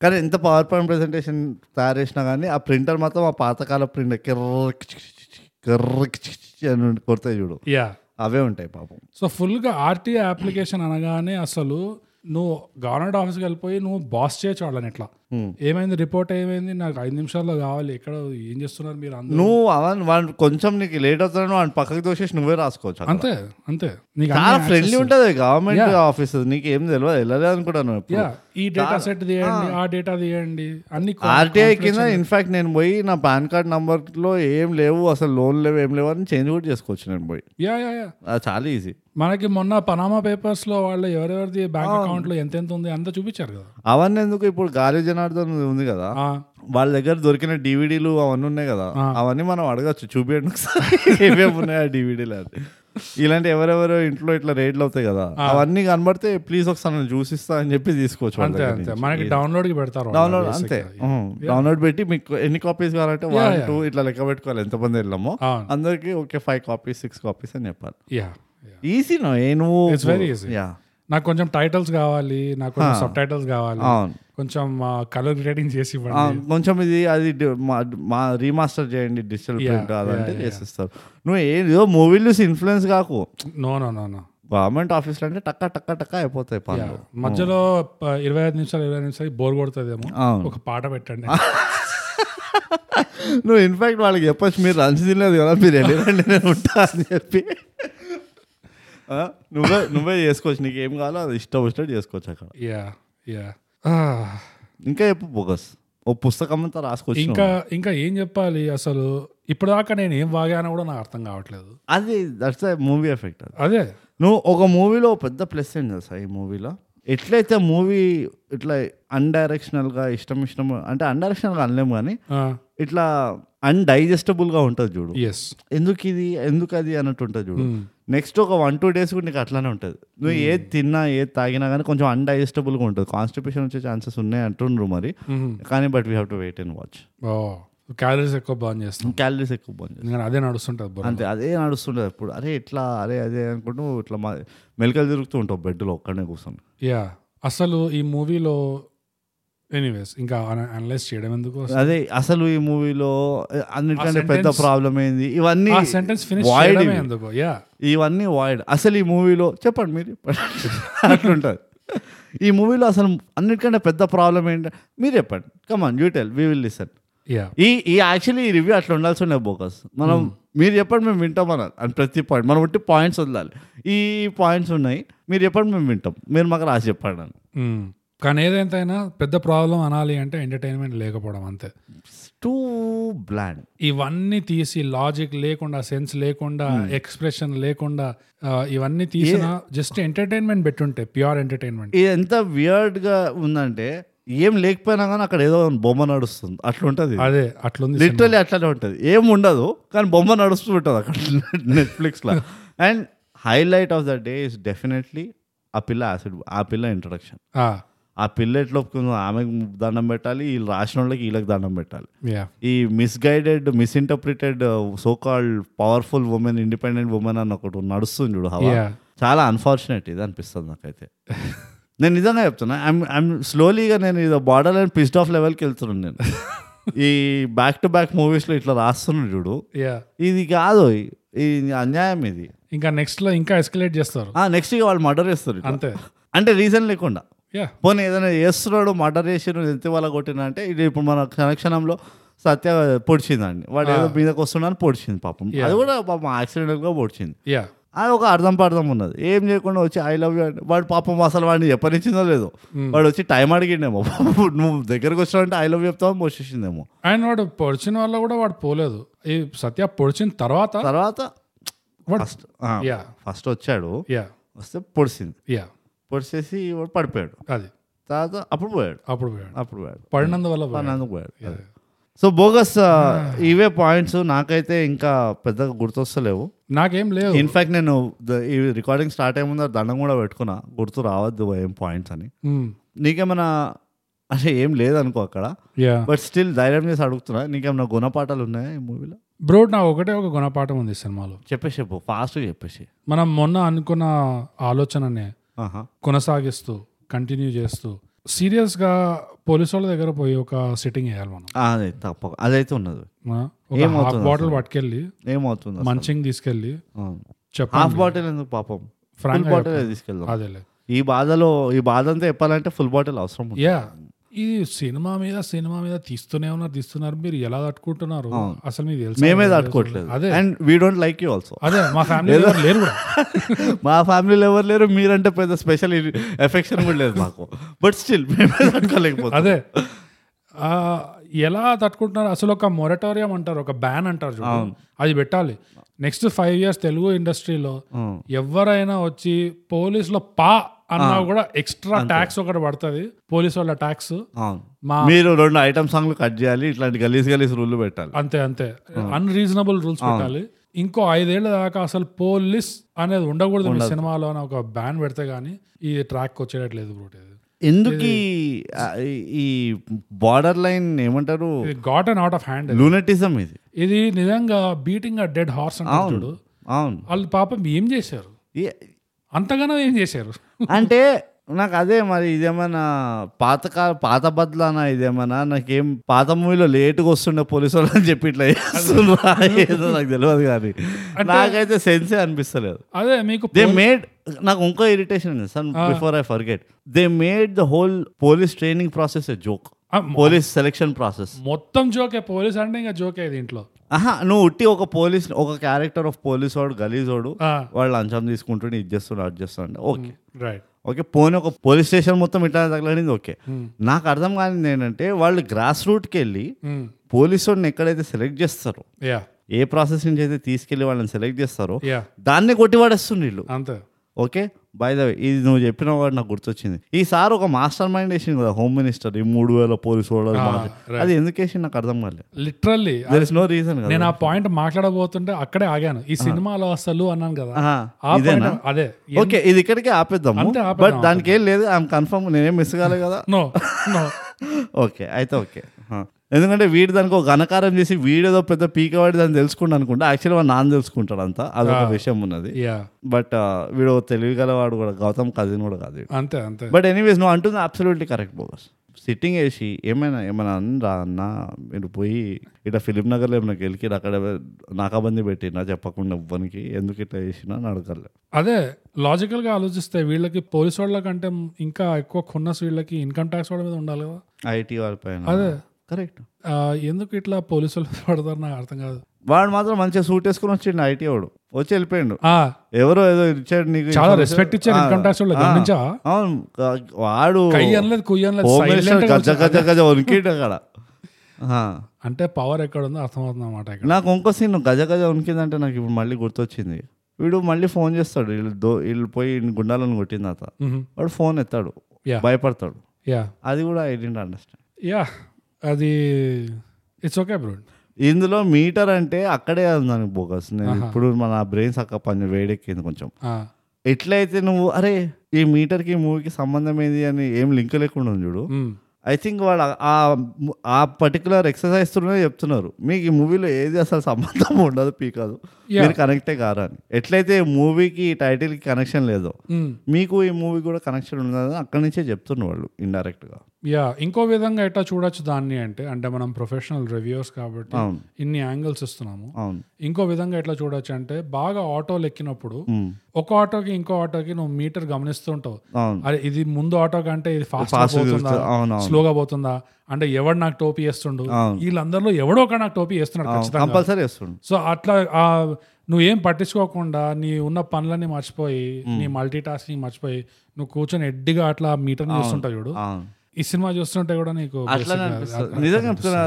Speaker 1: కానీ ఎంత పవర్ పాయింట్ ప్రెజెంటేషన్ తయారు చేసినా కానీ ఆ ప్రింటర్ మాత్రం ఆ పాతకాల ప్రింటర్ కిర్రక్ కిర్రక్ అని కొడతాయి చూడు
Speaker 2: యా
Speaker 1: అవే ఉంటాయి పాపం
Speaker 2: సో ఫుల్గా ఆర్టీఐ అప్లికేషన్ అనగానే అసలు నువ్వు గవర్నమెంట్ ఆఫీస్కి వెళ్ళిపోయి నువ్వు బాస్ చేయొచ్చు వాళ్ళని ఇట్లా ఏమైంది రిపోర్ట్ ఏమైంది నాకు ఐదు నిమిషాల్లో కావాలి ఎక్కడ ఏం చేస్తున్నారు మీరు అందరూ
Speaker 1: నువ్వు అవన్ వాడు కొంచెం నీకు లేట్ అవుతున్నాడు వాడిని పక్కకి తోసేసి నువ్వే రాసుకోవచ్చు అక్కడ.
Speaker 2: అంతే అంతే నీకు
Speaker 1: చాలా
Speaker 2: అన్ని
Speaker 1: ఫ్రెండ్లీ
Speaker 2: access.
Speaker 1: ఉంటుంది గవర్నమెంట్ ఆఫీసెస్ నీకు ఏం తెలియదు వెళ్ళలేదు అనుకుంటాను
Speaker 2: Yeah, ఈ డేటా సెట్ తీయండి ఆ డేటా తీయండి అన్ని co-
Speaker 1: ఆర్టీఐ కింద ఇన్ఫాక్ట్ నేను పోయి నా పాన్ కార్డ్ నంబర్ లో ఏం లేవు అసలు లోన్ లేవు ఏం లేవు అని చేంజ్ కూడా చేసుకోవచ్చు నేను పోయి
Speaker 2: యా యా యా
Speaker 1: అది చాలా ఈజీ
Speaker 2: మనకి మొన్న పనామా పేపర్స్ లో వాళ్ళు ఎవరెవరిది బ్యాంక్ అకౌంట్ లో ఎంత ఎంత ఉంది అంతా చూపించారు కదా
Speaker 1: అవన్నీ ఎందుకు ఇప్పుడు గాలి జనార్దన్ ఉంది కదా
Speaker 2: ఆ,
Speaker 1: వాళ్ళ దగ్గర దొరికిన డివిడీలు అవన్నీ ఉన్నాయి కదా అవన్నీ మనం అడగచ్చు చూపించండి ఒకసారి ఏమేమి ఉన్నాయి ఆ డివిడీలు అది ఇలాంటి ఎవరెవరు ఇంట్లో ఇట్లా రేట్లు అవుతాయి కదా అవన్నీ కనబడితే ప్లీజ్ ఒకసారి నేను చూసిస్తా అని చెప్పి తీసుకోవచ్చు వాళ్ళ
Speaker 2: అంతే
Speaker 1: దగ్గర
Speaker 2: అంతే
Speaker 1: నుంచి.
Speaker 2: మనకి డౌన్లోడ్ కి పెడతారు వాళ్ళు
Speaker 1: డౌన్లోడ్
Speaker 2: basic
Speaker 1: అంతే
Speaker 2: గా.
Speaker 1: డౌన్లోడ్ పెట్టి మీకు ఎన్ని కాపీస్ కావాలంటే వన్
Speaker 2: yeah.
Speaker 1: టూ ఇట్లా లెక్క పెట్టుకోవాలి ఎంతమంది వెళ్ళామో
Speaker 2: అవును.
Speaker 1: అందరికి okay five copies six copies అని చెప్పాలి
Speaker 2: Yeah, yeah.
Speaker 1: ఈజీ నో ఏ నువ్వు
Speaker 2: It's very easy.
Speaker 1: యా
Speaker 2: నాకు కొంచెం టైటిల్స్ కావాలి నాకు కొంచెం సబ్ టైటిల్స్ కావాలి
Speaker 1: అవును
Speaker 2: కొంచెం కలర్ గ్రేడింగ్ చేసి
Speaker 1: ఆ,
Speaker 2: ఇవ్వండి
Speaker 1: కొంచెం ఇది అది డి- మా- మా రీమాస్టర్ చేయండి డిజిటల్ ప్రింట్ అదంటే చేసిస్తారు నువ్వు ఏదో మూవీలు చూసి ఇన్ఫ్లుయెన్స్ కాకు
Speaker 2: no no no no
Speaker 1: government ఆఫీస్లో అంటే టక్క టక్క టక్క అయిపోతాయి పనులు
Speaker 2: మధ్యలో ప- ఇరవై ఐదు నిమిషాలు ఇరవై నిమిషాలు బోర్ కొడుతుందేమో
Speaker 1: అవును.
Speaker 2: ఒక పాట పెట్టండి
Speaker 1: నువ్వు ఇన్ఫాక్ట్ వాళ్ళకి చెప్పచ్చు మీరు లంచ్ తినలేదు కదా మీరు వెళ్ళిరండి నేను ఉంటా అని చెప్పి ఆ, నువ్వే నువ్వే చేసుకోవచ్చు నీకు ఏం కావాలో అది ఇష్టం వచ్చినట్టు చేసుకోవచ్చు అక్కడ
Speaker 2: యా యా Ah.
Speaker 1: ఇంకా చెప్పు బోగస్ ఓ పుస్తకం అంతా రాసుకోవచ్చు
Speaker 2: ఇంకా ఇంకా ఏం చెప్పాలి అసలు ఇప్పటిదాకా నేను ఏం వాగానో కూడా నాకు అర్థం కావట్లేదు
Speaker 1: నువ్వు. అది దట్స్ మూవీ ఎఫెక్ట్ అది
Speaker 2: అదే
Speaker 1: నువ్వు ఒక మూవీలో ఒక పెద్ద ప్లస్ ఏంటి తెలుసా ఈ మూవీలో ఎట్లయితే మూవీ ఇట్లా అన్డైరెక్షనల్గా ఇష్టం ఇష్టం అంటే అన్డైరెక్షనల్గా అనలేము కానీ ఇట్లా అన్డైజెస్టబుల్గా ఉంటుంది చూడు
Speaker 2: ఎస్
Speaker 1: ఎందుకు ఇది ఎందుకు అది అన్నట్టు ఉంటుంది చూడు నెక్స్ట్ ఒక వన్ టూ డేస్ కూడా నీకు అట్లానే ఉంటుంది నువ్వు ఏది తిన్నా ఏది తాగినా కానీ కొంచెం అన్డైజెస్టబుల్గా ఉంటుంది కాన్స్టిపేషన్ వచ్చే ఛాన్సెస్ ఉన్నాయి అంటుండ్రు మరి
Speaker 2: Mm-hmm.
Speaker 1: కానీ but we have to wait and watch
Speaker 2: oh calories Oh. ఎక్కువ బర్న్ చేస్తాం
Speaker 1: క్యాలరీస్ ఎక్కువ బంద్ చేస్తాం.
Speaker 2: ఎందుకంటే అదే నడుస్తుంటుంది బుర్ర
Speaker 1: అంతే అదే నడుస్తుంటుంది ఇప్పుడు అరే ఇట్లా అరే అదే అనుకుంటూ ఇట్లా మా మెలకలు తిరుగుతూ ఉంటావు బెడ్లో ఒక్కడనే కూర్చొని
Speaker 2: యా అసలు ఈ మూవీలో ఎనీవేస్ ఇంకా అనలైజ్ చేయడం ఎందుకు
Speaker 1: అదే అసలు ఈ మూవీలో అన్నిటికంటే
Speaker 2: ఆ
Speaker 1: పెద్ద
Speaker 2: sentence-
Speaker 1: ప్రాబ్లం ఏంది ఇవన్నీ
Speaker 2: ఆ సెంటెన్స్ ఫినిష్
Speaker 1: void
Speaker 2: చేయడమే
Speaker 1: ఇవి.
Speaker 2: ఎందుకు యా
Speaker 1: ఇవన్నీ వాయిడ్ అసలు ఈ మూవీలో చెప్పండి మీరు చెప్పండి. అట్లుంటుంది ఈ మూవీలో అసలు అన్నిటికంటే పెద్ద ప్రాబ్లం ఏంటి మీరు చెప్పండి come on you tell we will listen
Speaker 2: yeah
Speaker 1: ఈ ఈ యాక్చువల్లీ ఈ రివ్యూ అట్లా ఉండాల్సి ఉండే బోకస్ మనం
Speaker 2: Hmm.
Speaker 1: మీరు చెప్పండి మేము వింటాం అన్నారు అని ప్రతి పాయింట్ మనం ఉంటే పాయింట్స్ వదలాలి ఈ పాయింట్స్ ఉన్నాయి మీరు చెప్పండి మేము వింటాం మీరు మాకు రాసి చెప్పండి అని
Speaker 2: మ్మ్. కానీ ఏదైతేనా పెద్ద ప్రాబ్లం అనాలి అంటే ఎంటర్టైన్మెంట్ లేకపోవడం అంతే
Speaker 1: టూ బ్లాండ్
Speaker 2: ఇవన్నీ తీసి లాజిక్ లేకుండా సెన్స్ లేకుండా ఎక్స్ప్రెషన్ లేకుండా ఆ, ఇవన్నీ తీసిన జస్ట్ ఎంటర్టైన్మెంట్ పెట్టుంటే ప్యూర్ ఎంటర్టైన్మెంట్
Speaker 1: ఇది ఎంత వియర్డ్గా ఉందంటే ఏం లేకపోయినా కానీ అక్కడ ఏదో బొమ్మ నడుస్తుంది అట్లా ఉంటుంది
Speaker 2: అదే అట్లుంది
Speaker 1: లిటరలీ అట్లానే ఉంటుంది ఏం ఉండదు కానీ బొమ్మ నడుస్తూ ఉంటుంది అక్కడ నెట్ఫ్లిక్స్లో and highlight of the day is definitely ఆ పిల్ల యాసిడ్ ఆ పిల్ల ఇంట్రడక్షన్
Speaker 2: ఆ,
Speaker 1: ఆ పిల్ల ఎట్లా ఒప్పుకుందో ఆమెకు దండం పెట్టాలి వీళ్ళు రాసిన వాళ్ళకి వీళ్ళకి దండం పెట్టాలి
Speaker 2: యా
Speaker 1: ఈ misguided misinterpreted so called powerful women independent women అని ఒకటి నడుస్తుంది చూడు హవా
Speaker 2: Yeah.
Speaker 1: చాలా అన్ఫార్చునేట్ ఇది అనిపిస్తుంది నాకైతే నేను నిజంగా చెప్తున్నా ఐమ్ ఐమ్ స్లోలీగా నేను ఇది బార్డర్ అండ్ పిస్డ్ ఆఫ్ లెవెల్కి వెళ్తున్నాను నేను ఈ బ్యాక్ టు బ్యాక్ మూవీస్లో ఇట్లా రాస్తున్నాడు చూడు
Speaker 2: యా
Speaker 1: ఇది కాదు ఇది అన్యాయం ఇది
Speaker 2: ఇంకా నెక్స్ట్ లో ఇంకా ఎస్కలేట్ చేస్తారు
Speaker 1: నెక్స్ట్ ఇక వాళ్ళు మర్డర్ చేస్తారు ఇట్లా.
Speaker 2: అంతే
Speaker 1: అంటే రీజన్ లేకుండా
Speaker 2: యా
Speaker 1: పోనీ ఏదైనా చేస్తున్నాడు మర్డర్ చేసిన ఎంత వాళ్ళ కొట్టిన అంటే ఇది ఇప్పుడు మన క్షణక్షణంలో సత్య పొడిచిందండి వాడు ఏదో మీదకి వస్తున్నాను పొడిచింది పాపం అది కూడా పాపం యాక్సిడెంట్గా పొడిచింది
Speaker 2: యా
Speaker 1: అది ఒక అర్థం పర్థం ఉన్నది ఏం చేయకుండా వచ్చి ఐ లవ్ యూ అంటే వాడు పాపం అసలు వాడిని చెప్పనిచ్చిందో లేదో వాడు వచ్చి టైం అడిగిండేమో పాపం నువ్వు దగ్గరకు వచ్చినావంటే ఐ లవ్ చెప్తామని పోషించిందేమో
Speaker 2: ఆయన వాడు పొడిచిన వల్ల కూడా వాడు పోలేదు ఈ సత్య పొడిచిన తర్వాత
Speaker 1: తర్వాత
Speaker 2: వాడు
Speaker 1: ఫస్ట్ ఆ,
Speaker 2: యా
Speaker 1: ఫస్ట్ వచ్చాడు
Speaker 2: యా
Speaker 1: వస్తే పొడిచింది
Speaker 2: యా
Speaker 1: పొడిచేసి వాడు పడిపోయాడు
Speaker 2: అది
Speaker 1: తర్వాత అప్పుడు పోయాడు
Speaker 2: అప్పుడు పోయాడు
Speaker 1: అప్పుడు పోయాడు
Speaker 2: పడినందువల్ల పోయాడు.
Speaker 1: పన్నందుకు పోయాడు సో బోగస్ ఇవే పాయింట్స్ నాకైతే ఇంకా పెద్దగా గుర్తొస్తలేవు
Speaker 2: నాకేం లేవు
Speaker 1: ఇన్ఫాక్ట్ నేను ద- ఈ రికార్డింగ్ స్టార్ట్ అయ్యే ముందు దండం కూడా పెట్టుకున్నా గుర్తు రావద్దు ఏం పాయింట్స్ అని
Speaker 2: మ్మ్.
Speaker 1: నీకేమైనా అంటే ఏం లేదనుకో అక్కడ
Speaker 2: యా
Speaker 1: బట్ స్టిల్ ధైర్యం చేసి అడుగుతున్నా నీకేమైనా గుణపాఠాలు ఉన్నాయా ఈ మూవీలో
Speaker 2: బ్రో నా ఒకటే ఒక గుణపాఠం ఉంది ఈ సినిమాలో
Speaker 1: చెప్పేసి చెప్పు ఫాస్ట్ చెప్పేసి
Speaker 2: మనం మొన్న అనుకున్న ఆలోచననే
Speaker 1: ఆహా.
Speaker 2: కొనసాగిస్తూ కంటిన్యూ చేస్తూ సీరియస్ గా పోలీసు వాళ్ళ దగ్గర పోయి ఒక సిట్టింగ్ వేయాలి మనం
Speaker 1: ఆ, అదే తప్పక అదైతే ఉన్నది
Speaker 2: ఆ, ఒక హాఫ్
Speaker 1: ఏమవుతుంది
Speaker 2: బాటిల్ పట్టుకెళ్ళి
Speaker 1: ఏమవుతుంది
Speaker 2: మంచింగ్ తీసుకెళ్ళి
Speaker 1: హాఫ్
Speaker 2: చెప్పాలి
Speaker 1: బాటిల్ ఎందుకు పాపం ఫుల్
Speaker 2: ఫ్రాంక్
Speaker 1: బాటిల్ తీసుకెళ్దాం
Speaker 2: అదేలే
Speaker 1: ఈ బాధలో ఈ బాధ అంతా చెప్పాలంటే ఫుల్ బాటిల్ అవసరం ఉంది.
Speaker 2: యా ఇది సినిమా మీద సినిమా మీద తీస్తూనే ఉన్నారు తీస్తున్నారు మీరు ఎలా తట్టుకుంటున్నారు అసలు మీకు తెలుసు
Speaker 1: మేమే తట్టుకోవట్లేదు
Speaker 2: అదే
Speaker 1: and we don't like you also
Speaker 2: అదే మా ఫ్యామిలీ లేరు కూడా
Speaker 1: మా ఫ్యామిలీలో ఎవరు లేరు మీరంటే పెద్ద స్పెషల్ ఎఫెక్షన్ కూడా లేదు మాకు బట్ స్టిల్ మేమే తట్టుకోలేకపోతాం
Speaker 2: అదే ఆ, ఎలా తట్టుకుంటున్నారు అసలు ఒక మొరటోరియం అంటారు ఒక బ్యాన్ అంటారు చూడండి అది పెట్టాలి నెక్స్ట్ ఫైవ్ ఇయర్స్ తెలుగు ఇండస్ట్రీలో ఎవరైనా వచ్చి పోలీసులో పా అన్నా కూడా ఎక్స్ట్రా ట్యాక్స్ ఒకటి పడుతుంది పోలీస్ వాళ్ళ ట్యాక్స్
Speaker 1: అవును
Speaker 2: మా-
Speaker 1: మీరు రెండు ఐటమ్ సాంగ్లు కట్ చేయాలి ఇట్లాంటి గలీజ్ గలీజ్ రూల్ పెట్టాలి
Speaker 2: అంతే అంతే అన్రీజనబుల్ రూల్స్ పెట్టాలి ఇంకో ఐదేళ్ల దాకా అసలు పోలీస్ అనేది ఉండకూడదు మీ సినిమాలో అని ఒక బ్యాన్ పెడితే గానీ ఈ ట్రాక్ వచ్చేటట్లేదు బ్రో ఇది.
Speaker 1: ఎందుకు ఈ- ఆ, ఈ- ఈ బార్డర్ లైన్ ఏమంటారు
Speaker 2: ఇది got and out of hand
Speaker 1: lunatism ఇది
Speaker 2: ఇది నిజంగా బీటింగ్ అ డెడ్ హార్స్ అంటారు చూడు
Speaker 1: అవును
Speaker 2: వాళ్ళు పాపం ఏం చేశారు
Speaker 1: ఈ-
Speaker 2: అంతగానో ఏం చేశారు
Speaker 1: అంటే నాకు అదే మరి ఇదేమన్నా పాతకాల పాత బదులానా ఇదేమన్నా నాకేం పాత మూవీలో లేటుగా వస్తుండే పోలీసు వాళ్ళు అని చెప్పి ఇట్లా చేస్తున్నారా ఏదో నాకు తెలియదు కానీ నాకైతే సెన్సే అనిపిస్తలేదు
Speaker 2: అదే మీకు
Speaker 1: దే మేడ్ నాకు ఇంకో ఇరిటేషన్ ఉంది son before I forget they made the whole police training process a joke
Speaker 2: ఆ,
Speaker 1: పోలీస్ సెలెక్షన్ ప్రాసెస్
Speaker 2: మొత్తం జోకే పోలీస్ అంటే ఇంకా జోకే దీంట్లో
Speaker 1: ఆహా నువ్వు ఉట్టి ఒక పోలీస్ ఒక క్యారెక్టర్ ఆఫ్ పోలీస్ వాడు గలీజ్ వాడు
Speaker 2: ఆ,
Speaker 1: వాళ్ళు లంచం తీసుకుంటుండే ఇది చేస్తుండే అది చేస్తుండే ఓకే
Speaker 2: రైట్
Speaker 1: ఓకే పోనీ ఒక పోలీస్ స్టేషన్ మొత్తం ఇట్లా తగలడింది ఓకే నాకు అర్థం కానిది ఏంటంటే వాళ్ళు గ్రాస్ రూట్కి వెళ్ళి
Speaker 2: ఉమ్,
Speaker 1: పోలీసు వాడిని ఎక్కడైతే సెలెక్ట్ చేస్తారో
Speaker 2: యా
Speaker 1: ఏ ప్రాసెస్ నుంచి అయితే తీసుకెళ్ళి వాళ్ళని సెలెక్ట్ చేస్తారో
Speaker 2: యా
Speaker 1: దాన్ని కొట్టివాడేస్తుంది వీళ్ళు
Speaker 2: అంతే
Speaker 1: ఓకే బై ద వే ఇది నువ్వు చెప్పిన వాడు నాకు గుర్తొచ్చింది ఈసారి ఒక మాస్టర్ మైండ్ వేసింది కదా హోమ్ మినిస్టర్ ఈ మూడు వేల పోలీసు వాళ్ళు అది ఎందుకు వేసింది నాకు అర్థం కాలేదు
Speaker 2: literally
Speaker 1: there is no reason కదా
Speaker 2: నేను ఆ పాయింట్ మాట్లాడబోతుంటే అక్కడే ఆగాను ఈ సినిమాలో అసలు అన్నాను కదా
Speaker 1: ఆహా,
Speaker 2: ఆ పాయింట్ అదే
Speaker 1: ఓకే ఇది ఇక్కడికే ఆపేద్దాము
Speaker 2: అంతే, ఆపేద్దాం,
Speaker 1: బట్ దానికి ఏం లేదు ఐఎమ్ కన్ఫర్మ్ నేనేం మిస్ కాలేదు కదా
Speaker 2: నో నో
Speaker 1: ఓకే అయితే ఓకే హా. ఎందుకంటే వీడు దానికి ఒక ఘనకారం చేసి వీడేదో పెద్ద పీకవాడి దాన్ని తెలుసుకుంటా అనుకుంటా యాక్చువల్ వాడు నాన్న తెలుసుకుంటాడు అంతా అదొక విషయం ఉన్నది
Speaker 2: యా
Speaker 1: బట్ ఆ, వీడు తెలివిగలవాడు కూడా గౌతమ్ కజిన్ కూడా కాదు వీడు.
Speaker 2: అంతే అంతే
Speaker 1: బట్ ఎనీవేస్ నువ్వు అంటుంది అబ్సల్యూట్లీ కరెక్ట్ బోగస్ సిట్టింగ్ వేసి ఏమైనా ఏమైనా అనరా అన్న మీరు పోయి ఇట్లా ఫిలిం నగర్లో ఏమైనా గెలికి అక్కడ నాకాబంది పెట్టినా చెప్పకుండా ఇవ్వనికి ఎందుకు ఇట్లా చేసినా అని అడగలే
Speaker 2: అదే లాజికల్ గా ఆలోచిస్తే వీళ్ళకి పోలీస్ వాళ్ళ కంటే ఇంకా ఎక్కువ కొన్నస్ వీళ్ళకి ఇన్కమ్ ట్యాక్స్ వాళ్ళ మీద ఉండాలి కదా
Speaker 1: ఐటీ వాళ్ళ పైన కరెక్ట్
Speaker 2: ఆ, ఎందుకు ఇట్లా పోలీసు వాళ్ళ మీద పడతారు నాకు అర్థం కాదు
Speaker 1: వాడు మాత్రం మంచిగా సూట్ వేసుకుని వచ్చిండు ఐటీ వాడు వచ్చి వెళ్ళిపోయిండు
Speaker 2: ఆ
Speaker 1: ఎవరో ఏదో ఇచ్చాడు నీకు
Speaker 2: చాలా రెస్పెక్ట్ ఇచ్చారు ఇన్కమ్ ట్యాక్స్ వాళ్ళు గమనించా
Speaker 1: అవును క- వాడు
Speaker 2: కై అనలేదు కుయ్యి అనలేదు
Speaker 1: హోమ్ మినిస్టర్
Speaker 2: silent గా
Speaker 1: గజ గజ గజ ఉనికిండు అక్కడ ఆ.
Speaker 2: అంటే పవర్ ఎక్కడ ఉందో అర్థమవుతుంది అనమాట ఇక్కడ
Speaker 1: నాకు ఇంకో సీన్ గజ గజ ఉనికిందంటే నాకు ఇప్పుడు మళ్ళీ గుర్తొచ్చింది వీడు మళ్ళీ ఫోన్ చేస్తాడు వీళ్ళు దో వీళ్ళు పోయి గుండాలను కొట్టిన తర్వాత వాడు ఫోన్ ఎత్తాడు
Speaker 2: Yeah.
Speaker 1: భయపడతాడు
Speaker 2: యా
Speaker 1: అది కూడా ఐ డెంట్ అండర్స్టాండ్
Speaker 2: యా అది ఇట్స్ ఓకే బ్రో
Speaker 1: ఇందులో మీటర్ అంటే అక్కడే ఉంది దానికి బోగస్ నేను ఇప్పుడు మన బ్రెయిన్ సక్క పని వేడెక్కింది కొంచెం ఎట్లయితే నువ్వు అరే ఈ మీటర్కి మూవీకి సంబంధం ఏంది అని ఏం లింక్ లేకుండా ఉంది చూడు ఐ థింక్ వాళ్ళు ఆ- ఆ ము- ఆ పర్టికులర్ ఎక్సర్సైజ్ తోనే చెప్తున్నారు మీకు ఈ మూవీలో ఏది అసలు సంబంధం ఉండదు పీకాదు
Speaker 2: Yeah.
Speaker 1: మీరు కనెక్టే కారు అని ఎట్లయితే ఈ మూవీకి ఈ టైటిల్కి కనెక్షన్ లేదో మీకు ఈ మూవీ కూడా కనెక్షన్ ఉండదు అక్కడి నుంచే చెప్తున్నారు వాళ్ళు ఇండైరెక్ట్గా
Speaker 2: యా ఇంకో విధంగా ఎట్లా చూడొచ్చు దాన్ని అంటే అంటే మనం ప్రొఫెషనల్ రివ్యూస్ కాబట్టి
Speaker 1: అవును
Speaker 2: ఇన్ని యాంగిల్స్ ఇస్తున్నాము
Speaker 1: అవును
Speaker 2: ఇంకో విధంగా ఎట్లా చూడొచ్చు అంటే బాగా ఆటోలు ఎక్కినప్పుడు
Speaker 1: మ్మ్.
Speaker 2: ఒక ఆటోకి ఇంకో ఆటోకి నువ్వు మీటర్ గమనిస్తుంటావు
Speaker 1: అవును
Speaker 2: అరే ఇది ముందు ఆటో కంటే ఇది ఫాస్ట్
Speaker 1: Fast గా
Speaker 2: పోతుందా
Speaker 1: చూస్తా- అవును, అవును.
Speaker 2: స్లోగా పోతుందా అంటే ఎవడు నాకు టోపీ వేస్తుండు వీళ్ళందరిలో ఎవడో ఒక నాకు టోపీ వేస్తున్నాడు ఖచ్చితంగా
Speaker 1: కంపల్సరీ వస్తుండు
Speaker 2: సో అట్లా ఆ నువ్వేం పట్టించుకోకుండా నీ ఉన్న పనులన్నీ మర్చిపోయి నీ మల్టీ టాస్కింగ్ మర్చిపోయి నువ్వు కూర్చొని ఎడ్డిగా అట్లా మీటర్ చూస్తుంటావు చూడు
Speaker 1: అవును
Speaker 2: ఈ సినిమా చూస్తుంటే కూడా నీకు
Speaker 1: అట్లానే
Speaker 2: basic గా
Speaker 1: అనిపిస్తుంది
Speaker 2: అట్లా
Speaker 1: నిజంగా చెప్తున్నా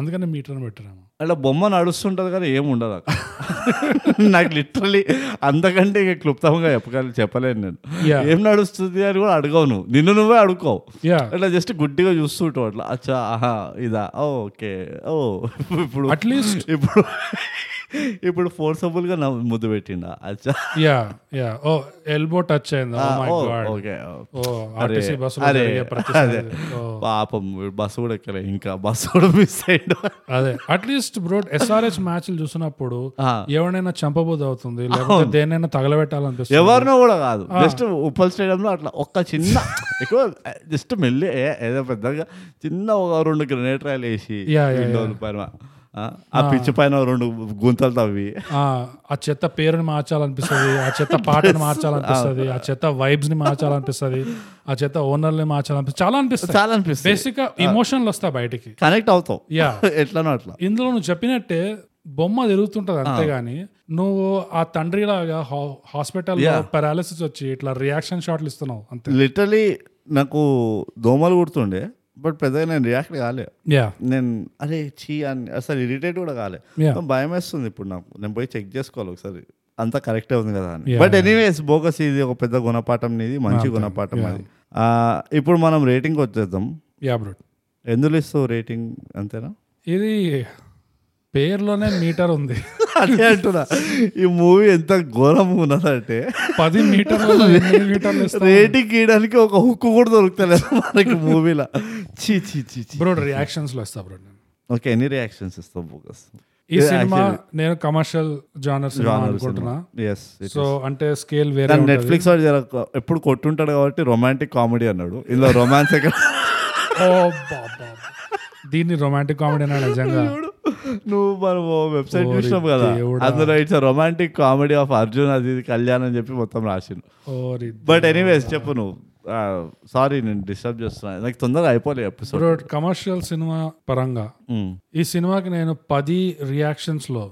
Speaker 2: అందుకని మీటర్ పెట్టాము
Speaker 1: అలా బొమ్మ నడుస్తుంటది కానీ ఏం ఉండదు అక్కడ నాకు లిటరలీ అంతకంటే ఇక క్లుప్తంగా చెప్పగలను చెప్పలేను నేను
Speaker 2: Yeah.
Speaker 1: ఏం నడుస్తుంది అని కూడా అడగవు నువ్వు నిన్ను నువ్వే అడుగుకోవు
Speaker 2: యా
Speaker 1: అట్లా జస్ట్ గుడ్డిగా చూస్తుంటావు అట్లా అచ్చా ఆహా ఇదా ఓ, ఓకే ఓ ఇప్పుడు
Speaker 2: అట్లీస్ట్
Speaker 1: ఇప్పుడు ఇప్పుడు ఫోర్సబుల్గా నా ముద్దు పెట్టిండా అచ్చా
Speaker 2: yeah yeah oh elbow touch అయింది oh my
Speaker 1: oh,
Speaker 2: God
Speaker 1: okay oh.
Speaker 2: Oh RTC బస్సులో
Speaker 1: అరే,
Speaker 2: జరిగే ప్రతిసారి Oh.
Speaker 1: అదే.
Speaker 2: ఓ,
Speaker 1: పాపం వీడు బస్సు కూడా ఎక్కలే ఇంకా బస్సు కూడా మిస్ అయ్యిండు
Speaker 2: అదే అట్లీస్ట్ బ్రో ఎస్ఆర్ఎస్ మ్యాచ్లు చూసినప్పుడు
Speaker 1: ఆ.
Speaker 2: ఎవరైనా చంపబోద్దు అవుతుంది లేకపోతే దేన్నైనా తగలబెట్టాలనిపిస్తుంది
Speaker 1: ఎవరినో కూడా కాదు జస్ట్ ఉప్పల్ స్టేడియంలో అట్లా ఒక్క చిన్న ఎక్కువ జస్ట్ మెల్లి ఏ- ఏదో పెద్దగా చిన్న ఒక రెండు గ్రెనేట్ రాయలు వేసి
Speaker 2: Yeah, yeah,
Speaker 1: విండోల పైన ఆ, ఆ పిచ్చి పైన రెండు గుంతలు తవ్వి
Speaker 2: ఆ ఆ చెత్త పేరుని మార్చాలనిపిస్తుంది ఆ చెత్త పాటను మార్చాలనిపిస్తుంది ఆ చెత్త వైబ్స్ ని మార్చాలనిపిస్తుంది ఆ చెత్త ఓనర్ని మార్చాలనిపిస్తుంది చాలా అనిపిస్తుంది
Speaker 1: చాలా అనిపిస్తుంది
Speaker 2: బేసిక్ గా ఎమోషన్లు వస్తాయి బయటికి
Speaker 1: కనెక్ట్ అవుతావు
Speaker 2: యా
Speaker 1: ఎట్లానో అట్లా
Speaker 2: ఇందులో నువ్వు చెప్పినట్టే బొమ్మ తిరుగుతుంటది అంతేగాని నువ్వు ఆ తండ్రి లాగా హాస్పిటల్
Speaker 1: Yeah.
Speaker 2: పారాలిసిస్ వచ్చి ఇట్లా రియాక్షన్ షాట్లు ఇస్తున్నావు అంతే
Speaker 1: లిటరలీ నాకు దోమలు కుడుతుండే బట్ పెద్దగా నేను రియాక్ట్ కాలే
Speaker 2: యా
Speaker 1: నేను అరే చీ అని అసలు ఇరిటేట్ కూడా కాలే
Speaker 2: Yeah.
Speaker 1: భయం వేస్తుంది ఇప్పుడు నాకు నేను పోయి చెక్ చేసుకోవాలి ఒకసారి అంతా కరెక్టే ఉంది కదా అని
Speaker 2: Yeah,
Speaker 1: బట్ ఎనీవేస్ బోకస్ ఇది ఒక పెద్ద గుణపాఠం ఇది మంచి గుణపాఠం అది ఆ, ఇప్పుడు మనం రేటింగ్ వచ్చేద్దాం
Speaker 2: యా బ్రో
Speaker 1: ఎందులో ఇస్తావు రేటింగ్ అంతేనా
Speaker 2: ఇది పేరులోనే మీటర్ ఉంది
Speaker 1: అదే అంటున్నా ఈ మూవీ ఎంత ఘోరం ఉన్నదంటే
Speaker 2: పది మీటర్లు ఎనిమిది మీటర్లు ఇస్తాం
Speaker 1: రేటింగ్ ఇవ్వడానికి ఒక హుక్కు కూడా దొరుకుతలేదు మనకి మూవీలో చీ చీ చీ చీ
Speaker 2: బ్రో రియాక్షన్స్ లో ఇస్తా బ్రో నేను
Speaker 1: ఓకే ఎన్ని రియాక్షన్స్ ఇస్తావు బోకస్
Speaker 2: ఈ సినిమా నేను కమర్షియల్ జానర్ సినిమా అనుకుంటున్నా
Speaker 1: ఎస్
Speaker 2: సో అంటే స్కేల్ వేరే
Speaker 1: దాని
Speaker 2: ఉంటుంది.
Speaker 1: నెట్ఫ్లిక్స్ వాడు జర- ఎప్పుడు కొట్టుంటాడు కాబట్టి రొమాంటిక్ కామెడీ అన్నాడు ఇలా రొమాన్స్ ఎక్కడ
Speaker 2: ఓ బాబా. దీన్ని రొమాంటిక్ కామెడీ అన్నాడు నిజంగా
Speaker 1: చూడు. నువ్వు మనం వెబ్సైట్
Speaker 2: ఓరి
Speaker 1: చూసినాం కదా
Speaker 2: దేవుడా.
Speaker 1: అందులో it's romantic comedy of Arjun అది ఇది కళ్యాణ్ అని చెప్పి మొత్తం రాసిండు
Speaker 2: ఓరి
Speaker 1: బట్ ఎనీవేస్ చెప్పు నువ్వు సారీ నేను డిస్టర్బ్ చేస్తున్నా నాకు తొందరగా అయిపోలే ఎపిసోడ్
Speaker 2: బ్రో కమర్షియల్ సినిమా పరంగా ఈ సినిమాకి నేను పది రియాక్షన్స్ లో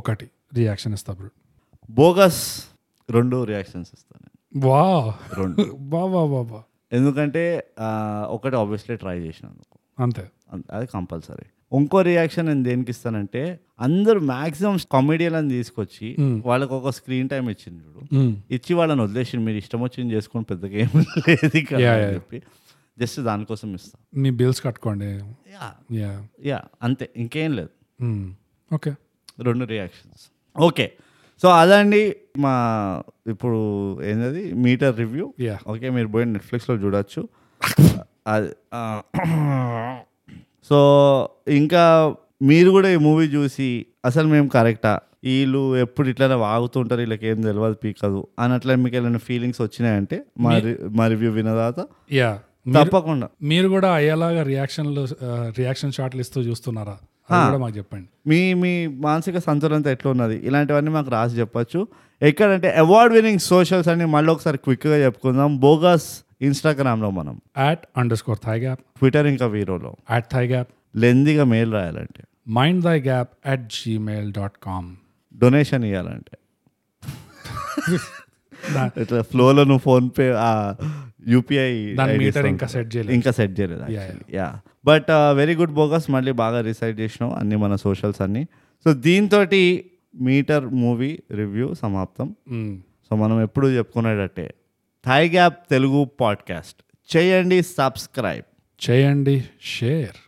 Speaker 2: ఒకటి రియాక్షన్ ఇస్తా బ్రో
Speaker 1: బోగస్ రెండు రియాక్షన్స్ ఇస్తాను
Speaker 2: వా
Speaker 1: రెండు
Speaker 2: బా బా బా బా
Speaker 1: ఎందుకంటే ఆ, ఒకటి ఆబ్వియస్లీ ట్రై చేసినందుకు
Speaker 2: అంతే
Speaker 1: అం- అది కంపల్సరీ ఇంకో రియాక్షన్ నేను దేనికి ఇస్తానంటే అందరూ మాక్సిమం కామెడియన్లను తీసుకొచ్చి వాళ్ళకి ఒక స్క్రీన్ టైం ఇచ్చింది చూడు
Speaker 2: మ్మ్.
Speaker 1: ఇచ్చి వాళ్ళని వదిలేసి మీరు ఇష్టం వచ్చింది చేసుకొని పెద్దగా ఏం లేదు ఇక్కడ
Speaker 2: Yeah,
Speaker 1: అని
Speaker 2: yeah.
Speaker 1: చెప్పి జస్ట్ దానికోసం ఇస్తాం
Speaker 2: మీ బిల్స్ కట్టుకోండి
Speaker 1: యా
Speaker 2: యా
Speaker 1: యా అంతే ఇంకేం లేదు
Speaker 2: Hmm. ఓకే
Speaker 1: రెండు రియాక్షన్స్ ఓకే సో అదండి మా ఇప్పుడు ఏంటది మీటర్ రివ్యూ
Speaker 2: యా
Speaker 1: ఓకే మీరు పోయి నెట్ఫ్లిక్స్లో చూడొచ్చు అది ఆ, సో ఇంకా మీరు కూడా ఈ మూవీ చూసి అసలు మేము కరెక్టా వీళ్ళు ఎప్పుడు ఇట్లానే వాగుతుంటారు వీళ్ళకి ఏం తెలియదు పీకదు అని అట్లా మీకు ఏమైనా ఫీలింగ్స్ వచ్చినాయంటే మా రి- మా రివ్యూ విన్న తర్వాత
Speaker 2: యా
Speaker 1: తప్పకుండా
Speaker 2: మీరు కూడా అయ్యేలాగా రియాక్షన్లు రియాక్షన్ షాట్లు ఇస్తూ చూస్తున్నారా అది కూడా మాకు చెప్పండి
Speaker 1: మీ మీ మానసిక సంతులనత ఎట్లా ఉన్నది ఇలాంటివన్నీ మాకు రాసి చెప్పొచ్చు ఎక్కడంటే అవార్డ్ వినింగ్ సోషల్స్ అని మళ్ళీ ఒకసారి క్విక్గా చెప్పుకుందాం బోగస్ ఇన్స్టాగ్రామ్లో మనం
Speaker 2: at underscore thigh gap
Speaker 1: Twitter ఇంకా వీరోలో
Speaker 2: యాట్ థై గ్యాప్
Speaker 1: లెందీగా మెయిల్ రాయాలంటే
Speaker 2: mind thigh gap at Gmail dot com
Speaker 1: donation ఇవ్వాలంటే ఇట్లా ఫ్లోలో నువ్వు ఫోన్పే యూపీఐ
Speaker 2: దాని మీటర్ ఇంకా సెట్ చేయలేదు
Speaker 1: ఇంకా సెట్ చేయలేదు actually yeah but very good bogus మళ్ళీ బాగా రీసైడ్ చేసినావు అన్ని మన సోషల్స్ అన్ని సో దీంతో మీటర్ మూవీ రివ్యూ సమాప్తం
Speaker 2: మ్మ్.
Speaker 1: సో మనం ఎప్పుడు చెప్పుకునేటట్టే థాయ్ గ్యాప్ తెలుగు పాడ్కాస్ట్ చేయండి సబ్స్క్రైబ్
Speaker 2: చేయండి షేర్